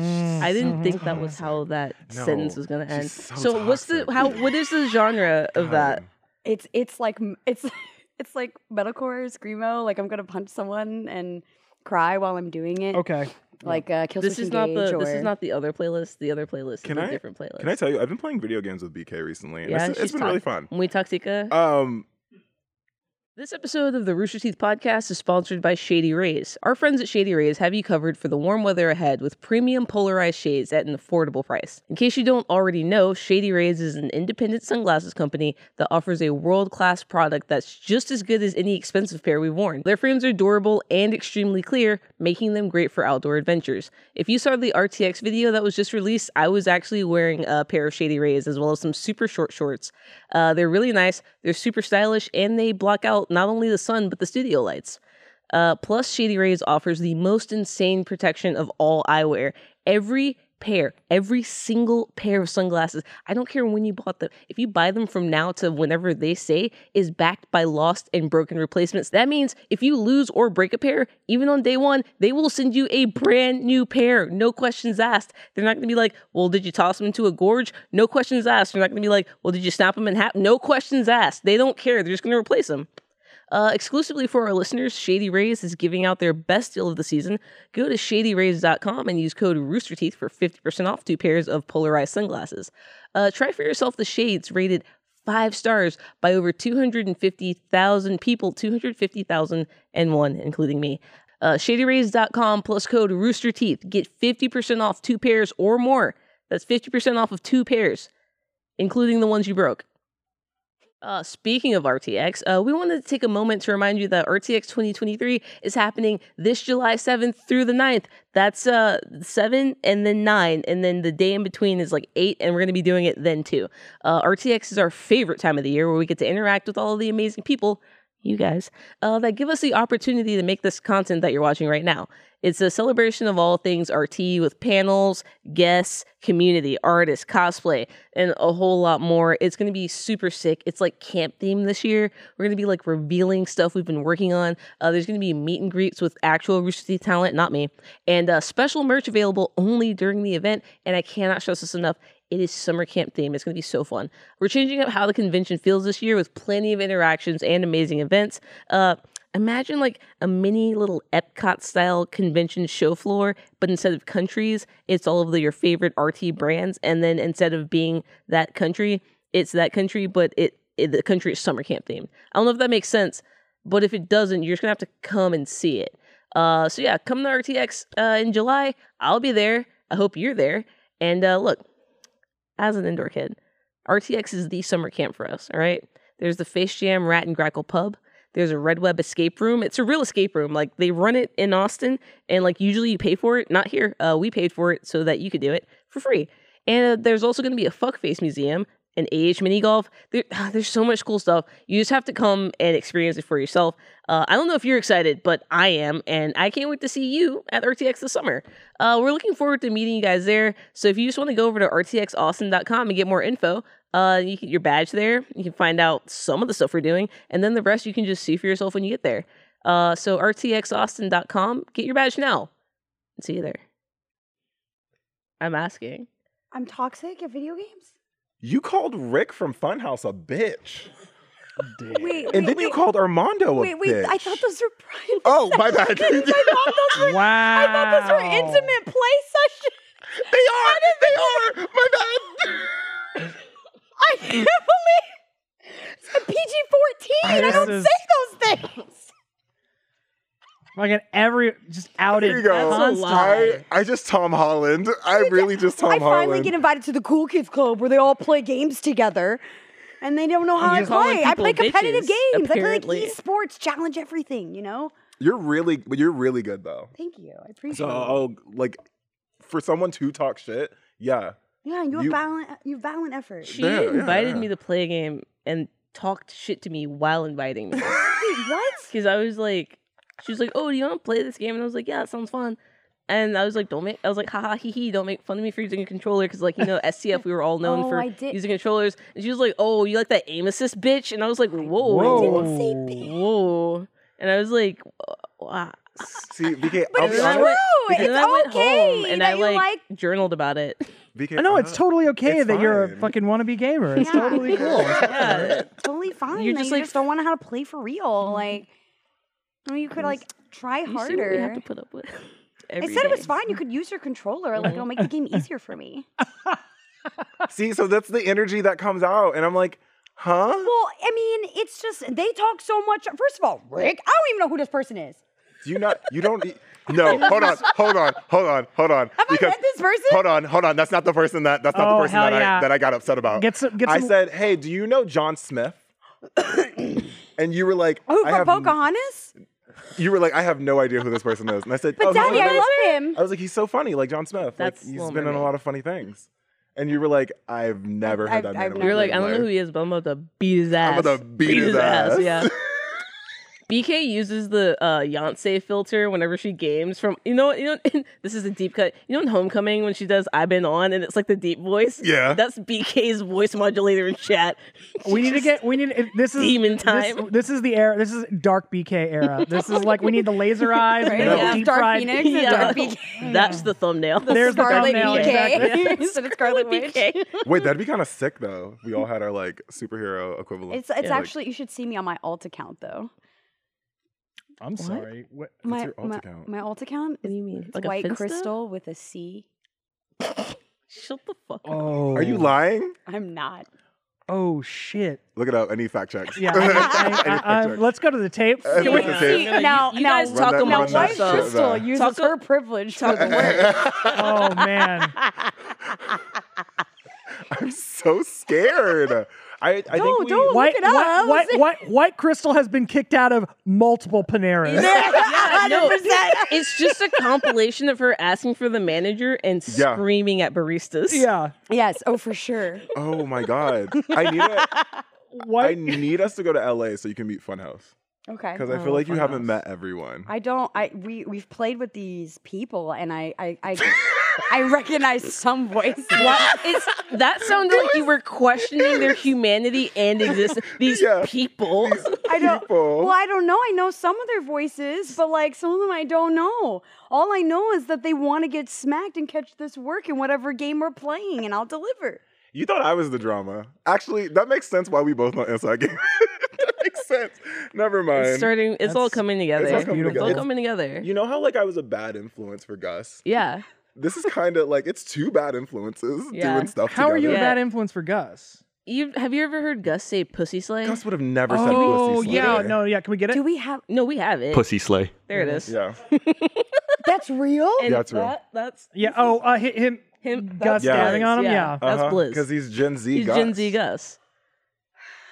[SPEAKER 1] I
[SPEAKER 3] Mm-hmm.
[SPEAKER 1] didn't think that was
[SPEAKER 2] toxic.
[SPEAKER 1] how that
[SPEAKER 2] No,
[SPEAKER 1] sentence was gonna
[SPEAKER 2] she's
[SPEAKER 1] end.
[SPEAKER 2] so
[SPEAKER 1] what's the
[SPEAKER 2] toxic,
[SPEAKER 1] how?
[SPEAKER 2] dude.
[SPEAKER 1] What is the genre of that?
[SPEAKER 3] It's it's like m- it's it's like metalcore screamo. Like I'm gonna punch someone and cry while I'm doing it.
[SPEAKER 4] Okay.
[SPEAKER 3] Like uh, kill
[SPEAKER 1] This
[SPEAKER 3] Switch
[SPEAKER 1] is not the.
[SPEAKER 3] Engage
[SPEAKER 1] This
[SPEAKER 3] or-
[SPEAKER 1] is not the other playlist. The other playlist
[SPEAKER 2] Can
[SPEAKER 1] is
[SPEAKER 2] I-
[SPEAKER 1] a different playlist.
[SPEAKER 2] Can I tell you? I've been playing video games with BK recently, and
[SPEAKER 1] Yeah,
[SPEAKER 2] it's,
[SPEAKER 1] she's
[SPEAKER 2] it's been really fun.
[SPEAKER 1] Muy Toxica.
[SPEAKER 2] Um,
[SPEAKER 1] This episode of the Rooster Teeth podcast is sponsored by Shady Rays. Our friends at Shady Rays have you covered for the warm weather ahead with premium polarized shades at an affordable price. In case you don't already know, Shady Rays is an independent sunglasses company that offers a world class product that's just as good as any expensive pair we've worn. Their frames are durable and extremely clear, making them great for outdoor adventures. If you saw the RTX video that was just released, I was actually wearing a pair of Shady Rays as well as some super short shorts. Uh, they're really nice, they're super stylish, and they block out not only the sun, but the studio lights. Uh, plus, Shady Rays offers the most insane protection of all eyewear. Every pair, every single pair of sunglasses, I don't care when you bought them, if you buy them from now to whenever they say, is backed by lost and broken replacements. That means if you lose or break a pair, even on day one, they will send you a brand new pair. No questions asked. They're not going to be like, well, did you toss them into a gorge? No questions asked. They're not going to be like, well, did you snap them in half? No questions asked. They don't care. They're just going to replace them. Uh, exclusively for our listeners, Shady Rays is giving out their best deal of the season. Go to shadyrays.com and use code Roosterteeth for 50% off two pairs of polarized sunglasses. Uh, try for yourself the shades rated five stars by over 250,000 people, 250,001, including me. Uh, shadyrays.com plus code Roosterteeth. Get 50% off two pairs or more. That's 50% off of two pairs, including the ones you broke. Uh, speaking of RTX, uh, we wanted to take a moment to remind you that RTX 2023 is happening this July 7th through the 9th. That's uh, 7 and then 9, and then the day in between is like 8, and we're going to be doing it then too. Uh, RTX is our favorite time of the year where we get to interact with all of the amazing people, you guys, uh, that give us the opportunity to make this content that you're watching right now. It's a celebration of all things RT with panels, guests, community, artists, cosplay, and a whole lot more. It's going to be super sick. It's like camp themed this year. We're going to be like revealing stuff we've been working on. Uh, there's going to be meet and greets with actual Rooster Teeth talent, not me, and uh, special merch available only during the event. And I cannot stress this enough. It is summer camp theme. It's going to be so fun. We're changing up how the convention feels this year with plenty of interactions and amazing events. Uh, imagine like a mini little Epcot style convention show floor, but instead of countries, it's all of the, your favorite RT brands. And then instead of being that country, it's that country, but it, it the country is summer camp themed. I don't know if that makes sense, but if it doesn't, you're just gonna have to come and see it. Uh, so yeah, come to RTX uh, in July. I'll be there. I hope you're there. And uh, look, as an indoor kid, RTX is the summer camp for us. All right. There's the Face Jam Rat and Grackle Pub. There's a Red Web escape room. It's a real escape room. Like they run it in Austin, and like usually you pay for it. Not here. Uh, we paid for it so that you could do it for free. And uh, there's also going to be a fuckface museum, an AH mini golf. There, there's so much cool stuff. You just have to come and experience it for yourself. Uh, I don't know if you're excited, but I am, and I can't wait to see you at RTX this summer. Uh, we're looking forward to meeting you guys there. So if you just want to go over to rtxaustin.com and get more info, uh, you can, your badge there. You can find out some of the stuff we're doing, and then the rest you can just see for yourself when you get there. Uh, so rtxaustin.com, get your badge now. See you there. I'm asking.
[SPEAKER 3] I'm toxic at video games.
[SPEAKER 2] You called Rick from Funhouse a bitch.
[SPEAKER 4] Damn.
[SPEAKER 3] Wait,
[SPEAKER 2] And
[SPEAKER 3] wait,
[SPEAKER 2] then
[SPEAKER 3] wait,
[SPEAKER 2] you called Armando a
[SPEAKER 3] Wait, wait.
[SPEAKER 2] bitch.
[SPEAKER 3] I thought those were private.
[SPEAKER 2] Oh, my bad.
[SPEAKER 3] sessions. I thought those were.
[SPEAKER 4] Wow.
[SPEAKER 3] I thought those were intimate play sessions.
[SPEAKER 2] They are. They are. My bad.
[SPEAKER 3] I can't believe it's a PG fourteen. I
[SPEAKER 4] This
[SPEAKER 3] don't
[SPEAKER 4] is-
[SPEAKER 3] say those things.
[SPEAKER 4] Fucking every just outed.
[SPEAKER 2] There you go.
[SPEAKER 1] That's a
[SPEAKER 2] I,
[SPEAKER 1] lie.
[SPEAKER 2] I just Tom Holland. I really just Tom
[SPEAKER 3] I finally
[SPEAKER 2] Holland.
[SPEAKER 3] get invited to the cool kids club where they all play games together, and they don't know how I
[SPEAKER 1] you're calling
[SPEAKER 3] play. I
[SPEAKER 1] people
[SPEAKER 3] play competitive
[SPEAKER 1] bitches,
[SPEAKER 3] games. I
[SPEAKER 1] apparently.
[SPEAKER 3] play like esports, challenge everything. You know.
[SPEAKER 2] you're really, but you're really good though.
[SPEAKER 3] Thank you. I appreciate
[SPEAKER 2] So,
[SPEAKER 3] it.
[SPEAKER 2] oh, like, for someone to talk shit, yeah,
[SPEAKER 3] Yeah, you,
[SPEAKER 2] You-
[SPEAKER 3] have valiant, you have valiant effort.
[SPEAKER 1] She
[SPEAKER 2] Yeah, yeah,
[SPEAKER 1] invited
[SPEAKER 2] yeah.
[SPEAKER 1] me to play a game and talked shit to me while inviting me.
[SPEAKER 3] Wait, what?
[SPEAKER 1] Because I was like, she was like, oh, do you want to play this game? And I was like, yeah, that sounds fun. And I was like, don't make, I was like, haha, hee hee, don't make fun of me for using a controller. Because, like, you know, SCF, we were all known
[SPEAKER 3] Oh,
[SPEAKER 1] for
[SPEAKER 3] I did-
[SPEAKER 1] using controllers. And she was like, oh, you like that aim assist, bitch? And I was like, whoa.
[SPEAKER 4] Whoa.
[SPEAKER 3] didn't say bitch.
[SPEAKER 1] Whoa. And I was like, wow.
[SPEAKER 2] See, BK,
[SPEAKER 3] But
[SPEAKER 2] I'll
[SPEAKER 1] And
[SPEAKER 2] be
[SPEAKER 1] then I
[SPEAKER 2] honest.
[SPEAKER 1] went-
[SPEAKER 3] True,
[SPEAKER 1] and then I went
[SPEAKER 3] Oh, it's okay
[SPEAKER 1] home and
[SPEAKER 3] that
[SPEAKER 1] I
[SPEAKER 3] you
[SPEAKER 1] like,
[SPEAKER 3] like-
[SPEAKER 1] journaled about it.
[SPEAKER 2] BK,
[SPEAKER 4] I know it's
[SPEAKER 2] uh,
[SPEAKER 4] totally okay
[SPEAKER 2] It's
[SPEAKER 4] that you're a
[SPEAKER 2] fine.
[SPEAKER 4] fucking wannabe gamer. It's
[SPEAKER 3] Yeah.
[SPEAKER 4] totally cool.
[SPEAKER 1] Yeah.
[SPEAKER 3] totally fine.
[SPEAKER 1] You're
[SPEAKER 3] You're
[SPEAKER 1] just
[SPEAKER 3] just you
[SPEAKER 1] like- Mm-hmm.
[SPEAKER 3] just don't want to how to play for real. Like, I mean, you could like try
[SPEAKER 1] You see what we have
[SPEAKER 3] harder.
[SPEAKER 1] to put up with.
[SPEAKER 3] I
[SPEAKER 1] every
[SPEAKER 3] said it was
[SPEAKER 1] day.
[SPEAKER 3] fine. You could use your controller. Like, it'll make the game easier for me.
[SPEAKER 2] See, so that's the energy that comes out, and I'm like, huh?
[SPEAKER 3] Well, I mean, it's just they talk so much. First of all, Rick, I don't even know who this person is.
[SPEAKER 2] Do you not? You don't. e-" No, hold on, hold on, hold on, hold on.
[SPEAKER 3] Have I met this person?
[SPEAKER 2] Hold on, hold on. That's not the person that. That's not
[SPEAKER 4] Oh,
[SPEAKER 2] the person
[SPEAKER 4] hell
[SPEAKER 2] that
[SPEAKER 4] yeah.
[SPEAKER 2] I that I got upset about.
[SPEAKER 4] Get some- get
[SPEAKER 2] I
[SPEAKER 4] some-
[SPEAKER 2] said, hey, do you know John Smith? and you were like,
[SPEAKER 3] Oh, Who
[SPEAKER 2] I
[SPEAKER 3] from
[SPEAKER 2] have-
[SPEAKER 3] Pocahontas?
[SPEAKER 2] You were like, I have no idea who this person is. And I said,
[SPEAKER 3] But
[SPEAKER 2] oh, he's
[SPEAKER 3] Daddy,
[SPEAKER 2] one of
[SPEAKER 3] I
[SPEAKER 2] those-
[SPEAKER 3] love him.
[SPEAKER 2] I was like, he's so funny, like John Smith.
[SPEAKER 1] That's
[SPEAKER 2] like he's
[SPEAKER 1] Little
[SPEAKER 2] been in a
[SPEAKER 1] Mermaid.
[SPEAKER 2] lot of funny things. And you were like, I've never heard
[SPEAKER 3] I've-
[SPEAKER 2] that
[SPEAKER 3] I've
[SPEAKER 2] name. in my
[SPEAKER 3] never-
[SPEAKER 1] You're like, I
[SPEAKER 2] freaking
[SPEAKER 1] don't know
[SPEAKER 2] life."
[SPEAKER 1] who he is, but I'm about to beat his ass.
[SPEAKER 2] about to beat his ass.
[SPEAKER 1] Yeah. BK uses the uh, Yonsei filter whenever she games. From you know, you know, this is a deep cut. You know, in Homecoming when she does "I've been on" and it's like the deep voice.
[SPEAKER 2] Yeah.
[SPEAKER 1] that's BK's voice modulator in chat.
[SPEAKER 4] We need to get. We need. if- This is
[SPEAKER 1] Demon
[SPEAKER 4] this-
[SPEAKER 1] time.
[SPEAKER 4] This, is the era. This is dark BK era. This is like we need the laser eyes. We
[SPEAKER 3] Right?
[SPEAKER 4] need
[SPEAKER 1] Yeah.
[SPEAKER 4] the
[SPEAKER 1] Yeah.
[SPEAKER 4] deep
[SPEAKER 3] Dark
[SPEAKER 4] fried.
[SPEAKER 3] Phoenix. It's a
[SPEAKER 1] yeah,
[SPEAKER 3] dark BK.
[SPEAKER 1] that's the thumbnail.
[SPEAKER 4] There's the
[SPEAKER 3] Scarlet
[SPEAKER 4] thumbnail,
[SPEAKER 3] BK.
[SPEAKER 4] exactly.
[SPEAKER 3] Instead of Scarlet Witch.
[SPEAKER 1] BK.
[SPEAKER 2] Wait, that'd be kind of sick though. if We all had our like superhero equivalent.
[SPEAKER 3] It's
[SPEAKER 2] Like,
[SPEAKER 3] it's actually you should see me on my alt account though.
[SPEAKER 4] I'm sorry. What?
[SPEAKER 3] My
[SPEAKER 2] your alt
[SPEAKER 3] my,
[SPEAKER 2] account?
[SPEAKER 3] my alt account
[SPEAKER 1] What do
[SPEAKER 3] is
[SPEAKER 1] you mean?
[SPEAKER 3] it's
[SPEAKER 1] Like a
[SPEAKER 3] white
[SPEAKER 1] Finsta?
[SPEAKER 3] crystal with a C.
[SPEAKER 1] Shut the fuck up.
[SPEAKER 4] Oh.
[SPEAKER 2] Are you lying?
[SPEAKER 3] I'm not.
[SPEAKER 4] Oh shit.
[SPEAKER 2] Look it up. I need fact checks.
[SPEAKER 4] Yeah.
[SPEAKER 2] I need
[SPEAKER 4] I,
[SPEAKER 2] fact
[SPEAKER 4] I, I, I,
[SPEAKER 2] checks.
[SPEAKER 4] let's go to the tapes.
[SPEAKER 2] Uh,
[SPEAKER 4] Can we-
[SPEAKER 2] let's
[SPEAKER 1] see.
[SPEAKER 2] see.
[SPEAKER 1] No, no, you-
[SPEAKER 3] Now,
[SPEAKER 1] you
[SPEAKER 3] now,
[SPEAKER 1] guys talk
[SPEAKER 2] Run that-
[SPEAKER 3] now,
[SPEAKER 2] run that
[SPEAKER 3] White
[SPEAKER 2] shit
[SPEAKER 3] Crystal
[SPEAKER 2] back.
[SPEAKER 3] uses
[SPEAKER 1] Talk
[SPEAKER 3] her
[SPEAKER 1] up-
[SPEAKER 3] privilege to work.
[SPEAKER 4] oh man.
[SPEAKER 2] I'm so scared. I, I think
[SPEAKER 3] Don't-
[SPEAKER 2] we,
[SPEAKER 3] don't.
[SPEAKER 4] White,
[SPEAKER 3] it
[SPEAKER 4] white,
[SPEAKER 3] up.
[SPEAKER 4] white, white, white crystal has been kicked out of multiple Paneras.
[SPEAKER 1] Yeah, no,
[SPEAKER 3] 100%.
[SPEAKER 1] it's just a compilation of her asking for the manager and
[SPEAKER 2] Yeah.
[SPEAKER 1] screaming at baristas.
[SPEAKER 4] Yeah.
[SPEAKER 3] Yes, oh for sure.
[SPEAKER 2] Oh my god. I need it. I
[SPEAKER 4] White.
[SPEAKER 2] need us to go to LA so you can meet Funhouse
[SPEAKER 3] Okay.
[SPEAKER 2] because I feel
[SPEAKER 1] Oh,
[SPEAKER 2] like you haven't
[SPEAKER 1] Funhouse.
[SPEAKER 2] met everyone.
[SPEAKER 3] I don't I we we've played with these people and I I I, I recognize some voices.
[SPEAKER 1] What? It's, that sounded like you were questioning their humanity and existence. These
[SPEAKER 2] Yeah.
[SPEAKER 1] people.
[SPEAKER 3] I don't
[SPEAKER 2] People.
[SPEAKER 3] Well, I don't know. I know some of their voices, but like some of them I don't know. All I know is that they want to get smacked and catch this work in whatever game we're playing and I'll deliver.
[SPEAKER 2] You thought I was the drama. Actually, that makes sense why we both know Inside Game. that makes sense. Never mind.
[SPEAKER 1] It's starting. It's all
[SPEAKER 4] That's-
[SPEAKER 1] coming together.
[SPEAKER 2] It's all coming
[SPEAKER 1] It's all
[SPEAKER 2] together.
[SPEAKER 1] coming together.
[SPEAKER 2] you know how like I was a bad influence for Gus?
[SPEAKER 1] Yeah.
[SPEAKER 2] This is kind of like it's two bad influences
[SPEAKER 1] Yeah.
[SPEAKER 2] doing stuff
[SPEAKER 4] How are you
[SPEAKER 2] together.
[SPEAKER 4] a
[SPEAKER 1] Yeah.
[SPEAKER 4] bad influence for Gus?
[SPEAKER 1] You have you ever heard Gus say "pussy slay"?
[SPEAKER 2] Gus would have never said
[SPEAKER 4] Oh
[SPEAKER 2] pussy
[SPEAKER 4] yeah.
[SPEAKER 2] slayer.
[SPEAKER 4] No. Yeah. Can we get it?
[SPEAKER 3] Do we have
[SPEAKER 1] no, we have it.
[SPEAKER 5] Pussy slay.
[SPEAKER 1] There it is.
[SPEAKER 2] Yeah.
[SPEAKER 3] That's real?
[SPEAKER 1] And
[SPEAKER 2] Yeah, it's real.
[SPEAKER 1] that- that's
[SPEAKER 4] Yeah. Oh, uh, hi- him.
[SPEAKER 1] him.
[SPEAKER 4] Gus
[SPEAKER 1] that's
[SPEAKER 2] Yeah.
[SPEAKER 4] stabbing on him.
[SPEAKER 1] Blizz,
[SPEAKER 4] Yeah.
[SPEAKER 1] That's Blizz.
[SPEAKER 2] Because Uh-huh. he's Gen Z
[SPEAKER 1] He's
[SPEAKER 2] Gus.
[SPEAKER 1] Gen Z Gus.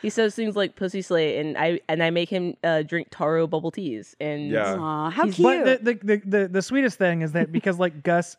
[SPEAKER 1] He says things like "pussy slay" and I and I make him uh, drink Taro bubble teas and
[SPEAKER 2] Yeah.
[SPEAKER 3] Aw, how
[SPEAKER 1] He's-
[SPEAKER 3] cute.
[SPEAKER 4] But the, the, the, the, the sweetest thing is that because like Gus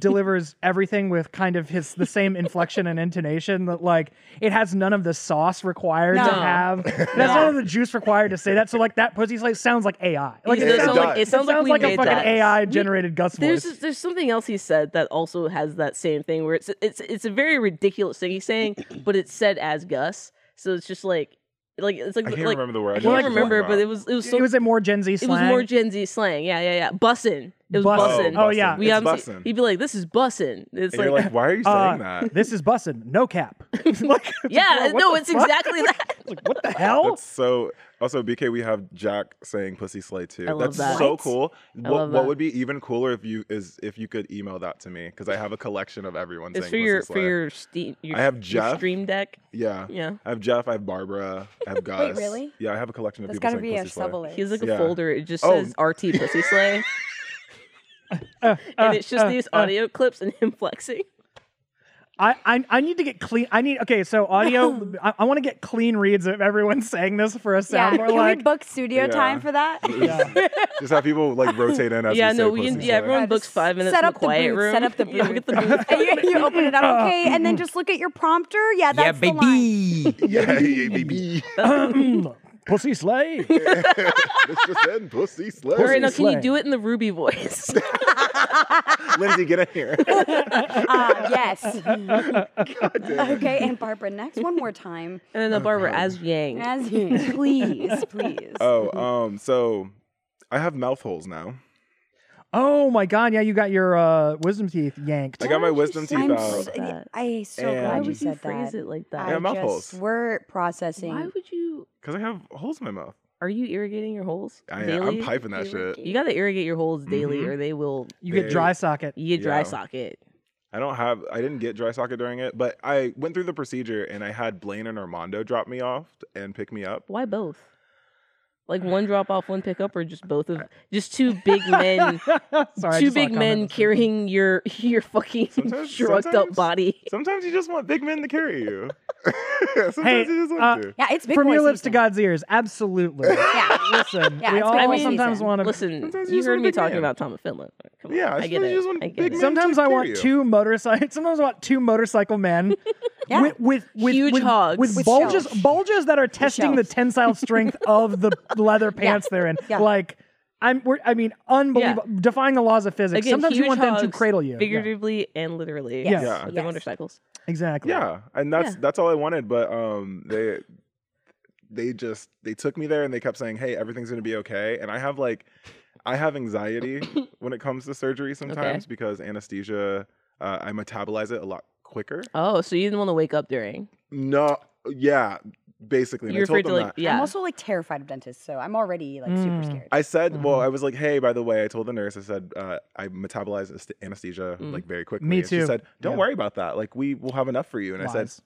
[SPEAKER 4] delivers everything with kind of his the same inflection and intonation that like it has none of the sauce required
[SPEAKER 3] No.
[SPEAKER 4] to have that's none of the juice required to say that. So like that pussy slice sounds like AI. Like
[SPEAKER 1] It
[SPEAKER 2] does
[SPEAKER 4] sounds
[SPEAKER 2] sound
[SPEAKER 4] like,
[SPEAKER 2] like-
[SPEAKER 1] it sounds like we
[SPEAKER 4] a
[SPEAKER 1] made
[SPEAKER 4] fucking
[SPEAKER 1] that.
[SPEAKER 4] AI
[SPEAKER 1] We-
[SPEAKER 4] generated Gus
[SPEAKER 1] There's
[SPEAKER 4] voice.
[SPEAKER 1] there's something else he said that also has that same thing where it's it's it's a very ridiculous thing he's saying, but it's said as Gus, so it's just like like it's like
[SPEAKER 2] I can't
[SPEAKER 1] like,
[SPEAKER 2] remember the word.
[SPEAKER 1] I
[SPEAKER 2] I know what
[SPEAKER 1] can't
[SPEAKER 2] you're talking
[SPEAKER 1] remember,
[SPEAKER 2] about.
[SPEAKER 1] but it was it was so
[SPEAKER 4] it was a more Gen Z slang.
[SPEAKER 1] more Gen Z slang. Yeah, yeah, yeah. Bussin. It was
[SPEAKER 4] Bussin'.
[SPEAKER 1] bussin'.
[SPEAKER 4] Oh, yeah.
[SPEAKER 1] We
[SPEAKER 2] It's
[SPEAKER 1] obviously-
[SPEAKER 2] bussin'.
[SPEAKER 1] He'd be like, "This is bussin'." It's
[SPEAKER 2] And
[SPEAKER 1] like,
[SPEAKER 2] you're like, why are you saying
[SPEAKER 4] Uh,
[SPEAKER 2] that?
[SPEAKER 4] This is bussin', no cap. like,
[SPEAKER 1] yeah,
[SPEAKER 4] Bro, what
[SPEAKER 1] no,
[SPEAKER 4] the
[SPEAKER 1] it's
[SPEAKER 4] fuck?
[SPEAKER 1] exactly that.
[SPEAKER 4] what the hell?
[SPEAKER 2] That's so. Also, BK, we have Jack saying "pussy slay" too.
[SPEAKER 1] I love
[SPEAKER 2] That's
[SPEAKER 1] that.
[SPEAKER 2] so
[SPEAKER 1] What?
[SPEAKER 2] cool.
[SPEAKER 1] I
[SPEAKER 2] What,
[SPEAKER 1] love
[SPEAKER 2] what
[SPEAKER 1] that.
[SPEAKER 2] would be even cooler if you is if you could email that to me because I have a collection of everyone
[SPEAKER 1] It's
[SPEAKER 2] saying
[SPEAKER 1] for
[SPEAKER 2] "pussy
[SPEAKER 1] your
[SPEAKER 2] slay."
[SPEAKER 1] for your steam. Your,
[SPEAKER 2] I have
[SPEAKER 1] your
[SPEAKER 2] Jeff.
[SPEAKER 1] stream deck.
[SPEAKER 2] yeah.
[SPEAKER 1] Yeah,
[SPEAKER 2] I have Jeff. I have Barbara. I have Gus.
[SPEAKER 3] really?
[SPEAKER 2] Yeah, I have a collection of
[SPEAKER 3] That's
[SPEAKER 2] people
[SPEAKER 3] gotta
[SPEAKER 2] saying
[SPEAKER 3] be a
[SPEAKER 2] "pussy slay."
[SPEAKER 3] sublet.
[SPEAKER 1] he has like a
[SPEAKER 2] Yeah.
[SPEAKER 1] folder. It just
[SPEAKER 2] Oh.
[SPEAKER 1] says RT Pussy Slay,
[SPEAKER 4] Uh, uh,
[SPEAKER 1] and it's just
[SPEAKER 4] uh,
[SPEAKER 1] these
[SPEAKER 4] uh,
[SPEAKER 1] audio clips and him flexing.
[SPEAKER 4] I, I I need to get clean. I need okay. So audio. I, I want to get clean reads of everyone saying this for a
[SPEAKER 3] Yeah,
[SPEAKER 4] sound.
[SPEAKER 3] can
[SPEAKER 4] We're like,
[SPEAKER 3] we book studio
[SPEAKER 2] Yeah.
[SPEAKER 3] time for that?
[SPEAKER 2] Just have people like rotate in as
[SPEAKER 1] yeah,
[SPEAKER 2] we
[SPEAKER 1] no,
[SPEAKER 2] say
[SPEAKER 1] we can.
[SPEAKER 2] "pussy
[SPEAKER 1] Yeah,
[SPEAKER 2] slay."
[SPEAKER 1] everyone
[SPEAKER 3] Yeah,
[SPEAKER 1] books
[SPEAKER 3] just
[SPEAKER 1] five minutes
[SPEAKER 3] set
[SPEAKER 1] in
[SPEAKER 3] up
[SPEAKER 1] the
[SPEAKER 3] the
[SPEAKER 1] quiet
[SPEAKER 3] booth,
[SPEAKER 1] room.
[SPEAKER 3] set up the
[SPEAKER 1] Yeah, we get the booth.
[SPEAKER 3] and you, you open it up, okay, and then just look at your prompter. Yeah, that's the line.
[SPEAKER 2] yeah, yeah, baby.
[SPEAKER 4] pussy slay.
[SPEAKER 2] Let's just end pussy slay.
[SPEAKER 1] All right, now can
[SPEAKER 4] slay.
[SPEAKER 1] you do it in the Ruby voice?
[SPEAKER 2] Lindsay, get in here.
[SPEAKER 3] Ah, yes. okay, and Barbara, next one more time,
[SPEAKER 1] and then the Barbara as Yang.
[SPEAKER 3] as you please, please.
[SPEAKER 2] oh, um, so I have mouth holes now.
[SPEAKER 4] Oh my god! Yeah, you got your uh, wisdom teeth yanked.
[SPEAKER 2] I got my
[SPEAKER 1] would you
[SPEAKER 2] wisdom
[SPEAKER 1] say
[SPEAKER 2] teeth
[SPEAKER 3] I'm
[SPEAKER 1] that?
[SPEAKER 2] out.
[SPEAKER 3] so, I so
[SPEAKER 2] And-
[SPEAKER 1] Why
[SPEAKER 3] glad you
[SPEAKER 1] would you
[SPEAKER 3] said
[SPEAKER 1] phrase
[SPEAKER 3] that.
[SPEAKER 1] it like
[SPEAKER 3] I
[SPEAKER 1] that?
[SPEAKER 2] Yeah, mouth
[SPEAKER 3] just,
[SPEAKER 2] holes.
[SPEAKER 3] We're processing.
[SPEAKER 1] Why would you?
[SPEAKER 2] Because I have holes in my mouth.
[SPEAKER 1] Are you irrigating your holes
[SPEAKER 2] I,
[SPEAKER 1] daily?
[SPEAKER 2] I'm piping that shit.
[SPEAKER 1] You gotta irrigate your holes daily,
[SPEAKER 2] Mhm.
[SPEAKER 1] or they will.
[SPEAKER 4] You get
[SPEAKER 2] Yeah.
[SPEAKER 4] dry socket.
[SPEAKER 1] You get dry
[SPEAKER 2] Yeah.
[SPEAKER 1] socket.
[SPEAKER 2] I don't have, I didn't get dry socket during it, but I went through the procedure and I had Blaine and Armando drop me off and pick me up.
[SPEAKER 1] Why both? Like one drop off, one pickup, or just both of just two big men,
[SPEAKER 4] Sorry, I just
[SPEAKER 1] two
[SPEAKER 4] saw a
[SPEAKER 1] big men
[SPEAKER 4] comment.
[SPEAKER 1] carrying your your fucking
[SPEAKER 2] Sometimes-
[SPEAKER 1] shrugged up
[SPEAKER 2] sometimes-
[SPEAKER 1] body.
[SPEAKER 2] Sometimes you just want big men to carry you. Sometimes
[SPEAKER 4] Hey,
[SPEAKER 2] you just want
[SPEAKER 4] uh,
[SPEAKER 2] to.
[SPEAKER 3] yeah, it's big
[SPEAKER 4] From
[SPEAKER 3] boy
[SPEAKER 4] your lips to
[SPEAKER 3] season.
[SPEAKER 4] God's ears, absolutely.
[SPEAKER 3] Yeah.
[SPEAKER 4] Listen,
[SPEAKER 3] Yeah,
[SPEAKER 4] we
[SPEAKER 3] it's
[SPEAKER 4] all
[SPEAKER 3] big boy
[SPEAKER 4] sometimes
[SPEAKER 3] season.
[SPEAKER 4] want to.
[SPEAKER 1] Listen,
[SPEAKER 2] Sometimes you
[SPEAKER 1] you
[SPEAKER 2] just
[SPEAKER 1] heard
[SPEAKER 2] want a
[SPEAKER 1] me
[SPEAKER 2] big
[SPEAKER 1] talking
[SPEAKER 2] man.
[SPEAKER 1] about Tom of Finland. Come on,
[SPEAKER 2] Yeah,
[SPEAKER 1] I get
[SPEAKER 2] sometimes
[SPEAKER 1] it.
[SPEAKER 2] you just want
[SPEAKER 1] I
[SPEAKER 2] a
[SPEAKER 1] get
[SPEAKER 2] big
[SPEAKER 1] it.
[SPEAKER 2] man.
[SPEAKER 4] Sometimes
[SPEAKER 2] to
[SPEAKER 4] I want
[SPEAKER 2] carry you.
[SPEAKER 4] two motorcycle. Sometimes I want two motorcycle men
[SPEAKER 3] Yeah.
[SPEAKER 4] with, with with
[SPEAKER 1] Huge
[SPEAKER 4] with,
[SPEAKER 1] hogs.
[SPEAKER 4] with
[SPEAKER 1] With
[SPEAKER 4] bulges
[SPEAKER 3] shells.
[SPEAKER 4] bulges that are testing the
[SPEAKER 3] shells.
[SPEAKER 4] tensile strength of the leather pants they're in.
[SPEAKER 3] Yeah.
[SPEAKER 4] Like I'm, we're, I mean, unbelievable. Defying the laws of physics.
[SPEAKER 1] Again,
[SPEAKER 4] sometimes you
[SPEAKER 1] huge
[SPEAKER 4] want them to
[SPEAKER 1] hogs,
[SPEAKER 4] cradle you. Yeah,
[SPEAKER 1] figuratively and literally.
[SPEAKER 3] Yes,
[SPEAKER 4] Yeah.
[SPEAKER 1] with their
[SPEAKER 3] yes.
[SPEAKER 1] motorcycles.
[SPEAKER 4] exactly.
[SPEAKER 2] Yeah, and that's
[SPEAKER 1] Yeah.
[SPEAKER 2] that's all I wanted. But um, they they just they took me there and they kept saying, "Hey, everything's gonna be okay." And I have like I have anxiety when it comes to surgery sometimes because anesthesia, uh, I metabolize it a lot quicker.
[SPEAKER 1] Oh, so you didn't want to wake up during?
[SPEAKER 2] No, yeah, basically. And
[SPEAKER 1] You're
[SPEAKER 2] I told
[SPEAKER 1] afraid
[SPEAKER 2] them
[SPEAKER 1] to like,
[SPEAKER 2] that.
[SPEAKER 1] yeah.
[SPEAKER 3] I'm also like terrified of dentists, so I'm already like super
[SPEAKER 4] Mm.
[SPEAKER 3] scared.
[SPEAKER 2] I said, well,
[SPEAKER 1] Mm-hmm.
[SPEAKER 4] Mhm.
[SPEAKER 2] I was like, hey, by the way, I told the nurse, I said, uh, I metabolize ast- anesthesia
[SPEAKER 1] Mm.
[SPEAKER 2] like very quickly.
[SPEAKER 4] Me
[SPEAKER 2] And
[SPEAKER 4] too.
[SPEAKER 2] She said, don't
[SPEAKER 4] Yeah.
[SPEAKER 2] worry about that. Like, we will have enough for you. And I said,
[SPEAKER 4] Lies.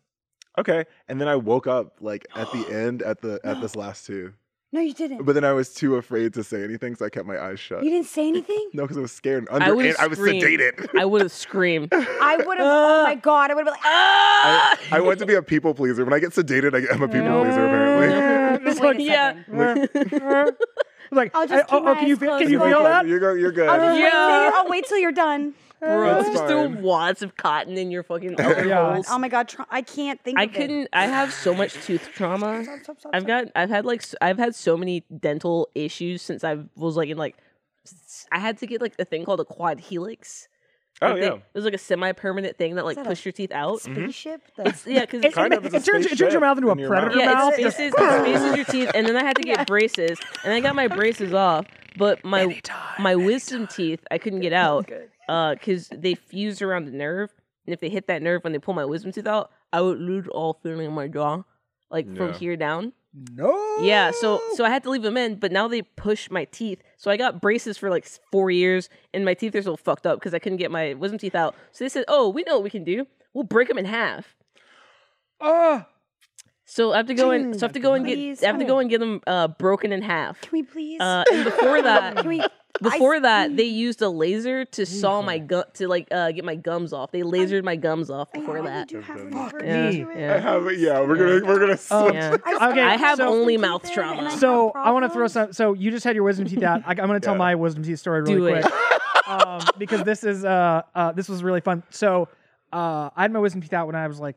[SPEAKER 2] okay. And then I woke up like at the end at the at this last two.
[SPEAKER 3] no, you didn't.
[SPEAKER 2] But then I was too afraid to say anything, so I kept my eyes shut.
[SPEAKER 3] you didn't say anything.
[SPEAKER 2] No, because I was scared. and Under, I,
[SPEAKER 1] would've
[SPEAKER 2] and I was
[SPEAKER 1] screamed.
[SPEAKER 2] sedated.
[SPEAKER 1] I would have screamed.
[SPEAKER 3] I would have. oh
[SPEAKER 1] Uh.
[SPEAKER 3] my god, I would have been like.
[SPEAKER 1] ah!
[SPEAKER 2] I want to be a people pleaser. When I get sedated, I, am a people pleaser, apparently.
[SPEAKER 4] It's
[SPEAKER 3] "Ah."
[SPEAKER 4] like,
[SPEAKER 3] Wait a
[SPEAKER 1] yeah.
[SPEAKER 3] second.
[SPEAKER 4] like,
[SPEAKER 3] I'll just
[SPEAKER 4] I-
[SPEAKER 3] keep
[SPEAKER 4] oh, oh,
[SPEAKER 3] my
[SPEAKER 4] can you
[SPEAKER 3] eyes
[SPEAKER 4] feel,
[SPEAKER 3] closed
[SPEAKER 4] can you
[SPEAKER 3] for a
[SPEAKER 4] feel
[SPEAKER 3] while.
[SPEAKER 4] that?
[SPEAKER 2] You're, go- you're good.
[SPEAKER 3] I'll just wait till
[SPEAKER 1] Yeah.
[SPEAKER 3] you're, I'll wait till you're done.
[SPEAKER 1] Bro,
[SPEAKER 2] That's
[SPEAKER 1] just throw
[SPEAKER 2] fine.
[SPEAKER 1] wads of cotton in your fucking other
[SPEAKER 4] Yeah.
[SPEAKER 1] holes.
[SPEAKER 3] Oh my god, tra- I can't think.
[SPEAKER 1] I
[SPEAKER 3] of it.
[SPEAKER 1] couldn't. I have so much tooth trauma.
[SPEAKER 3] Stop, stop, stop,
[SPEAKER 1] I've
[SPEAKER 3] stop.
[SPEAKER 1] got. I've had like. s- I've had so many dental issues since I was like in like. s- I had to get like a thing called a quad helix.
[SPEAKER 2] oh,
[SPEAKER 1] Like, they-
[SPEAKER 2] yeah.
[SPEAKER 1] it was like a semi-permanent thing that like
[SPEAKER 3] that a-
[SPEAKER 1] pushed your teeth out.
[SPEAKER 3] spaceship. That's
[SPEAKER 1] Mm-hmm. Yeah, because
[SPEAKER 4] It,
[SPEAKER 2] Kind of,
[SPEAKER 4] it,
[SPEAKER 2] it's a
[SPEAKER 4] it turns, it
[SPEAKER 2] space
[SPEAKER 4] turns your
[SPEAKER 2] ship
[SPEAKER 4] mouth into a
[SPEAKER 2] in your
[SPEAKER 4] predator
[SPEAKER 2] mouth.
[SPEAKER 1] yeah,
[SPEAKER 4] mouth.
[SPEAKER 1] it spaces, it spaces your teeth, and then I had to get braces, and I got my braces off, but my my wisdom teeth I couldn't get out because they fuse around the nerve, and if they hit that nerve when they pull my wisdom tooth out, I would lose all feeling in my jaw, like from
[SPEAKER 2] Yeah.
[SPEAKER 1] here down.
[SPEAKER 4] no.
[SPEAKER 1] Yeah, so so I had to leave them in, but now they push my teeth. So I got braces for like s- four years, and my teeth are so fucked up because I couldn't get my wisdom teeth out. So they said, "Oh, we know what we can do. We'll break them in half."
[SPEAKER 4] Oh,
[SPEAKER 1] So I have to go and so I have to go and get
[SPEAKER 3] Please,
[SPEAKER 1] I have to
[SPEAKER 3] honey.
[SPEAKER 1] go and get them uh, broken in half.
[SPEAKER 3] Can we please?
[SPEAKER 1] Uh, and before that,
[SPEAKER 3] Can we?
[SPEAKER 1] before
[SPEAKER 3] I,
[SPEAKER 1] that, they used a laser to saw my gum to like uh, get my gums off. They lasered my gums off before
[SPEAKER 3] I
[SPEAKER 1] that.
[SPEAKER 3] do have
[SPEAKER 2] Fuck
[SPEAKER 3] another
[SPEAKER 1] Yeah,
[SPEAKER 3] issue.
[SPEAKER 1] yeah.
[SPEAKER 2] I have it. Yeah, we're gonna we're gonna switch.
[SPEAKER 1] Yeah.
[SPEAKER 3] I-
[SPEAKER 4] Oh, Okay,
[SPEAKER 1] I have
[SPEAKER 4] so-
[SPEAKER 1] only
[SPEAKER 3] Teeth
[SPEAKER 1] mouth
[SPEAKER 3] in,
[SPEAKER 1] trauma.
[SPEAKER 3] and I have
[SPEAKER 4] So I want to throw
[SPEAKER 3] problems.
[SPEAKER 4] some. So you just had your wisdom teeth out. I, I'm going to tell
[SPEAKER 2] Yeah.
[SPEAKER 4] my wisdom teeth story really
[SPEAKER 1] Do it.
[SPEAKER 4] quick um, because this is uh, uh, this was really fun. So uh, I had my wisdom teeth out when I was like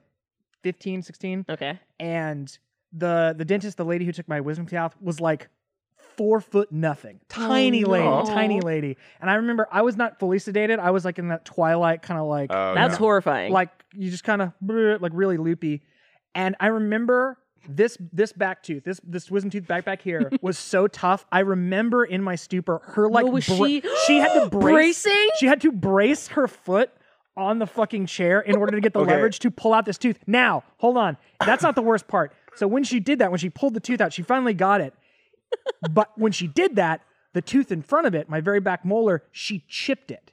[SPEAKER 4] 15, 16,
[SPEAKER 1] Okay.
[SPEAKER 4] and the the dentist, the lady who took my wisdom teeth out, was like four foot nothing, tiny
[SPEAKER 1] Oh, no.
[SPEAKER 4] lady, tiny lady. And I remember I was not fully sedated. I was like in that twilight kind of like
[SPEAKER 2] Oh,
[SPEAKER 1] That's
[SPEAKER 2] yeah.
[SPEAKER 1] horrifying.
[SPEAKER 4] like you just kind of like really loopy. And I remember this this back tooth, this this wisdom tooth back back here was so tough. I remember in my stupor, her like
[SPEAKER 1] was she-
[SPEAKER 4] she had to brace,
[SPEAKER 1] Bracing?
[SPEAKER 4] She had to brace her foot on the fucking chair in order to get the
[SPEAKER 2] Okay.
[SPEAKER 4] leverage to pull out this tooth. Now, hold on, that's not the worst part. So when she did that, when she pulled the tooth out, she finally got it. But when she did that, the tooth in front of it, my very back molar, she chipped it,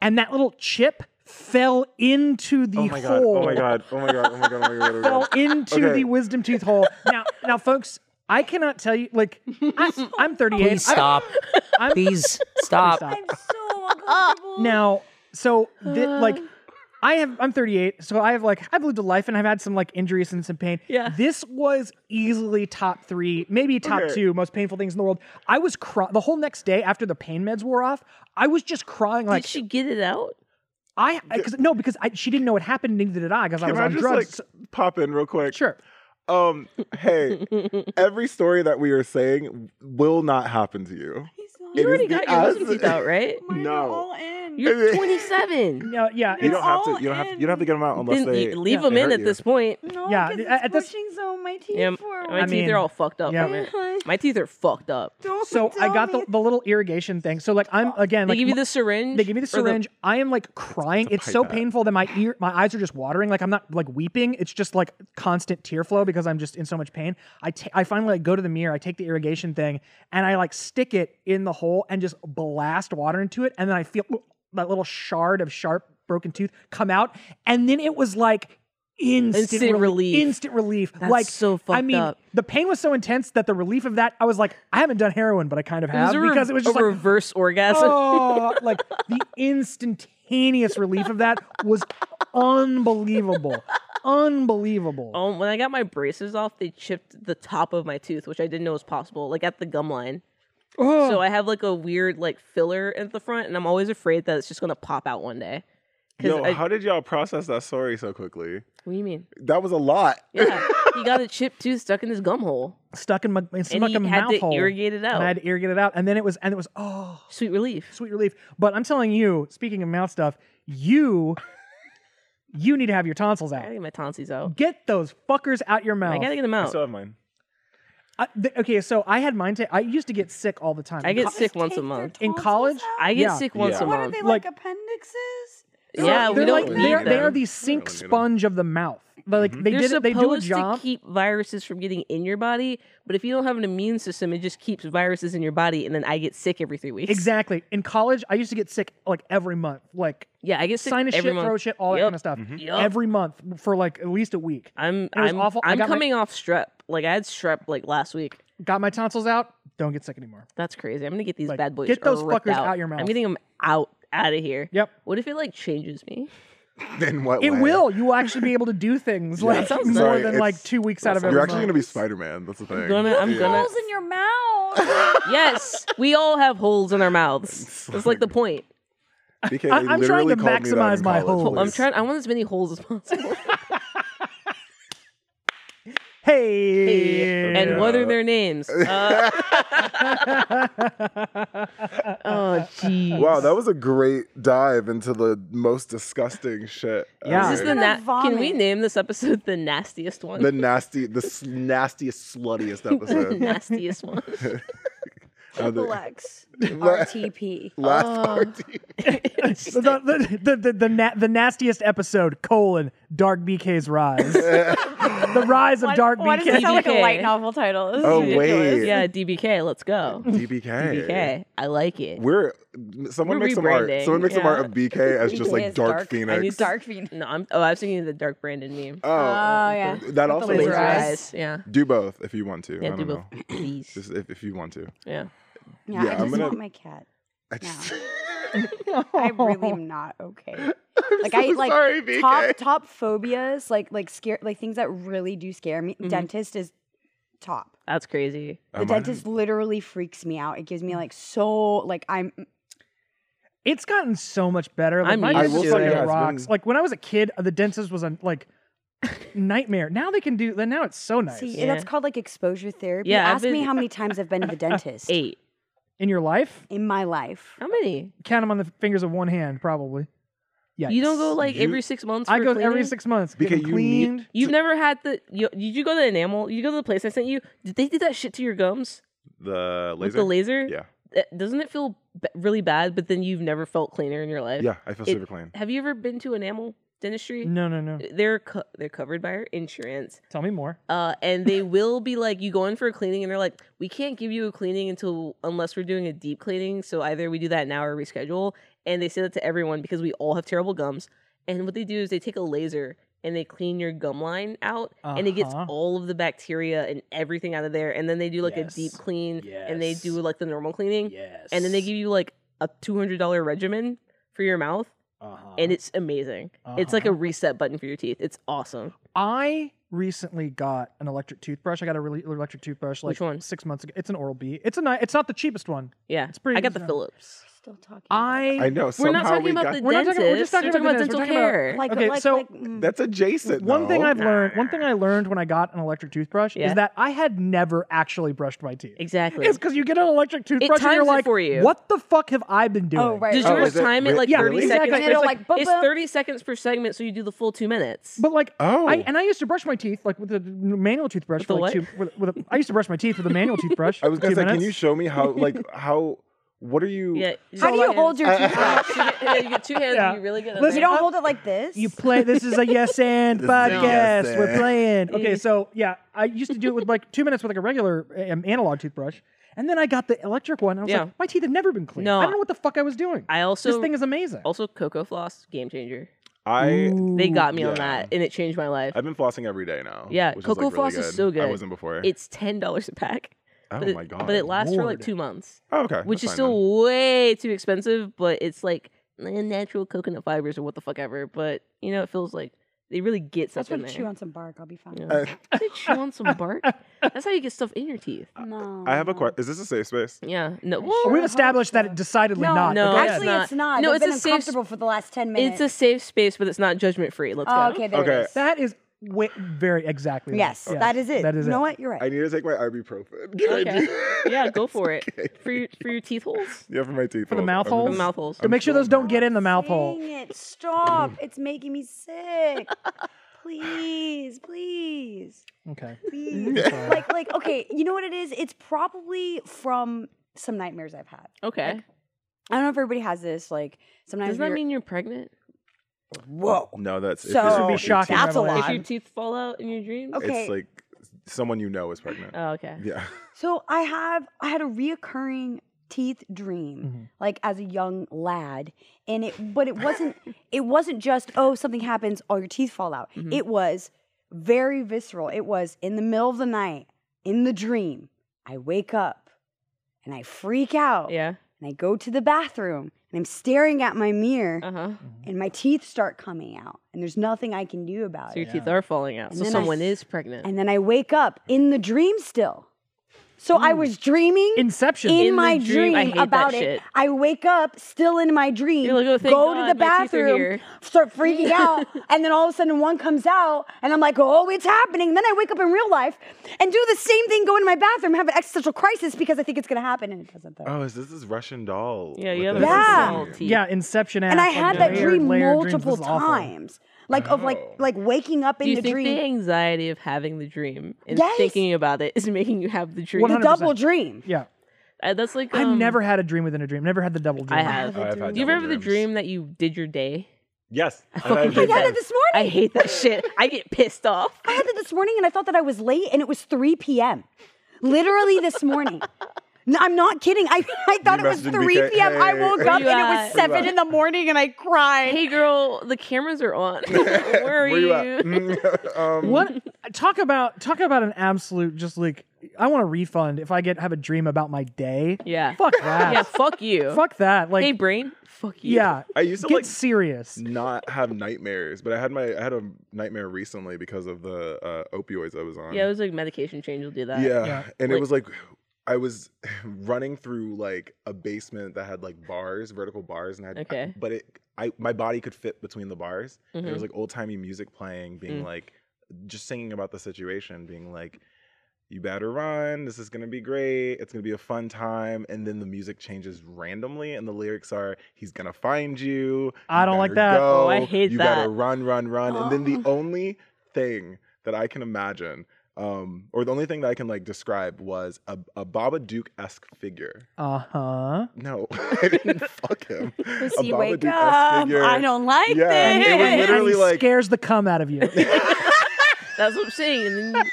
[SPEAKER 4] and that little chip fell into the
[SPEAKER 2] Oh my god.
[SPEAKER 4] hole
[SPEAKER 2] Oh my god. Oh my god. Oh my god. Oh my god. Oh my
[SPEAKER 4] fell
[SPEAKER 2] god.
[SPEAKER 4] into
[SPEAKER 2] Okay.
[SPEAKER 4] the wisdom tooth hole. Now, now, folks, I cannot tell you. Like, I, I'm 38.
[SPEAKER 5] Please
[SPEAKER 4] I don't-
[SPEAKER 5] stop.
[SPEAKER 4] I'm-
[SPEAKER 5] Please stop.
[SPEAKER 4] stop.
[SPEAKER 3] I'm so
[SPEAKER 1] Ah.
[SPEAKER 3] uncomfortable.
[SPEAKER 4] Now, so thi-
[SPEAKER 1] Uh.
[SPEAKER 4] like, I have. I'm 38, so I have like I've lived a life and I've had some like injuries and some pain.
[SPEAKER 1] Yeah.
[SPEAKER 4] This was easily top three, maybe top
[SPEAKER 2] Okay.
[SPEAKER 4] two most painful things in the world. I was crying the whole next day after the pain meds wore off. I was just crying like
[SPEAKER 1] Did she get it out?
[SPEAKER 4] I, I- 'cause- no because I, she didn't know what happened. Neither did I because I
[SPEAKER 2] Can
[SPEAKER 4] was
[SPEAKER 2] I
[SPEAKER 4] on
[SPEAKER 2] just
[SPEAKER 4] drugs.
[SPEAKER 2] like
[SPEAKER 4] So-
[SPEAKER 2] pop in real quick?
[SPEAKER 4] sure.
[SPEAKER 2] Um, hey, every story that we are saying will not happen to you.
[SPEAKER 3] He's so-
[SPEAKER 2] It
[SPEAKER 1] You
[SPEAKER 2] is
[SPEAKER 1] already
[SPEAKER 2] the
[SPEAKER 1] got your wisdom
[SPEAKER 2] us.
[SPEAKER 1] teeth out, right?
[SPEAKER 3] Mine are
[SPEAKER 2] no.
[SPEAKER 3] all in.
[SPEAKER 1] You're
[SPEAKER 2] mean-
[SPEAKER 1] 27.
[SPEAKER 4] Yeah. Yeah.
[SPEAKER 2] You
[SPEAKER 4] it's-
[SPEAKER 2] don't have to.
[SPEAKER 3] all
[SPEAKER 2] You don't have. You
[SPEAKER 3] in.
[SPEAKER 2] don't have to get them out unless
[SPEAKER 1] Then
[SPEAKER 2] they
[SPEAKER 1] you leave
[SPEAKER 4] yeah,
[SPEAKER 1] them
[SPEAKER 2] they
[SPEAKER 1] in
[SPEAKER 2] hurt
[SPEAKER 1] at
[SPEAKER 2] you.
[SPEAKER 1] this point.
[SPEAKER 3] no,
[SPEAKER 4] Yeah, uh,
[SPEAKER 3] yeah, it's
[SPEAKER 4] at this-
[SPEAKER 3] pushing so my teeth
[SPEAKER 1] Yeah,
[SPEAKER 3] forward.
[SPEAKER 1] my teeth
[SPEAKER 4] mean,
[SPEAKER 1] are all fucked up
[SPEAKER 4] yeah.
[SPEAKER 1] from it. My teeth are fucked up.
[SPEAKER 3] Don't
[SPEAKER 4] so I
[SPEAKER 3] tell
[SPEAKER 4] got
[SPEAKER 3] me
[SPEAKER 4] the, the little irrigation thing. So like I'm again
[SPEAKER 1] They
[SPEAKER 4] like
[SPEAKER 1] give you
[SPEAKER 4] my-
[SPEAKER 1] the syringe.
[SPEAKER 4] they give me the
[SPEAKER 1] or
[SPEAKER 4] syringe. I am like crying. It's, so
[SPEAKER 2] pipette.
[SPEAKER 4] painful that my ear my eyes are just watering. Like I'm not like weeping. It's just like constant tear flow because I'm just in so much pain. I ta- I finally like go to the mirror. I take the irrigation thing and I like stick it in the hole and just blast water into it. And then I feel that little shard of sharp broken tooth come out. And then it was like. Instant,
[SPEAKER 1] Instant
[SPEAKER 4] relie-
[SPEAKER 1] relief.
[SPEAKER 4] Instant relief.
[SPEAKER 1] That's
[SPEAKER 4] like
[SPEAKER 1] so
[SPEAKER 4] I
[SPEAKER 1] fucked
[SPEAKER 4] mean,
[SPEAKER 1] up.
[SPEAKER 4] the pain was so intense that the relief of that, I was like, I haven't done heroin, but I kind of
[SPEAKER 1] It was
[SPEAKER 4] have
[SPEAKER 1] a re-
[SPEAKER 4] because it
[SPEAKER 1] a
[SPEAKER 4] was just like,
[SPEAKER 1] reverse orgasm.
[SPEAKER 4] oh, like the instantaneous relief of that was unbelievable, unbelievable.
[SPEAKER 1] Um, when I got my braces off, they chipped the top of my tooth, which I didn't know was possible, like at the gum line.
[SPEAKER 2] Oh.
[SPEAKER 4] Ugh.
[SPEAKER 1] So I have like a weird like filler at the front, and I'm always afraid that it's just gonna pop out one day. 'Cause
[SPEAKER 2] Yo,
[SPEAKER 1] I-
[SPEAKER 2] how did y'all process that story so quickly?
[SPEAKER 1] What do you mean?
[SPEAKER 2] That was a lot.
[SPEAKER 1] Yeah, he got a chipped tooth stuck in his gum hole,
[SPEAKER 4] stuck in my
[SPEAKER 1] and
[SPEAKER 4] stuck
[SPEAKER 1] he
[SPEAKER 4] in my
[SPEAKER 1] had
[SPEAKER 4] mouth
[SPEAKER 1] to
[SPEAKER 4] hole,
[SPEAKER 1] irrigate it out.
[SPEAKER 4] and I had to irrigate it out, and then it was, and it was, oh,
[SPEAKER 1] Sweet relief.
[SPEAKER 4] sweet relief. But I'm telling you, speaking of mouth stuff, you, you need to have your tonsils
[SPEAKER 1] I
[SPEAKER 4] out.
[SPEAKER 1] gotta get my tonsils out.
[SPEAKER 4] Get those fuckers out your
[SPEAKER 1] I
[SPEAKER 4] mouth.
[SPEAKER 1] gotta get them
[SPEAKER 2] I
[SPEAKER 1] out.
[SPEAKER 2] still have mine.
[SPEAKER 4] I- th- okay, so I had mine. ta- I used to get sick all the time.
[SPEAKER 1] I get
[SPEAKER 4] Co-
[SPEAKER 3] Just
[SPEAKER 1] sick once a
[SPEAKER 3] take their
[SPEAKER 1] month.
[SPEAKER 4] In
[SPEAKER 3] tonsils
[SPEAKER 4] college,
[SPEAKER 3] out?
[SPEAKER 1] I get
[SPEAKER 4] Yeah.
[SPEAKER 1] sick once
[SPEAKER 2] Yeah.
[SPEAKER 1] a
[SPEAKER 3] what are
[SPEAKER 1] month.
[SPEAKER 3] they like,
[SPEAKER 4] Like-
[SPEAKER 3] appendixes?
[SPEAKER 4] So
[SPEAKER 1] yeah, we
[SPEAKER 4] they're
[SPEAKER 1] don't
[SPEAKER 4] like
[SPEAKER 1] need
[SPEAKER 4] they're, they are
[SPEAKER 1] them. Mm-hmm.
[SPEAKER 4] the sink
[SPEAKER 2] don't need 'em.
[SPEAKER 4] sponge of the mouth. They're like
[SPEAKER 1] They're
[SPEAKER 4] they did it,
[SPEAKER 1] supposed
[SPEAKER 4] they do a
[SPEAKER 1] to
[SPEAKER 4] job.
[SPEAKER 1] keep viruses from getting in your body, but if you don't have an immune system, it just keeps viruses in your body, and then I get sick every three weeks.
[SPEAKER 4] Exactly. In college, I used to get sick like every month, like
[SPEAKER 1] Yeah, I get sick
[SPEAKER 4] sinus
[SPEAKER 1] every
[SPEAKER 4] shit,
[SPEAKER 1] month.
[SPEAKER 4] throat shit, all that
[SPEAKER 1] Yep.
[SPEAKER 4] kind of stuff.
[SPEAKER 2] Mm-hmm.
[SPEAKER 1] Yup.
[SPEAKER 4] Every month for like at least a week.
[SPEAKER 1] I'm
[SPEAKER 4] It was
[SPEAKER 1] I'm
[SPEAKER 4] awful. I
[SPEAKER 1] I'm
[SPEAKER 4] got my-
[SPEAKER 1] coming off strep. Like I had strep like last week.
[SPEAKER 4] Got my tonsils out. Don't get sick anymore.
[SPEAKER 1] That's crazy. I'm gonna get these
[SPEAKER 4] Like,
[SPEAKER 1] bad boys.
[SPEAKER 4] get those
[SPEAKER 1] ripped
[SPEAKER 4] fuckers
[SPEAKER 1] out.
[SPEAKER 4] out your mouth.
[SPEAKER 1] I'm getting them out out of here.
[SPEAKER 4] Yep.
[SPEAKER 1] What if it like changes me?
[SPEAKER 2] Then what?
[SPEAKER 4] It
[SPEAKER 2] way?
[SPEAKER 4] will. You will actually be able to do things like
[SPEAKER 1] sounds
[SPEAKER 4] more
[SPEAKER 2] Sorry,
[SPEAKER 4] than
[SPEAKER 2] it's-
[SPEAKER 4] like two weeks out of every
[SPEAKER 2] You're actually
[SPEAKER 4] month.
[SPEAKER 2] gonna be Spider Man. That's the thing.
[SPEAKER 1] gonna- I'm
[SPEAKER 2] Yeah.
[SPEAKER 1] gonna-
[SPEAKER 3] Holes in your mouth.
[SPEAKER 1] yes, we all have holes in our mouths. That's like the point.
[SPEAKER 2] BK, they
[SPEAKER 4] I- I'm trying
[SPEAKER 2] literally
[SPEAKER 4] to
[SPEAKER 2] called me that
[SPEAKER 4] maximize
[SPEAKER 2] in
[SPEAKER 4] my
[SPEAKER 2] college,
[SPEAKER 4] holes.
[SPEAKER 1] I'm
[SPEAKER 2] please.
[SPEAKER 1] trying. I want as many holes as possible.
[SPEAKER 4] hey.
[SPEAKER 1] and what are their names? Uh, oh, jeez.
[SPEAKER 2] Wow, that was a great dive into the most disgusting shit.
[SPEAKER 4] Yeah.
[SPEAKER 1] Is this
[SPEAKER 2] ever.
[SPEAKER 1] the
[SPEAKER 3] I'm
[SPEAKER 1] na-
[SPEAKER 3] gonna
[SPEAKER 1] Can we
[SPEAKER 3] vomit.
[SPEAKER 1] name this episode the nastiest one?
[SPEAKER 2] the nasty, the s- nastiest, sluttiest episode.
[SPEAKER 1] nastiest one.
[SPEAKER 2] Uh, the-
[SPEAKER 3] Flex. RTP.
[SPEAKER 2] Last party.
[SPEAKER 4] the, the, the, the, the, na- the nastiest episode, colon, Dark BK's Rise. the Rise of Dark
[SPEAKER 3] Why does it
[SPEAKER 4] BK.
[SPEAKER 3] sound like a light
[SPEAKER 1] DBK.
[SPEAKER 3] novel title? This is
[SPEAKER 2] Oh,
[SPEAKER 3] ridiculous.
[SPEAKER 2] wait.
[SPEAKER 1] yeah, DBK. Let's go.
[SPEAKER 2] DBK.
[SPEAKER 1] DBK. I like it.
[SPEAKER 2] We're someone
[SPEAKER 1] We're
[SPEAKER 2] make some art.
[SPEAKER 1] rebranding,
[SPEAKER 2] Someone make some art
[SPEAKER 1] yeah.
[SPEAKER 2] of BK as just
[SPEAKER 3] BK
[SPEAKER 2] like
[SPEAKER 3] is
[SPEAKER 2] Dark,
[SPEAKER 3] dark. I
[SPEAKER 2] Phoenix.
[SPEAKER 1] need
[SPEAKER 3] Dark Phoenix.
[SPEAKER 1] No, I'm. Oh, I was thinking of the Dark Brandon meme.
[SPEAKER 2] oh,
[SPEAKER 3] Oh, yeah.
[SPEAKER 2] that also
[SPEAKER 4] laser
[SPEAKER 2] works.
[SPEAKER 4] eyes.
[SPEAKER 1] Yeah.
[SPEAKER 2] Do both if you want to. I
[SPEAKER 1] Yeah.
[SPEAKER 2] don't
[SPEAKER 1] Do both.
[SPEAKER 2] know.
[SPEAKER 1] Please.
[SPEAKER 2] Just if, if you want to.
[SPEAKER 1] Yeah.
[SPEAKER 3] Yeah,
[SPEAKER 2] Yeah,
[SPEAKER 3] I
[SPEAKER 2] I'm
[SPEAKER 3] just
[SPEAKER 2] gonna-
[SPEAKER 3] want my cat.
[SPEAKER 2] I just,
[SPEAKER 3] I really am not okay. Like I
[SPEAKER 2] so
[SPEAKER 3] like
[SPEAKER 2] sorry, BK.
[SPEAKER 3] top top phobias, like like scare like things that really do scare me. Dentist is top.
[SPEAKER 1] That's crazy.
[SPEAKER 3] The
[SPEAKER 2] Am I-
[SPEAKER 3] dentist literally freaks me out. It gives me like so like I'm mm,
[SPEAKER 4] It's gotten so much better. Like,
[SPEAKER 1] I'm
[SPEAKER 4] my
[SPEAKER 1] used
[SPEAKER 4] dentist
[SPEAKER 1] to it. I will
[SPEAKER 4] like,
[SPEAKER 1] say it has
[SPEAKER 4] rocks.
[SPEAKER 2] been-
[SPEAKER 4] Like when I was a kid, uh, the dentist was a like nightmare. Now they can do. then Now it's so nice
[SPEAKER 3] see
[SPEAKER 1] Yeah.
[SPEAKER 3] that's called like exposure therapy.
[SPEAKER 1] Yeah, I've
[SPEAKER 3] Ask me
[SPEAKER 1] been-
[SPEAKER 3] how many times I've been to the dentist
[SPEAKER 1] Eight.
[SPEAKER 4] in your life.
[SPEAKER 3] in my life.
[SPEAKER 1] How many?
[SPEAKER 4] Count them on the fingers of one hand, probably.
[SPEAKER 1] You don't go
[SPEAKER 4] Yikes.
[SPEAKER 1] like
[SPEAKER 2] You-
[SPEAKER 1] every six months. For
[SPEAKER 4] I go every
[SPEAKER 1] cleaning?
[SPEAKER 4] six months
[SPEAKER 2] Because
[SPEAKER 4] because
[SPEAKER 2] you need-
[SPEAKER 4] cleaned.
[SPEAKER 1] You've never had the. You, did you go to enamel? You go to the place I sent you. Did they do that shit to your gums
[SPEAKER 2] The
[SPEAKER 1] with
[SPEAKER 2] laser.
[SPEAKER 1] the laser?
[SPEAKER 2] Yeah.
[SPEAKER 1] That- Doesn't it feel b- really bad? But then you've never felt cleaner in your life.
[SPEAKER 2] Yeah, I feel
[SPEAKER 1] it-
[SPEAKER 2] super clean.
[SPEAKER 1] Have you ever been to enamel dentistry?
[SPEAKER 4] No, no, no.
[SPEAKER 1] They're co- they're covered by our insurance.
[SPEAKER 4] Tell me more.
[SPEAKER 1] uh, and they will be like, you go in for a cleaning, and they're like, we can't give you a cleaning until unless we're doing a deep cleaning. So either we do that now or reschedule. And they say that to everyone because we all have terrible gums. And what they do is they take a laser and they clean your gum line out, and it gets
[SPEAKER 4] Uh-huh.
[SPEAKER 1] all of the bacteria and everything out of there. And then they do like a deep
[SPEAKER 4] Yes.
[SPEAKER 1] clean, and they do
[SPEAKER 4] Yes.
[SPEAKER 1] like the normal cleaning,
[SPEAKER 4] Yes.
[SPEAKER 1] and then they give you like a two hundred dollar regimen for your mouth,
[SPEAKER 4] Uh-huh.
[SPEAKER 1] and it's amazing. It's like a
[SPEAKER 4] Uh-huh.
[SPEAKER 1] reset button for your teeth. It's awesome.
[SPEAKER 4] I recently got an electric toothbrush. I got a really electric toothbrush like
[SPEAKER 1] Which one?
[SPEAKER 4] six months ago. It's an Oral B. It's a ni- It's not the cheapest one.
[SPEAKER 1] Yeah,
[SPEAKER 4] It's pretty.
[SPEAKER 1] I got the
[SPEAKER 4] yeah.
[SPEAKER 1] Phillips.
[SPEAKER 3] Still talking.
[SPEAKER 4] I.
[SPEAKER 2] I know.
[SPEAKER 1] We're not
[SPEAKER 2] somehow
[SPEAKER 1] talking
[SPEAKER 2] we
[SPEAKER 1] about
[SPEAKER 2] got-
[SPEAKER 1] the
[SPEAKER 4] We're not
[SPEAKER 1] dentist.
[SPEAKER 4] talking- we're just talking
[SPEAKER 1] we're talking
[SPEAKER 4] about
[SPEAKER 1] about dental
[SPEAKER 4] the dentist. We're
[SPEAKER 1] care.
[SPEAKER 4] talking
[SPEAKER 3] like,
[SPEAKER 4] Okay,
[SPEAKER 3] like,
[SPEAKER 4] so-
[SPEAKER 3] like, mm,
[SPEAKER 2] That's adjacent.
[SPEAKER 4] One thing
[SPEAKER 2] though.
[SPEAKER 4] I've learned. One thing I learned when I got an electric toothbrush
[SPEAKER 1] Yeah.
[SPEAKER 4] is that I had never actually brushed my teeth.
[SPEAKER 1] exactly.
[SPEAKER 4] It's because you get an electric toothbrush and
[SPEAKER 1] times
[SPEAKER 4] you're
[SPEAKER 1] it
[SPEAKER 4] like,
[SPEAKER 1] for you.
[SPEAKER 4] what the fuck have I been doing?
[SPEAKER 3] Oh, right.
[SPEAKER 1] Does
[SPEAKER 2] Oh,
[SPEAKER 1] yours
[SPEAKER 2] is it
[SPEAKER 1] time it
[SPEAKER 2] re-
[SPEAKER 1] like
[SPEAKER 4] Yeah,
[SPEAKER 1] 30
[SPEAKER 4] exactly.
[SPEAKER 1] seconds?
[SPEAKER 4] And
[SPEAKER 1] It's,
[SPEAKER 4] it'll,
[SPEAKER 1] like,
[SPEAKER 3] like, boop,
[SPEAKER 1] it's
[SPEAKER 3] boop.
[SPEAKER 1] 30 seconds per segment, so you do the full two minutes.
[SPEAKER 4] But like,
[SPEAKER 2] Oh.
[SPEAKER 4] I, and I used to brush my teeth like with a manual toothbrush.
[SPEAKER 1] the
[SPEAKER 4] for like
[SPEAKER 1] what?
[SPEAKER 4] Two, with, with a, I used to brush my teeth with a manual toothbrush.
[SPEAKER 2] I was gonna
[SPEAKER 4] two
[SPEAKER 2] say,
[SPEAKER 4] minutes.
[SPEAKER 2] can you show me how like how what are you
[SPEAKER 1] yeah.
[SPEAKER 3] how do you hold your teeth? out?
[SPEAKER 1] you get, Uh, yeah, you get two hands.
[SPEAKER 4] Yeah.
[SPEAKER 1] You really good. at
[SPEAKER 4] Listen,
[SPEAKER 3] You
[SPEAKER 1] that.
[SPEAKER 3] don't hold it like this.
[SPEAKER 4] You play. This is a yes and
[SPEAKER 2] This is a yes
[SPEAKER 4] podcast. We're
[SPEAKER 2] and.
[SPEAKER 4] playing. Okay, so yeah, I used to do it with like two minutes with like a regular um, analog toothbrush, and then I got the electric one. And I was
[SPEAKER 1] Yeah.
[SPEAKER 4] like, my teeth have never been clean.
[SPEAKER 1] No.
[SPEAKER 4] I don't know what the fuck I was doing.
[SPEAKER 1] I also
[SPEAKER 4] this thing is amazing.
[SPEAKER 1] also cocoa floss game changer.
[SPEAKER 2] I
[SPEAKER 1] They got me on
[SPEAKER 2] yeah.
[SPEAKER 1] that, and it changed my life.
[SPEAKER 2] I've been flossing every day now.
[SPEAKER 1] Yeah,
[SPEAKER 2] which
[SPEAKER 1] Cocoa
[SPEAKER 2] is, like, really
[SPEAKER 1] Floss is so good.
[SPEAKER 2] I wasn't before.
[SPEAKER 1] It's ten dollars a pack.
[SPEAKER 2] oh
[SPEAKER 1] but it-
[SPEAKER 2] my god.
[SPEAKER 1] But it lasts for like
[SPEAKER 4] Lord.
[SPEAKER 1] two months,
[SPEAKER 2] Oh, okay.
[SPEAKER 1] which is
[SPEAKER 2] that's fine
[SPEAKER 1] still way too expensive. But it's like natural coconut fibers or what the fuck ever. But you know, it feels like they really get
[SPEAKER 3] That's
[SPEAKER 1] something
[SPEAKER 3] what
[SPEAKER 1] there.
[SPEAKER 3] chew on some bark. I'll be fine.
[SPEAKER 1] Yeah.
[SPEAKER 2] then. Uh,
[SPEAKER 1] They chew on some bark. That's how you get stuff in your teeth.
[SPEAKER 3] No,
[SPEAKER 2] I have a
[SPEAKER 3] no.
[SPEAKER 2] question. Is this a safe space?
[SPEAKER 1] Yeah. No.
[SPEAKER 3] I
[SPEAKER 1] well,
[SPEAKER 3] sure
[SPEAKER 4] We've established that it decidedly
[SPEAKER 3] No,
[SPEAKER 4] not.
[SPEAKER 1] No,
[SPEAKER 4] but go
[SPEAKER 1] it's
[SPEAKER 4] ahead.
[SPEAKER 3] Actually,
[SPEAKER 1] not.
[SPEAKER 3] it's not.
[SPEAKER 1] No,
[SPEAKER 3] They've
[SPEAKER 1] it's
[SPEAKER 3] been
[SPEAKER 1] a safe s-
[SPEAKER 3] uncomfortable for the last ten minutes.
[SPEAKER 1] It's a safe space, but it's not judgment free. Let's
[SPEAKER 3] Oh,
[SPEAKER 1] go.
[SPEAKER 3] okay, there
[SPEAKER 2] Okay.
[SPEAKER 3] it is.
[SPEAKER 4] That is way, very exactly.
[SPEAKER 3] yes, that is it.
[SPEAKER 4] That is
[SPEAKER 3] you know
[SPEAKER 4] it.
[SPEAKER 3] what? You're right.
[SPEAKER 2] I need to take my ibuprofen. Can I
[SPEAKER 1] Okay.
[SPEAKER 2] do-
[SPEAKER 1] Yeah, go for it.
[SPEAKER 2] Okay.
[SPEAKER 1] For your, for your teeth holes,
[SPEAKER 2] Yeah, for my teeth.
[SPEAKER 4] For the
[SPEAKER 2] holes.
[SPEAKER 4] mouth
[SPEAKER 2] I'm-
[SPEAKER 1] the
[SPEAKER 4] holes?
[SPEAKER 1] mouth holes.
[SPEAKER 4] So make sure those don't get in the mouth
[SPEAKER 3] Dang
[SPEAKER 4] hole.
[SPEAKER 3] it! Stop! it's making me sick. Please, please,
[SPEAKER 4] Okay.
[SPEAKER 3] please.
[SPEAKER 4] Yeah.
[SPEAKER 3] like, like, okay. You know what it is? It's probably from some nightmares I've had.
[SPEAKER 1] Okay.
[SPEAKER 3] I don't know if everybody has this. Like, sometimes
[SPEAKER 1] Does that
[SPEAKER 3] you're-
[SPEAKER 1] mean you're pregnant?
[SPEAKER 3] whoa?
[SPEAKER 2] No, that's if
[SPEAKER 3] So-
[SPEAKER 2] you're-
[SPEAKER 3] This would be
[SPEAKER 2] if you're
[SPEAKER 4] shocking.
[SPEAKER 2] teeth-
[SPEAKER 3] That's a
[SPEAKER 1] If
[SPEAKER 3] lot.
[SPEAKER 1] your teeth fall out in your dreams?
[SPEAKER 3] Okay.
[SPEAKER 2] It's like someone you know is pregnant.
[SPEAKER 1] Oh, okay.
[SPEAKER 2] Yeah.
[SPEAKER 3] So I have I had a reoccurring teeth dream
[SPEAKER 1] Mm-hmm.
[SPEAKER 4] Mhm.
[SPEAKER 3] like as a young lad and it but it wasn't it wasn't just oh something happens all your teeth fall out
[SPEAKER 1] Mhm.
[SPEAKER 3] it was very visceral it was in the middle of the night in the dream i wake up and i freak out
[SPEAKER 1] Yeah.
[SPEAKER 3] and i go to the bathroom and i'm staring at my mirror
[SPEAKER 1] Uh huh.
[SPEAKER 3] and my teeth start comoming out and there's nothing i can do about
[SPEAKER 1] So your
[SPEAKER 3] it
[SPEAKER 1] teeth are falling out.
[SPEAKER 3] And
[SPEAKER 1] So
[SPEAKER 3] then I-
[SPEAKER 1] someone is pregnant.
[SPEAKER 3] and then i wake up in the dream still so i was dreaming
[SPEAKER 4] Inception.
[SPEAKER 3] in,
[SPEAKER 1] Mm. In
[SPEAKER 3] my
[SPEAKER 1] the dream-
[SPEAKER 3] dream,
[SPEAKER 1] I hate that
[SPEAKER 3] about it.
[SPEAKER 1] shit.
[SPEAKER 3] I wake up still in my dream,
[SPEAKER 1] You're like, oh, thank
[SPEAKER 3] go
[SPEAKER 1] God,
[SPEAKER 3] to the
[SPEAKER 1] my teeth are
[SPEAKER 3] bathroom,
[SPEAKER 1] here.
[SPEAKER 3] start freaking out, and then all of a sudden one comes out, and I'm like, oh, it's happening. Then I wake up in real life and do the same thing, go into my bathroom, have an existential crisis because I think it's gonna happen, and it doesn't. Though.
[SPEAKER 2] Oh, is this this Russian doll?
[SPEAKER 1] yeah, you have
[SPEAKER 2] with the-
[SPEAKER 1] a
[SPEAKER 3] Yeah.
[SPEAKER 1] small teeth.
[SPEAKER 4] yeah, Inception.
[SPEAKER 3] and I
[SPEAKER 4] ass,
[SPEAKER 3] had
[SPEAKER 4] like,
[SPEAKER 3] that
[SPEAKER 4] layered-
[SPEAKER 3] dream
[SPEAKER 4] layered dreams.
[SPEAKER 3] multiple
[SPEAKER 4] This is awful.
[SPEAKER 3] times, like of like
[SPEAKER 2] Oh.
[SPEAKER 3] like waking up in
[SPEAKER 1] Do you
[SPEAKER 3] the
[SPEAKER 1] think the
[SPEAKER 3] dream,
[SPEAKER 1] anxiety of having the dream and
[SPEAKER 3] Yes.
[SPEAKER 1] thinking about it is making you have the dream?
[SPEAKER 3] the
[SPEAKER 4] 100%.
[SPEAKER 3] double dream.
[SPEAKER 4] Yeah.
[SPEAKER 1] Uh, That's like
[SPEAKER 4] I've
[SPEAKER 1] um,
[SPEAKER 4] never had a dream within a dream. Never had the double dream.
[SPEAKER 1] I have.
[SPEAKER 2] Oh, I've had
[SPEAKER 1] Do you
[SPEAKER 2] double
[SPEAKER 1] remember the
[SPEAKER 2] dreams.
[SPEAKER 1] dream that you did your day?
[SPEAKER 2] Yes.
[SPEAKER 1] I
[SPEAKER 2] I've
[SPEAKER 1] fucking
[SPEAKER 2] had
[SPEAKER 1] hate
[SPEAKER 3] I
[SPEAKER 2] dreams.
[SPEAKER 3] had
[SPEAKER 1] that.
[SPEAKER 3] it this morning.
[SPEAKER 1] I hate that shit. I get pissed off.
[SPEAKER 3] I had it this morning and I thought that I was late and it was 3 p.m. Literally this morning. No, I'm not kidding. I, I thought it was
[SPEAKER 2] messaging
[SPEAKER 3] 3
[SPEAKER 2] BK,
[SPEAKER 3] p.m. I
[SPEAKER 2] "Hey,
[SPEAKER 3] woke
[SPEAKER 2] where
[SPEAKER 3] up
[SPEAKER 1] you
[SPEAKER 3] and it
[SPEAKER 1] at?
[SPEAKER 3] was 7 in the morning and I cried.
[SPEAKER 1] hey girl, the cameras are on. Where are
[SPEAKER 2] Where
[SPEAKER 1] you?
[SPEAKER 2] you at? Mm, um,
[SPEAKER 4] What talk about talk about an absolute just like I want a refund if I get have a dream about my day.
[SPEAKER 1] Yeah.
[SPEAKER 4] Fuck that.
[SPEAKER 1] Yeah, fuck you.
[SPEAKER 4] Fuck that. Like
[SPEAKER 1] hey brain, fuck you.
[SPEAKER 4] yeah.
[SPEAKER 2] I used to,
[SPEAKER 4] get
[SPEAKER 2] like,
[SPEAKER 4] serious.
[SPEAKER 2] not have nightmares, but I had my I had a nightmare recently because of the uh, opioids I was on.
[SPEAKER 1] Yeah, it was like medication change will do that.
[SPEAKER 2] yeah.
[SPEAKER 4] Yeah.
[SPEAKER 2] and
[SPEAKER 1] Like-
[SPEAKER 2] it was like I was running through like a basement that had like bars, vertical bars, and had
[SPEAKER 1] Okay.
[SPEAKER 2] but it I my body could fit between the bars. And there
[SPEAKER 1] Mhm.
[SPEAKER 2] was like old timey music playing, being
[SPEAKER 1] Mm.
[SPEAKER 2] like just singing about the situation, being like. you better run. This is going to be great. It's going to be a fun time. And then the music changes randomly, and the lyrics are, He's going to find you. you
[SPEAKER 4] I don't like
[SPEAKER 2] better
[SPEAKER 4] that.
[SPEAKER 1] Oh, I
[SPEAKER 2] go,
[SPEAKER 1] hate
[SPEAKER 2] you
[SPEAKER 1] that.
[SPEAKER 2] better run, run, run. And then the only thing that I can imagine, um, or the only thing that I can like describe was a, a Baba Duke esque figure.
[SPEAKER 4] Uh huh.
[SPEAKER 2] No, I didn't fuck him. a
[SPEAKER 3] Pussy, wake
[SPEAKER 2] Babadook-esque
[SPEAKER 3] up. I don't like
[SPEAKER 2] Yeah,
[SPEAKER 3] this.
[SPEAKER 2] it was literally
[SPEAKER 4] he
[SPEAKER 2] like-
[SPEAKER 4] scares the cum out of you.
[SPEAKER 1] That's what I'm saying. And then,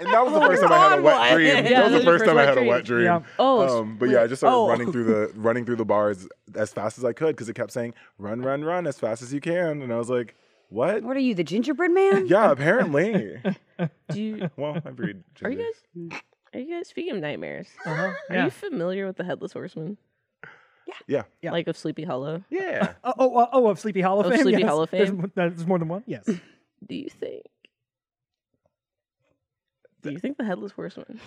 [SPEAKER 2] And that was the
[SPEAKER 3] Oh,
[SPEAKER 2] first time I had a
[SPEAKER 3] God,
[SPEAKER 2] wet
[SPEAKER 3] what?
[SPEAKER 2] dream.
[SPEAKER 1] Yeah,
[SPEAKER 2] that was the first time I
[SPEAKER 1] wet
[SPEAKER 2] had a
[SPEAKER 1] dream.
[SPEAKER 2] wet dream.
[SPEAKER 4] Yeah. Uh-huh.
[SPEAKER 1] Oh, it's-
[SPEAKER 2] um, but yeah, I just started
[SPEAKER 3] oh.
[SPEAKER 2] running through the running through the bars as fast as I could because it kept saying "run, run, run" as fast as you can, and I was like, "What?
[SPEAKER 3] What are you, the gingerbread man?
[SPEAKER 2] Yeah, apparently.
[SPEAKER 1] do you,
[SPEAKER 2] well, I breed.
[SPEAKER 1] are you
[SPEAKER 2] ginger.
[SPEAKER 1] guys? Are you guys speaking of nightmares?
[SPEAKER 4] Uh-huh.
[SPEAKER 1] Are
[SPEAKER 4] Yeah.
[SPEAKER 1] you familiar with the Headless Horseman?
[SPEAKER 2] Yeah,
[SPEAKER 4] Yeah.
[SPEAKER 1] Like of Sleepy Hollow?
[SPEAKER 2] yeah.
[SPEAKER 4] Oh, oh, oh, oh, of Sleepy Hollow
[SPEAKER 1] Of
[SPEAKER 4] fame.
[SPEAKER 1] Sleepy
[SPEAKER 4] yes.
[SPEAKER 1] Hollow
[SPEAKER 4] There's
[SPEAKER 1] fame.
[SPEAKER 4] mo- There's, more than one. Yes.
[SPEAKER 1] Do you think? Do you think the Headless Horseman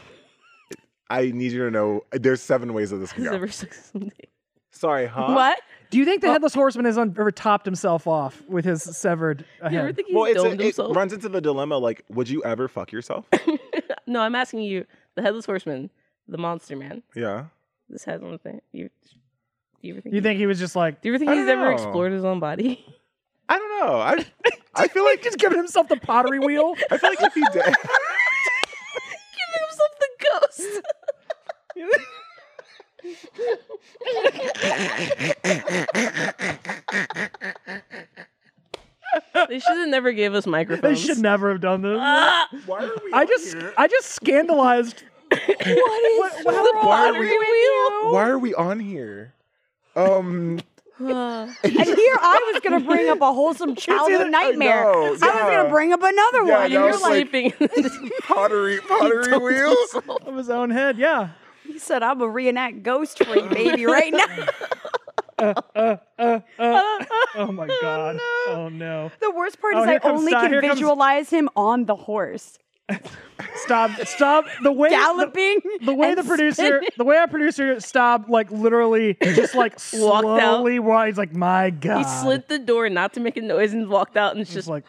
[SPEAKER 2] I need you to know. There's seven ways that this can
[SPEAKER 1] has
[SPEAKER 2] go.
[SPEAKER 1] ever sex something?
[SPEAKER 2] Sorry, huh?
[SPEAKER 3] What?
[SPEAKER 4] Do you think the headless horseman has un- ever topped himself off with his severed uh,
[SPEAKER 1] You ever
[SPEAKER 4] head?
[SPEAKER 1] think he's
[SPEAKER 2] Well, it's
[SPEAKER 1] domed
[SPEAKER 2] a, it
[SPEAKER 1] himself?
[SPEAKER 2] runs into the dilemma like, would you ever fuck yourself?
[SPEAKER 1] no, I'm asking you, the Headless Horseman, the Monster Man.
[SPEAKER 2] yeah.
[SPEAKER 1] This has one thing. You, do you ever think?
[SPEAKER 4] You
[SPEAKER 1] he-
[SPEAKER 4] think Oh. he was just like
[SPEAKER 1] Do you ever think
[SPEAKER 2] I
[SPEAKER 1] he's
[SPEAKER 2] don't
[SPEAKER 1] ever
[SPEAKER 2] know.
[SPEAKER 1] explored his own body?
[SPEAKER 2] I don't know. I I feel like
[SPEAKER 4] just giving himself the pottery wheel?
[SPEAKER 2] I feel like if he did.
[SPEAKER 1] Giving himself the ghost. they should have never gave us
[SPEAKER 4] They
[SPEAKER 1] microphones.
[SPEAKER 4] should never have done this.
[SPEAKER 2] Why are we?
[SPEAKER 4] I
[SPEAKER 2] on
[SPEAKER 4] just,
[SPEAKER 2] here?
[SPEAKER 4] I just scandalized.
[SPEAKER 3] What is
[SPEAKER 1] The pottery wheel.
[SPEAKER 2] Why are we on here? Um,
[SPEAKER 1] Uh,
[SPEAKER 3] And here I was going to bring up a wholesome childhood nightmare. I,
[SPEAKER 2] know,
[SPEAKER 3] was
[SPEAKER 2] yeah.
[SPEAKER 3] going to bring up another
[SPEAKER 2] Yeah,
[SPEAKER 3] one.
[SPEAKER 2] no,
[SPEAKER 3] And you're
[SPEAKER 2] it's
[SPEAKER 3] like,
[SPEAKER 2] like-
[SPEAKER 1] sleeping.
[SPEAKER 2] pottery, pottery wheels.
[SPEAKER 4] Of his own head, yeah.
[SPEAKER 3] he said, I'm a reenact ghost free baby right now.
[SPEAKER 4] Oh my god. Oh no.
[SPEAKER 3] The worst part
[SPEAKER 4] Oh,
[SPEAKER 3] is
[SPEAKER 4] here
[SPEAKER 3] I
[SPEAKER 4] comes
[SPEAKER 3] only
[SPEAKER 4] Sai,
[SPEAKER 3] can
[SPEAKER 4] here comes-
[SPEAKER 3] visualize him on the horse,
[SPEAKER 4] Stop! Stop! The way
[SPEAKER 3] galloping.
[SPEAKER 4] The, the way
[SPEAKER 3] and
[SPEAKER 4] the producer,
[SPEAKER 3] spinning.
[SPEAKER 4] the way our producer stopped, like literally, just like
[SPEAKER 1] Walked out.
[SPEAKER 4] slowly. Why he's like, my god.
[SPEAKER 1] he slid the door not to make a noise and walked out and
[SPEAKER 4] Just
[SPEAKER 1] just
[SPEAKER 4] like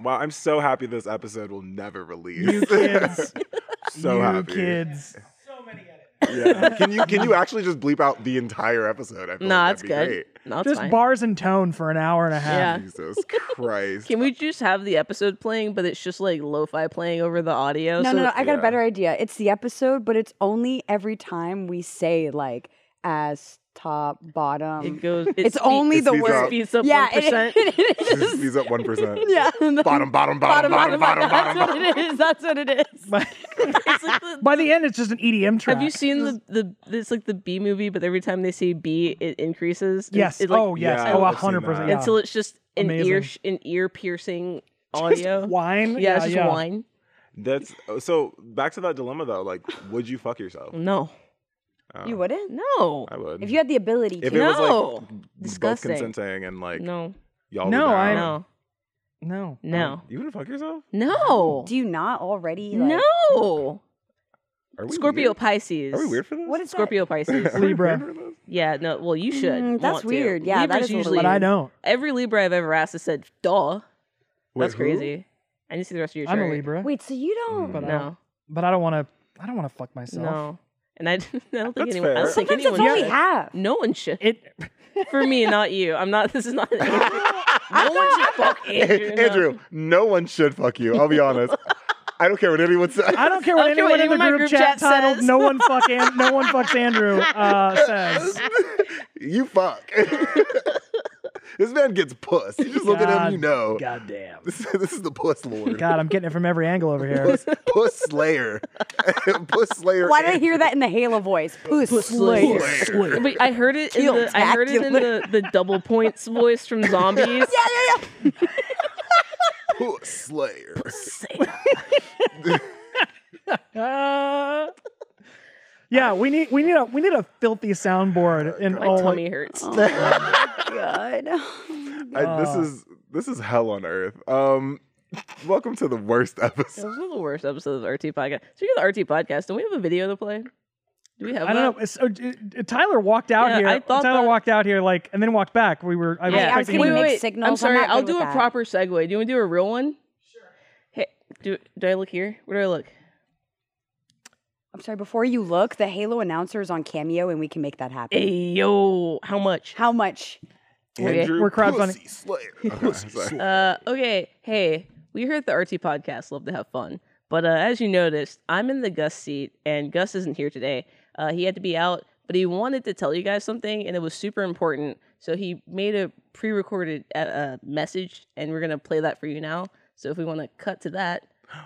[SPEAKER 2] Wow, I'm so happy this episode will never release.
[SPEAKER 4] you kids,
[SPEAKER 2] so
[SPEAKER 4] you
[SPEAKER 2] happy.
[SPEAKER 4] kids.
[SPEAKER 2] Yeah. Can you can you actually just bleep out the entire episode? I feel
[SPEAKER 1] Nah,
[SPEAKER 2] like
[SPEAKER 1] it's
[SPEAKER 2] Oh,
[SPEAKER 1] good.
[SPEAKER 2] that'd be great.
[SPEAKER 1] No, it's
[SPEAKER 4] Just
[SPEAKER 1] fine.
[SPEAKER 4] bars and tone for an hour and a half.
[SPEAKER 1] Yeah.
[SPEAKER 2] Jesus Christ.
[SPEAKER 1] Can we just have the episode playing, but it's just like lo-fi playing over the audio?
[SPEAKER 3] No,
[SPEAKER 1] so
[SPEAKER 3] no, no. I got a
[SPEAKER 2] yeah.
[SPEAKER 3] better idea. It's the episode, but it's only every time we say like ass, top, bottom.
[SPEAKER 1] It goes. It
[SPEAKER 3] um, it's only
[SPEAKER 2] it
[SPEAKER 3] the
[SPEAKER 2] speeds
[SPEAKER 3] word.
[SPEAKER 2] up.
[SPEAKER 1] Speeds up
[SPEAKER 3] yeah, it-
[SPEAKER 1] 1%.
[SPEAKER 3] it is.
[SPEAKER 2] He's up one percent.
[SPEAKER 3] yeah.
[SPEAKER 2] Bottom, bottom, bottom, bottom, bottom,
[SPEAKER 3] That's
[SPEAKER 2] bottom.
[SPEAKER 3] what it is. That's what it is.
[SPEAKER 4] By,
[SPEAKER 1] It's like the-
[SPEAKER 4] by the end, it's just an EDM track.
[SPEAKER 1] Have you seen the, the it's like the B movie, but every time they say B, it increases. It-
[SPEAKER 4] Yes.
[SPEAKER 1] It, like,
[SPEAKER 4] oh yes.
[SPEAKER 2] Yeah,
[SPEAKER 4] oh,
[SPEAKER 2] I've
[SPEAKER 4] a
[SPEAKER 2] seen
[SPEAKER 4] hundred percent.
[SPEAKER 2] that.
[SPEAKER 4] yeah.
[SPEAKER 1] Until it's just an
[SPEAKER 4] Amazing.
[SPEAKER 1] ear an ear piercing
[SPEAKER 4] Just
[SPEAKER 1] audio.
[SPEAKER 4] wine.
[SPEAKER 1] Yeah,
[SPEAKER 4] yeah,
[SPEAKER 1] it's just
[SPEAKER 4] yeah.
[SPEAKER 1] wine.
[SPEAKER 2] That's oh, so. Back to that dilemma though. Like, would you fuck yourself?
[SPEAKER 1] No,
[SPEAKER 2] Oh,
[SPEAKER 3] You wouldn't?
[SPEAKER 1] no,
[SPEAKER 2] I would.
[SPEAKER 3] If you had the ability to.
[SPEAKER 2] If it was
[SPEAKER 1] No.
[SPEAKER 2] like both
[SPEAKER 1] Disgusting.
[SPEAKER 2] consenting and like
[SPEAKER 1] no,
[SPEAKER 2] y'all.
[SPEAKER 4] No,
[SPEAKER 2] were
[SPEAKER 4] I-
[SPEAKER 2] down,
[SPEAKER 1] no,
[SPEAKER 4] No.
[SPEAKER 1] no,
[SPEAKER 2] You wouldn't fuck yourself?
[SPEAKER 1] no,
[SPEAKER 3] Do you not already? Like,
[SPEAKER 1] no.
[SPEAKER 2] Are we
[SPEAKER 1] Scorpio
[SPEAKER 2] Weird?
[SPEAKER 1] Pisces.
[SPEAKER 2] Are we weird for this?
[SPEAKER 3] What is that?
[SPEAKER 1] Scorpio Pisces.
[SPEAKER 2] Are we weird
[SPEAKER 4] Libra.
[SPEAKER 2] for this?
[SPEAKER 1] yeah, no. Well, you should.
[SPEAKER 3] Mm, that's
[SPEAKER 1] want to.
[SPEAKER 3] weird. Yeah, that
[SPEAKER 1] Libra's
[SPEAKER 3] is a little
[SPEAKER 1] usually.
[SPEAKER 4] But I don't.
[SPEAKER 1] Every Libra I've ever asked has said, "Duh."
[SPEAKER 2] Wait,
[SPEAKER 1] that's
[SPEAKER 2] who?
[SPEAKER 1] crazy. I need to see the rest of your
[SPEAKER 4] I'm a
[SPEAKER 1] chart.
[SPEAKER 4] Libra.
[SPEAKER 3] Wait, so you
[SPEAKER 2] Mm,
[SPEAKER 3] don't.
[SPEAKER 4] But I don't-
[SPEAKER 1] No,
[SPEAKER 4] But I don't want to. I don't want to fuck myself.
[SPEAKER 1] no. And I, I don't think
[SPEAKER 2] That's
[SPEAKER 1] anyone. I
[SPEAKER 2] fair.
[SPEAKER 1] don't think
[SPEAKER 3] Sometimes that's
[SPEAKER 1] anyone.
[SPEAKER 3] all we
[SPEAKER 1] should.
[SPEAKER 3] have.
[SPEAKER 1] No one should.
[SPEAKER 4] It.
[SPEAKER 1] For me, not you. I'm not. This is not. An Andrew. no one should fuck Andrew. no.
[SPEAKER 2] Andrew, no one should fuck you. I'll be honest. I don't care what anyone says.
[SPEAKER 4] I don't care what
[SPEAKER 1] I don't care
[SPEAKER 4] anyone
[SPEAKER 1] what
[SPEAKER 4] in the
[SPEAKER 1] anyone in my
[SPEAKER 4] group, chat, titled
[SPEAKER 1] says.
[SPEAKER 4] "No one fuck An- No one fucks Andrew" uh, says.
[SPEAKER 2] you fuck. this man gets puss. You just look at him, you know.
[SPEAKER 4] Goddamn.
[SPEAKER 2] This, this is the puss lord.
[SPEAKER 4] God, I'm getting it from every angle over here.
[SPEAKER 2] Puss, puss slayer. puss slayer.
[SPEAKER 3] Why did I hear that in the Halo voice? Puss,
[SPEAKER 1] Slayer.
[SPEAKER 3] Slayer.
[SPEAKER 1] Wait, I heard it in
[SPEAKER 3] Kill
[SPEAKER 1] the. I heard it in the, the double points voice from zombies.
[SPEAKER 3] Yeah, yeah, yeah.
[SPEAKER 2] Puss slayer.
[SPEAKER 4] Uh, yeah, we need we need a we need a filthy soundboard and
[SPEAKER 1] Uh, My
[SPEAKER 4] all. like-
[SPEAKER 1] tummy hurts.
[SPEAKER 3] God.
[SPEAKER 2] I, this is this is hell on earth. Um, welcome to the worst
[SPEAKER 1] This
[SPEAKER 2] episode.
[SPEAKER 1] is one of the worst episodes of the RT podcast. Speaking of the RT podcast, don't we have a video to play? Do we have?
[SPEAKER 4] I
[SPEAKER 1] that?
[SPEAKER 4] don't know. So, uh, uh, Tyler walked out
[SPEAKER 1] Yeah,
[SPEAKER 4] here.
[SPEAKER 1] I thought
[SPEAKER 4] Tyler
[SPEAKER 1] that-
[SPEAKER 4] walked out here like, and then walked back. We were. I was
[SPEAKER 3] Yeah, I was
[SPEAKER 4] expecting
[SPEAKER 3] getting
[SPEAKER 4] you to-
[SPEAKER 3] mixed
[SPEAKER 1] I'm
[SPEAKER 3] signals. I'm
[SPEAKER 1] sorry,
[SPEAKER 3] not
[SPEAKER 1] will
[SPEAKER 3] good
[SPEAKER 1] do
[SPEAKER 3] with
[SPEAKER 1] a
[SPEAKER 3] that.
[SPEAKER 1] proper segue. Do you want to do a real one? Sure. Hey, do do I look here? Where do I look?
[SPEAKER 3] I'm sorry, before you look, the Halo announcer is on Cameo and we can make that happen.
[SPEAKER 1] Ayo, how much?
[SPEAKER 3] How much?
[SPEAKER 1] Okay.
[SPEAKER 2] Andrew
[SPEAKER 4] We're crowdfunding.
[SPEAKER 2] Pussy Slayer. Okay, sorry.
[SPEAKER 1] Uh, okay, hey, we here at the RT podcast love to have fun, but uh, as you noticed, I'm in the Gus seat, and Gus isn't here today. Uh, he had to be out, but he wanted to tell you guys something, and it was super important. So he made a pre-recorded uh, uh, message, and we're gonna play that for you now. So if we want to cut to that,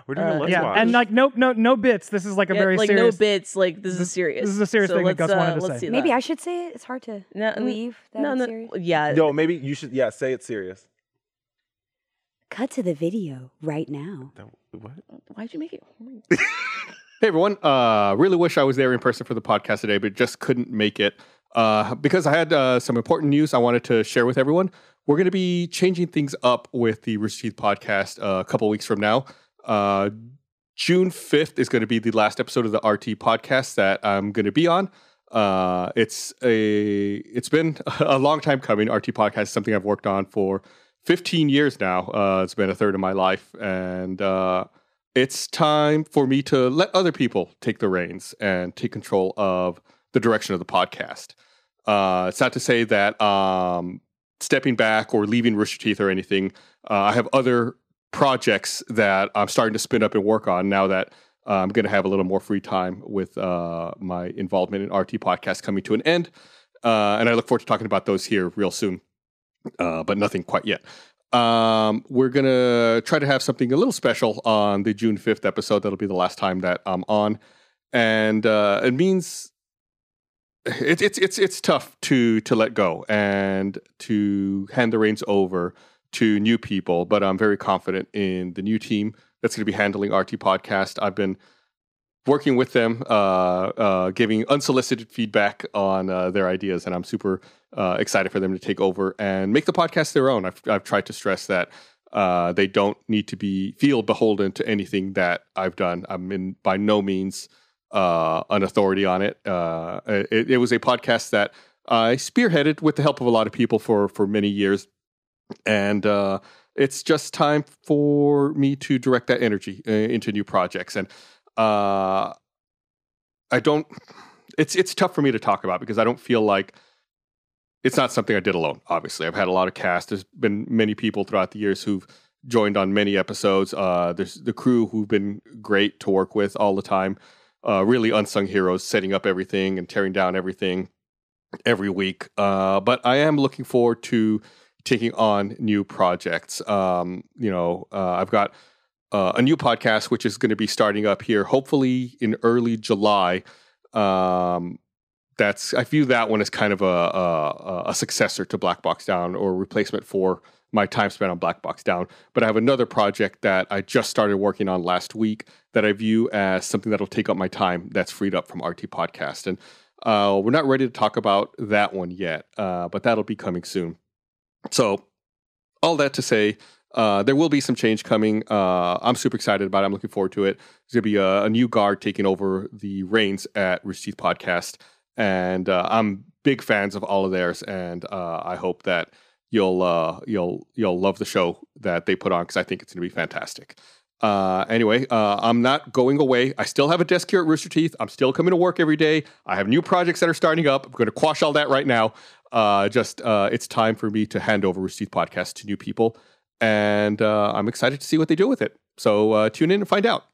[SPEAKER 2] We're doing a let's
[SPEAKER 4] yeah,
[SPEAKER 2] watch.
[SPEAKER 4] and like no, no, no bits. This is like a
[SPEAKER 1] yeah,
[SPEAKER 4] very
[SPEAKER 1] like
[SPEAKER 4] serious.
[SPEAKER 1] no bits, like this is serious.
[SPEAKER 4] this is a serious
[SPEAKER 1] so
[SPEAKER 4] thing that
[SPEAKER 1] let's,
[SPEAKER 4] Gus wanted
[SPEAKER 1] uh,
[SPEAKER 4] to
[SPEAKER 1] let's
[SPEAKER 4] say.
[SPEAKER 1] See
[SPEAKER 3] Maybe
[SPEAKER 1] that.
[SPEAKER 3] I should say it. It's hard to
[SPEAKER 1] No, n-
[SPEAKER 3] believe that
[SPEAKER 1] no,
[SPEAKER 3] it's
[SPEAKER 1] no,
[SPEAKER 3] serious.
[SPEAKER 1] yeah,
[SPEAKER 2] no, maybe you should. Yeah, say it serious.
[SPEAKER 3] Cut to the video right now.
[SPEAKER 2] That- What?
[SPEAKER 1] Why'd you make it? horny?
[SPEAKER 5] Hey everyone, uh, really wish I was there in person for the podcast today, but just couldn't make it uh, because I had uh, some important news I wanted to share with everyone. We're going to be changing things up with the Rooster Teeth podcast uh, a couple weeks from now. Uh, June fifth is going to be the last episode of the RT podcast that I'm going to be on. Uh, it's a it's been a long time coming. RT podcast is something I've worked on for 15 years now. Uh, it's been a third of my life, and uh, it's time for me to let other people take the reins and take control of the direction of the podcast. Uh, it's not to say that um, stepping back or leaving Rooster Teeth or anything. Uh, I have other projects that I'm starting to spin up and work on now that uh, I'm going to have a little more free time with uh, my involvement in RT podcast coming to an end. Uh, and I look forward to talking about those here real soon, uh, but nothing quite yet. Um, we're going to try to have something a little special on the June 5th episode. That'll be the last time that I'm on. And uh, it means it, it's it's it's tough to to let go and to hand the reins over to new people, but I'm very confident in the new team that's going to be handling RT podcast. I've been working with them, uh, uh, giving unsolicited feedback on uh, their ideas, and I'm super uh, excited for them to take over and make the podcast their own. I've I've tried to stress that. Uh, they don't need to be feel beholden to anything that I've done. I'm in by no means uh, an authority on it. Uh, it. It was a podcast that I spearheaded with the help of a lot of people for for many years, and uh, it's just time for me to direct that energy uh, into new projects. And uh, I don't. It's it's tough for me to talk about because I don't feel like it's not something I did alone. Obviously, I've had a lot of cast. There's been many people throughout the years who've joined on many episodes. Uh, there's the crew who've been great to work with all the time uh, really unsung heroes setting up everything and tearing down everything every week. Uh, but I am looking forward to taking on new projects. Um, you know, uh, I've got uh, a new podcast which is going to be starting up here, hopefully in early July. Um, that's I view that one as kind of a, a a successor to Black Box Down or replacement for my time spent on Black Box Down. But I have another project that I just started working on last week that I view as something that'll take up my time that's freed up from RT Podcast. And uh, we're not ready to talk about that one yet, uh, but that'll be coming soon. So, all that to say, uh, there will be some change coming. Uh, I'm super excited about it. I'm looking forward to it. There's going to be a, a new guard taking over the reins at Rooster Teeth Podcast. And uh, I'm big fans of all of theirs. And uh, I hope that you'll uh, you'll you'll love the show that they put on because I think it's going to be fantastic. Uh, anyway, uh, I'm not going away. I still have a desk here at Rooster Teeth. I'm still coming to work every day. I have new projects that are starting up. I'm going to quash all that right now. Uh, just uh, it's time for me to hand over Rooster Teeth podcast to new people, and uh, I'm excited to see what they do with it. So uh, tune in and find out.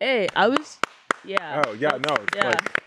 [SPEAKER 1] Hey, I was, yeah,
[SPEAKER 2] Oh yeah, no. it's
[SPEAKER 1] yeah.
[SPEAKER 2] like-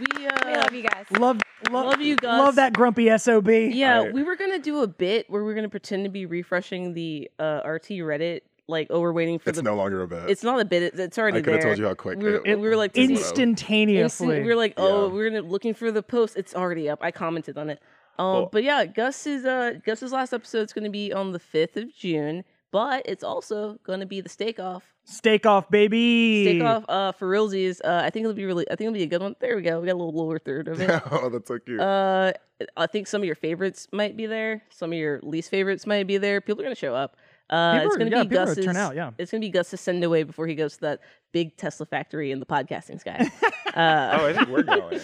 [SPEAKER 1] we uh,
[SPEAKER 3] We love you guys.
[SPEAKER 4] Love, love,
[SPEAKER 1] Love you, Gus.
[SPEAKER 4] Love that grumpy sob.
[SPEAKER 1] Yeah,
[SPEAKER 2] I-
[SPEAKER 1] we were gonna do a bit where we are gonna pretend to be refreshing the uh, RT Reddit, like oh, we're waiting for
[SPEAKER 2] it's
[SPEAKER 1] the.
[SPEAKER 2] no longer a bit.
[SPEAKER 1] it's not a bit. It, it's
[SPEAKER 2] I
[SPEAKER 1] already
[SPEAKER 2] could
[SPEAKER 1] there.
[SPEAKER 2] have told you how quick.
[SPEAKER 1] We were-
[SPEAKER 2] it
[SPEAKER 1] we were like,
[SPEAKER 2] blew up.
[SPEAKER 1] Instant-
[SPEAKER 4] Instantaneously.
[SPEAKER 1] we were like, oh,
[SPEAKER 2] Yeah.
[SPEAKER 1] we're gonna looking for the post. It's already up. I commented on it. Um,
[SPEAKER 2] Well-
[SPEAKER 1] but yeah, Gus is uh Gus's last episode is gonna be on the fifth of June, but it's also gonna be the stake off.
[SPEAKER 4] Steak off, baby.
[SPEAKER 1] Stake off uh, for realsies. Uh, I think it'll be really. I think it'll be a good one. There we go. We got a little lower third of it.
[SPEAKER 2] oh, that's so cute.
[SPEAKER 1] Uh, I think some of your favorites might be there. Some of your least favorites might be there. People are gonna show up. Uh,
[SPEAKER 4] People
[SPEAKER 1] it's
[SPEAKER 4] are-
[SPEAKER 1] gonna
[SPEAKER 4] yeah,
[SPEAKER 1] be
[SPEAKER 4] people are
[SPEAKER 1] Gus's.
[SPEAKER 4] turn out, yeah.
[SPEAKER 1] It's gonna be Gus's send away before he goes to that big Tesla factory in the podcasting sky. uh,
[SPEAKER 2] Oh, I think we're going.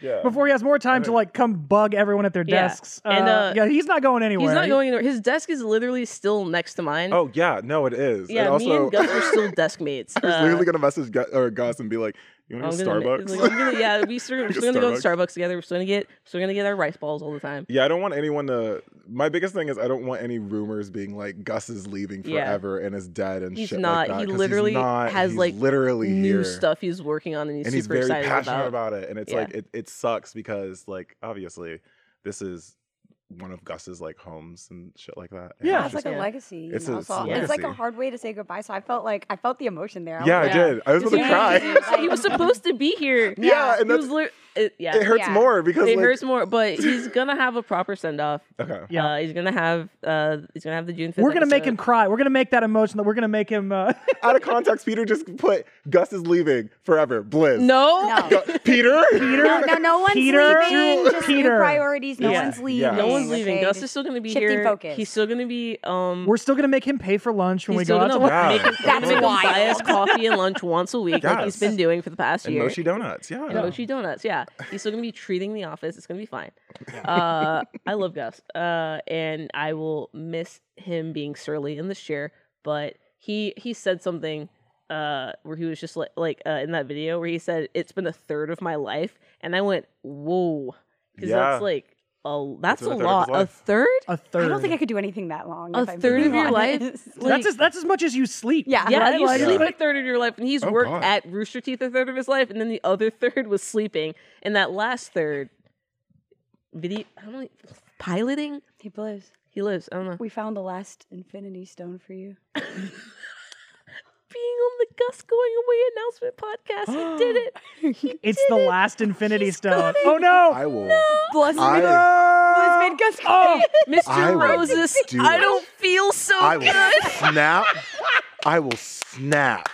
[SPEAKER 2] Yeah.
[SPEAKER 4] Before he has more time to like come bug everyone at their
[SPEAKER 1] Yeah.
[SPEAKER 4] desks.
[SPEAKER 1] And,
[SPEAKER 4] Uh,
[SPEAKER 1] uh,
[SPEAKER 4] yeah, he's not going anywhere.
[SPEAKER 1] he's not
[SPEAKER 4] He-
[SPEAKER 1] going anywhere. His desk is literally still next to mine.
[SPEAKER 2] Oh yeah, no, it is.
[SPEAKER 1] yeah.
[SPEAKER 2] and also,
[SPEAKER 1] me and Gus are still desk mates.
[SPEAKER 2] I was
[SPEAKER 1] Uh,
[SPEAKER 2] literally gonna message Gus, or Gus and be like, "You want
[SPEAKER 1] I'm
[SPEAKER 2] to go
[SPEAKER 1] gonna-
[SPEAKER 2] Starbucks?"
[SPEAKER 1] like, I'm gonna- yeah, we still, we're still gonna go to
[SPEAKER 2] Starbucks.
[SPEAKER 1] Starbucks together. We're still gonna get, still gonna get our rice balls all the time.
[SPEAKER 2] yeah, I don't want anyone to. My biggest thing is I don't want any rumors being like Gus is leaving
[SPEAKER 1] Yeah.
[SPEAKER 2] forever and is dead and
[SPEAKER 1] He's
[SPEAKER 2] shit
[SPEAKER 1] not.
[SPEAKER 2] like that.
[SPEAKER 1] he
[SPEAKER 2] 'cause he's
[SPEAKER 1] literally
[SPEAKER 2] not.
[SPEAKER 1] has
[SPEAKER 2] He's
[SPEAKER 1] like
[SPEAKER 2] literally
[SPEAKER 1] new
[SPEAKER 2] here.
[SPEAKER 1] stuff he's working on, and he's
[SPEAKER 2] and he's
[SPEAKER 1] super
[SPEAKER 2] very
[SPEAKER 1] excited
[SPEAKER 2] passionate
[SPEAKER 1] about.
[SPEAKER 2] about. it and it's
[SPEAKER 1] Yeah.
[SPEAKER 2] like it, it sucks because like obviously this is one of gus's like homes and shit like that and
[SPEAKER 4] Yeah,
[SPEAKER 2] it's
[SPEAKER 3] Yeah, it's
[SPEAKER 2] just,
[SPEAKER 3] like a
[SPEAKER 1] Yeah.
[SPEAKER 3] legacy. you
[SPEAKER 2] It's
[SPEAKER 3] know,
[SPEAKER 2] a- it's a
[SPEAKER 3] so it's like a
[SPEAKER 2] legacy.
[SPEAKER 3] hard way to say goodbye. So I felt like I felt the emotion there. I was
[SPEAKER 2] yeah i
[SPEAKER 3] like,
[SPEAKER 1] Yeah.
[SPEAKER 2] did i was
[SPEAKER 1] It's
[SPEAKER 2] about to
[SPEAKER 1] like-
[SPEAKER 2] cry
[SPEAKER 1] he, was, he was supposed to be here.
[SPEAKER 2] yeah,
[SPEAKER 3] Yeah.
[SPEAKER 2] and
[SPEAKER 1] he
[SPEAKER 2] that's
[SPEAKER 1] was lit- it, yeah.
[SPEAKER 2] it hurts
[SPEAKER 3] Yeah.
[SPEAKER 2] more because
[SPEAKER 1] It
[SPEAKER 2] like,
[SPEAKER 1] hurts more, but he's gonna have a proper send off.
[SPEAKER 2] okay
[SPEAKER 4] Yeah.
[SPEAKER 1] Uh, he's gonna have uh, he's gonna have the June 5th.
[SPEAKER 4] We're gonna make
[SPEAKER 1] episode.
[SPEAKER 4] him cry. We're gonna make that emotion. We're gonna make him. Uh,
[SPEAKER 2] out of context peter just put gus is leaving forever blizz
[SPEAKER 1] No,
[SPEAKER 3] No.
[SPEAKER 2] Gu- peter peter
[SPEAKER 3] No, no, no one's
[SPEAKER 4] Peter?
[SPEAKER 3] leaving. Just new
[SPEAKER 4] Peter.
[SPEAKER 3] priorities. No
[SPEAKER 1] Yeah.
[SPEAKER 3] one's leaving.
[SPEAKER 2] Yeah.
[SPEAKER 1] no one's leaving.
[SPEAKER 3] okay?
[SPEAKER 1] Gus
[SPEAKER 3] Just-
[SPEAKER 1] is still gonna be
[SPEAKER 3] shifting
[SPEAKER 1] here.
[SPEAKER 3] focus.
[SPEAKER 1] He's still gonna be um.
[SPEAKER 4] we're still gonna make him pay for lunch when
[SPEAKER 1] he's
[SPEAKER 4] we
[SPEAKER 1] still
[SPEAKER 4] go out
[SPEAKER 1] gonna
[SPEAKER 4] to lunch.
[SPEAKER 2] Yeah.
[SPEAKER 1] make him,
[SPEAKER 3] That's
[SPEAKER 1] make him buy us
[SPEAKER 3] wild.
[SPEAKER 1] coffee and lunch once a week, like he's
[SPEAKER 2] Yes.
[SPEAKER 1] been doing for the past
[SPEAKER 2] and
[SPEAKER 1] year.
[SPEAKER 2] mochi donuts yeah,
[SPEAKER 1] And mochi donuts, yeah. He's still gonna be treating the office. It's gonna be fine. Uh, I love Gus, uh, and I will miss him being surly in this chair. But he he said something uh, where he was just like like uh, in that video where he said it's been a third of my life, and I went whoa because
[SPEAKER 2] Yeah.
[SPEAKER 1] that's like a that's
[SPEAKER 2] been
[SPEAKER 1] a,
[SPEAKER 2] a third of
[SPEAKER 1] lot
[SPEAKER 2] his
[SPEAKER 1] a
[SPEAKER 2] life.
[SPEAKER 1] third.
[SPEAKER 4] A third.
[SPEAKER 3] I don't think I could do anything that long.
[SPEAKER 1] A
[SPEAKER 3] if I'm
[SPEAKER 1] third of
[SPEAKER 3] being
[SPEAKER 1] your life?
[SPEAKER 3] honest.
[SPEAKER 1] Like-
[SPEAKER 4] that's as, that's as much as you sleep.
[SPEAKER 3] Yeah.
[SPEAKER 1] Yeah,
[SPEAKER 4] right?
[SPEAKER 1] you
[SPEAKER 4] Like-
[SPEAKER 1] sleep
[SPEAKER 2] Yeah.
[SPEAKER 1] a third of your life, and he's
[SPEAKER 2] Oh,
[SPEAKER 1] worked
[SPEAKER 2] God.
[SPEAKER 1] at Rooster Teeth a third of his life, and then the other third was sleeping, and that last third, video, I don't know, piloting.
[SPEAKER 3] Hey, Bliss,
[SPEAKER 1] He lives. I don't know.
[SPEAKER 3] we found the last Infinity Stone for you.
[SPEAKER 1] Being on the Gus going away announcement podcast, he did it.
[SPEAKER 4] It's the last Infinity Stone. Oh no!
[SPEAKER 2] i will
[SPEAKER 3] Bliss,
[SPEAKER 2] I,
[SPEAKER 3] Bliss made Gus
[SPEAKER 4] Oh,
[SPEAKER 1] Mr.
[SPEAKER 2] I will
[SPEAKER 1] Roses,
[SPEAKER 2] do
[SPEAKER 1] I
[SPEAKER 2] it.
[SPEAKER 1] don't feel so
[SPEAKER 2] I will
[SPEAKER 1] good.
[SPEAKER 2] snap i will snap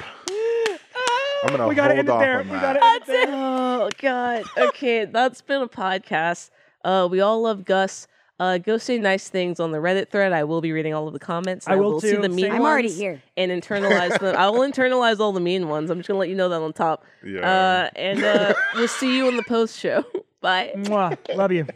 [SPEAKER 2] i'm gonna
[SPEAKER 4] we gotta
[SPEAKER 2] hold
[SPEAKER 4] end it
[SPEAKER 2] off
[SPEAKER 4] there.
[SPEAKER 2] on
[SPEAKER 4] We
[SPEAKER 2] that.
[SPEAKER 4] gotta end it there.
[SPEAKER 1] Oh God. Okay, that's been a podcast. Uh, we all love Gus. Uh, go say nice things on the Reddit thread. I will be reading all of the comments. and
[SPEAKER 4] I will
[SPEAKER 1] see
[SPEAKER 4] too.
[SPEAKER 1] the
[SPEAKER 4] Say-
[SPEAKER 1] mean
[SPEAKER 4] I'm
[SPEAKER 1] ones
[SPEAKER 3] already here.
[SPEAKER 1] and internalize them. I will internalize all the mean ones. I'm just gonna let you know that on top.
[SPEAKER 2] Yeah.
[SPEAKER 1] Uh, and uh, we'll see you on the post show. Bye.
[SPEAKER 4] Mwah. Love you.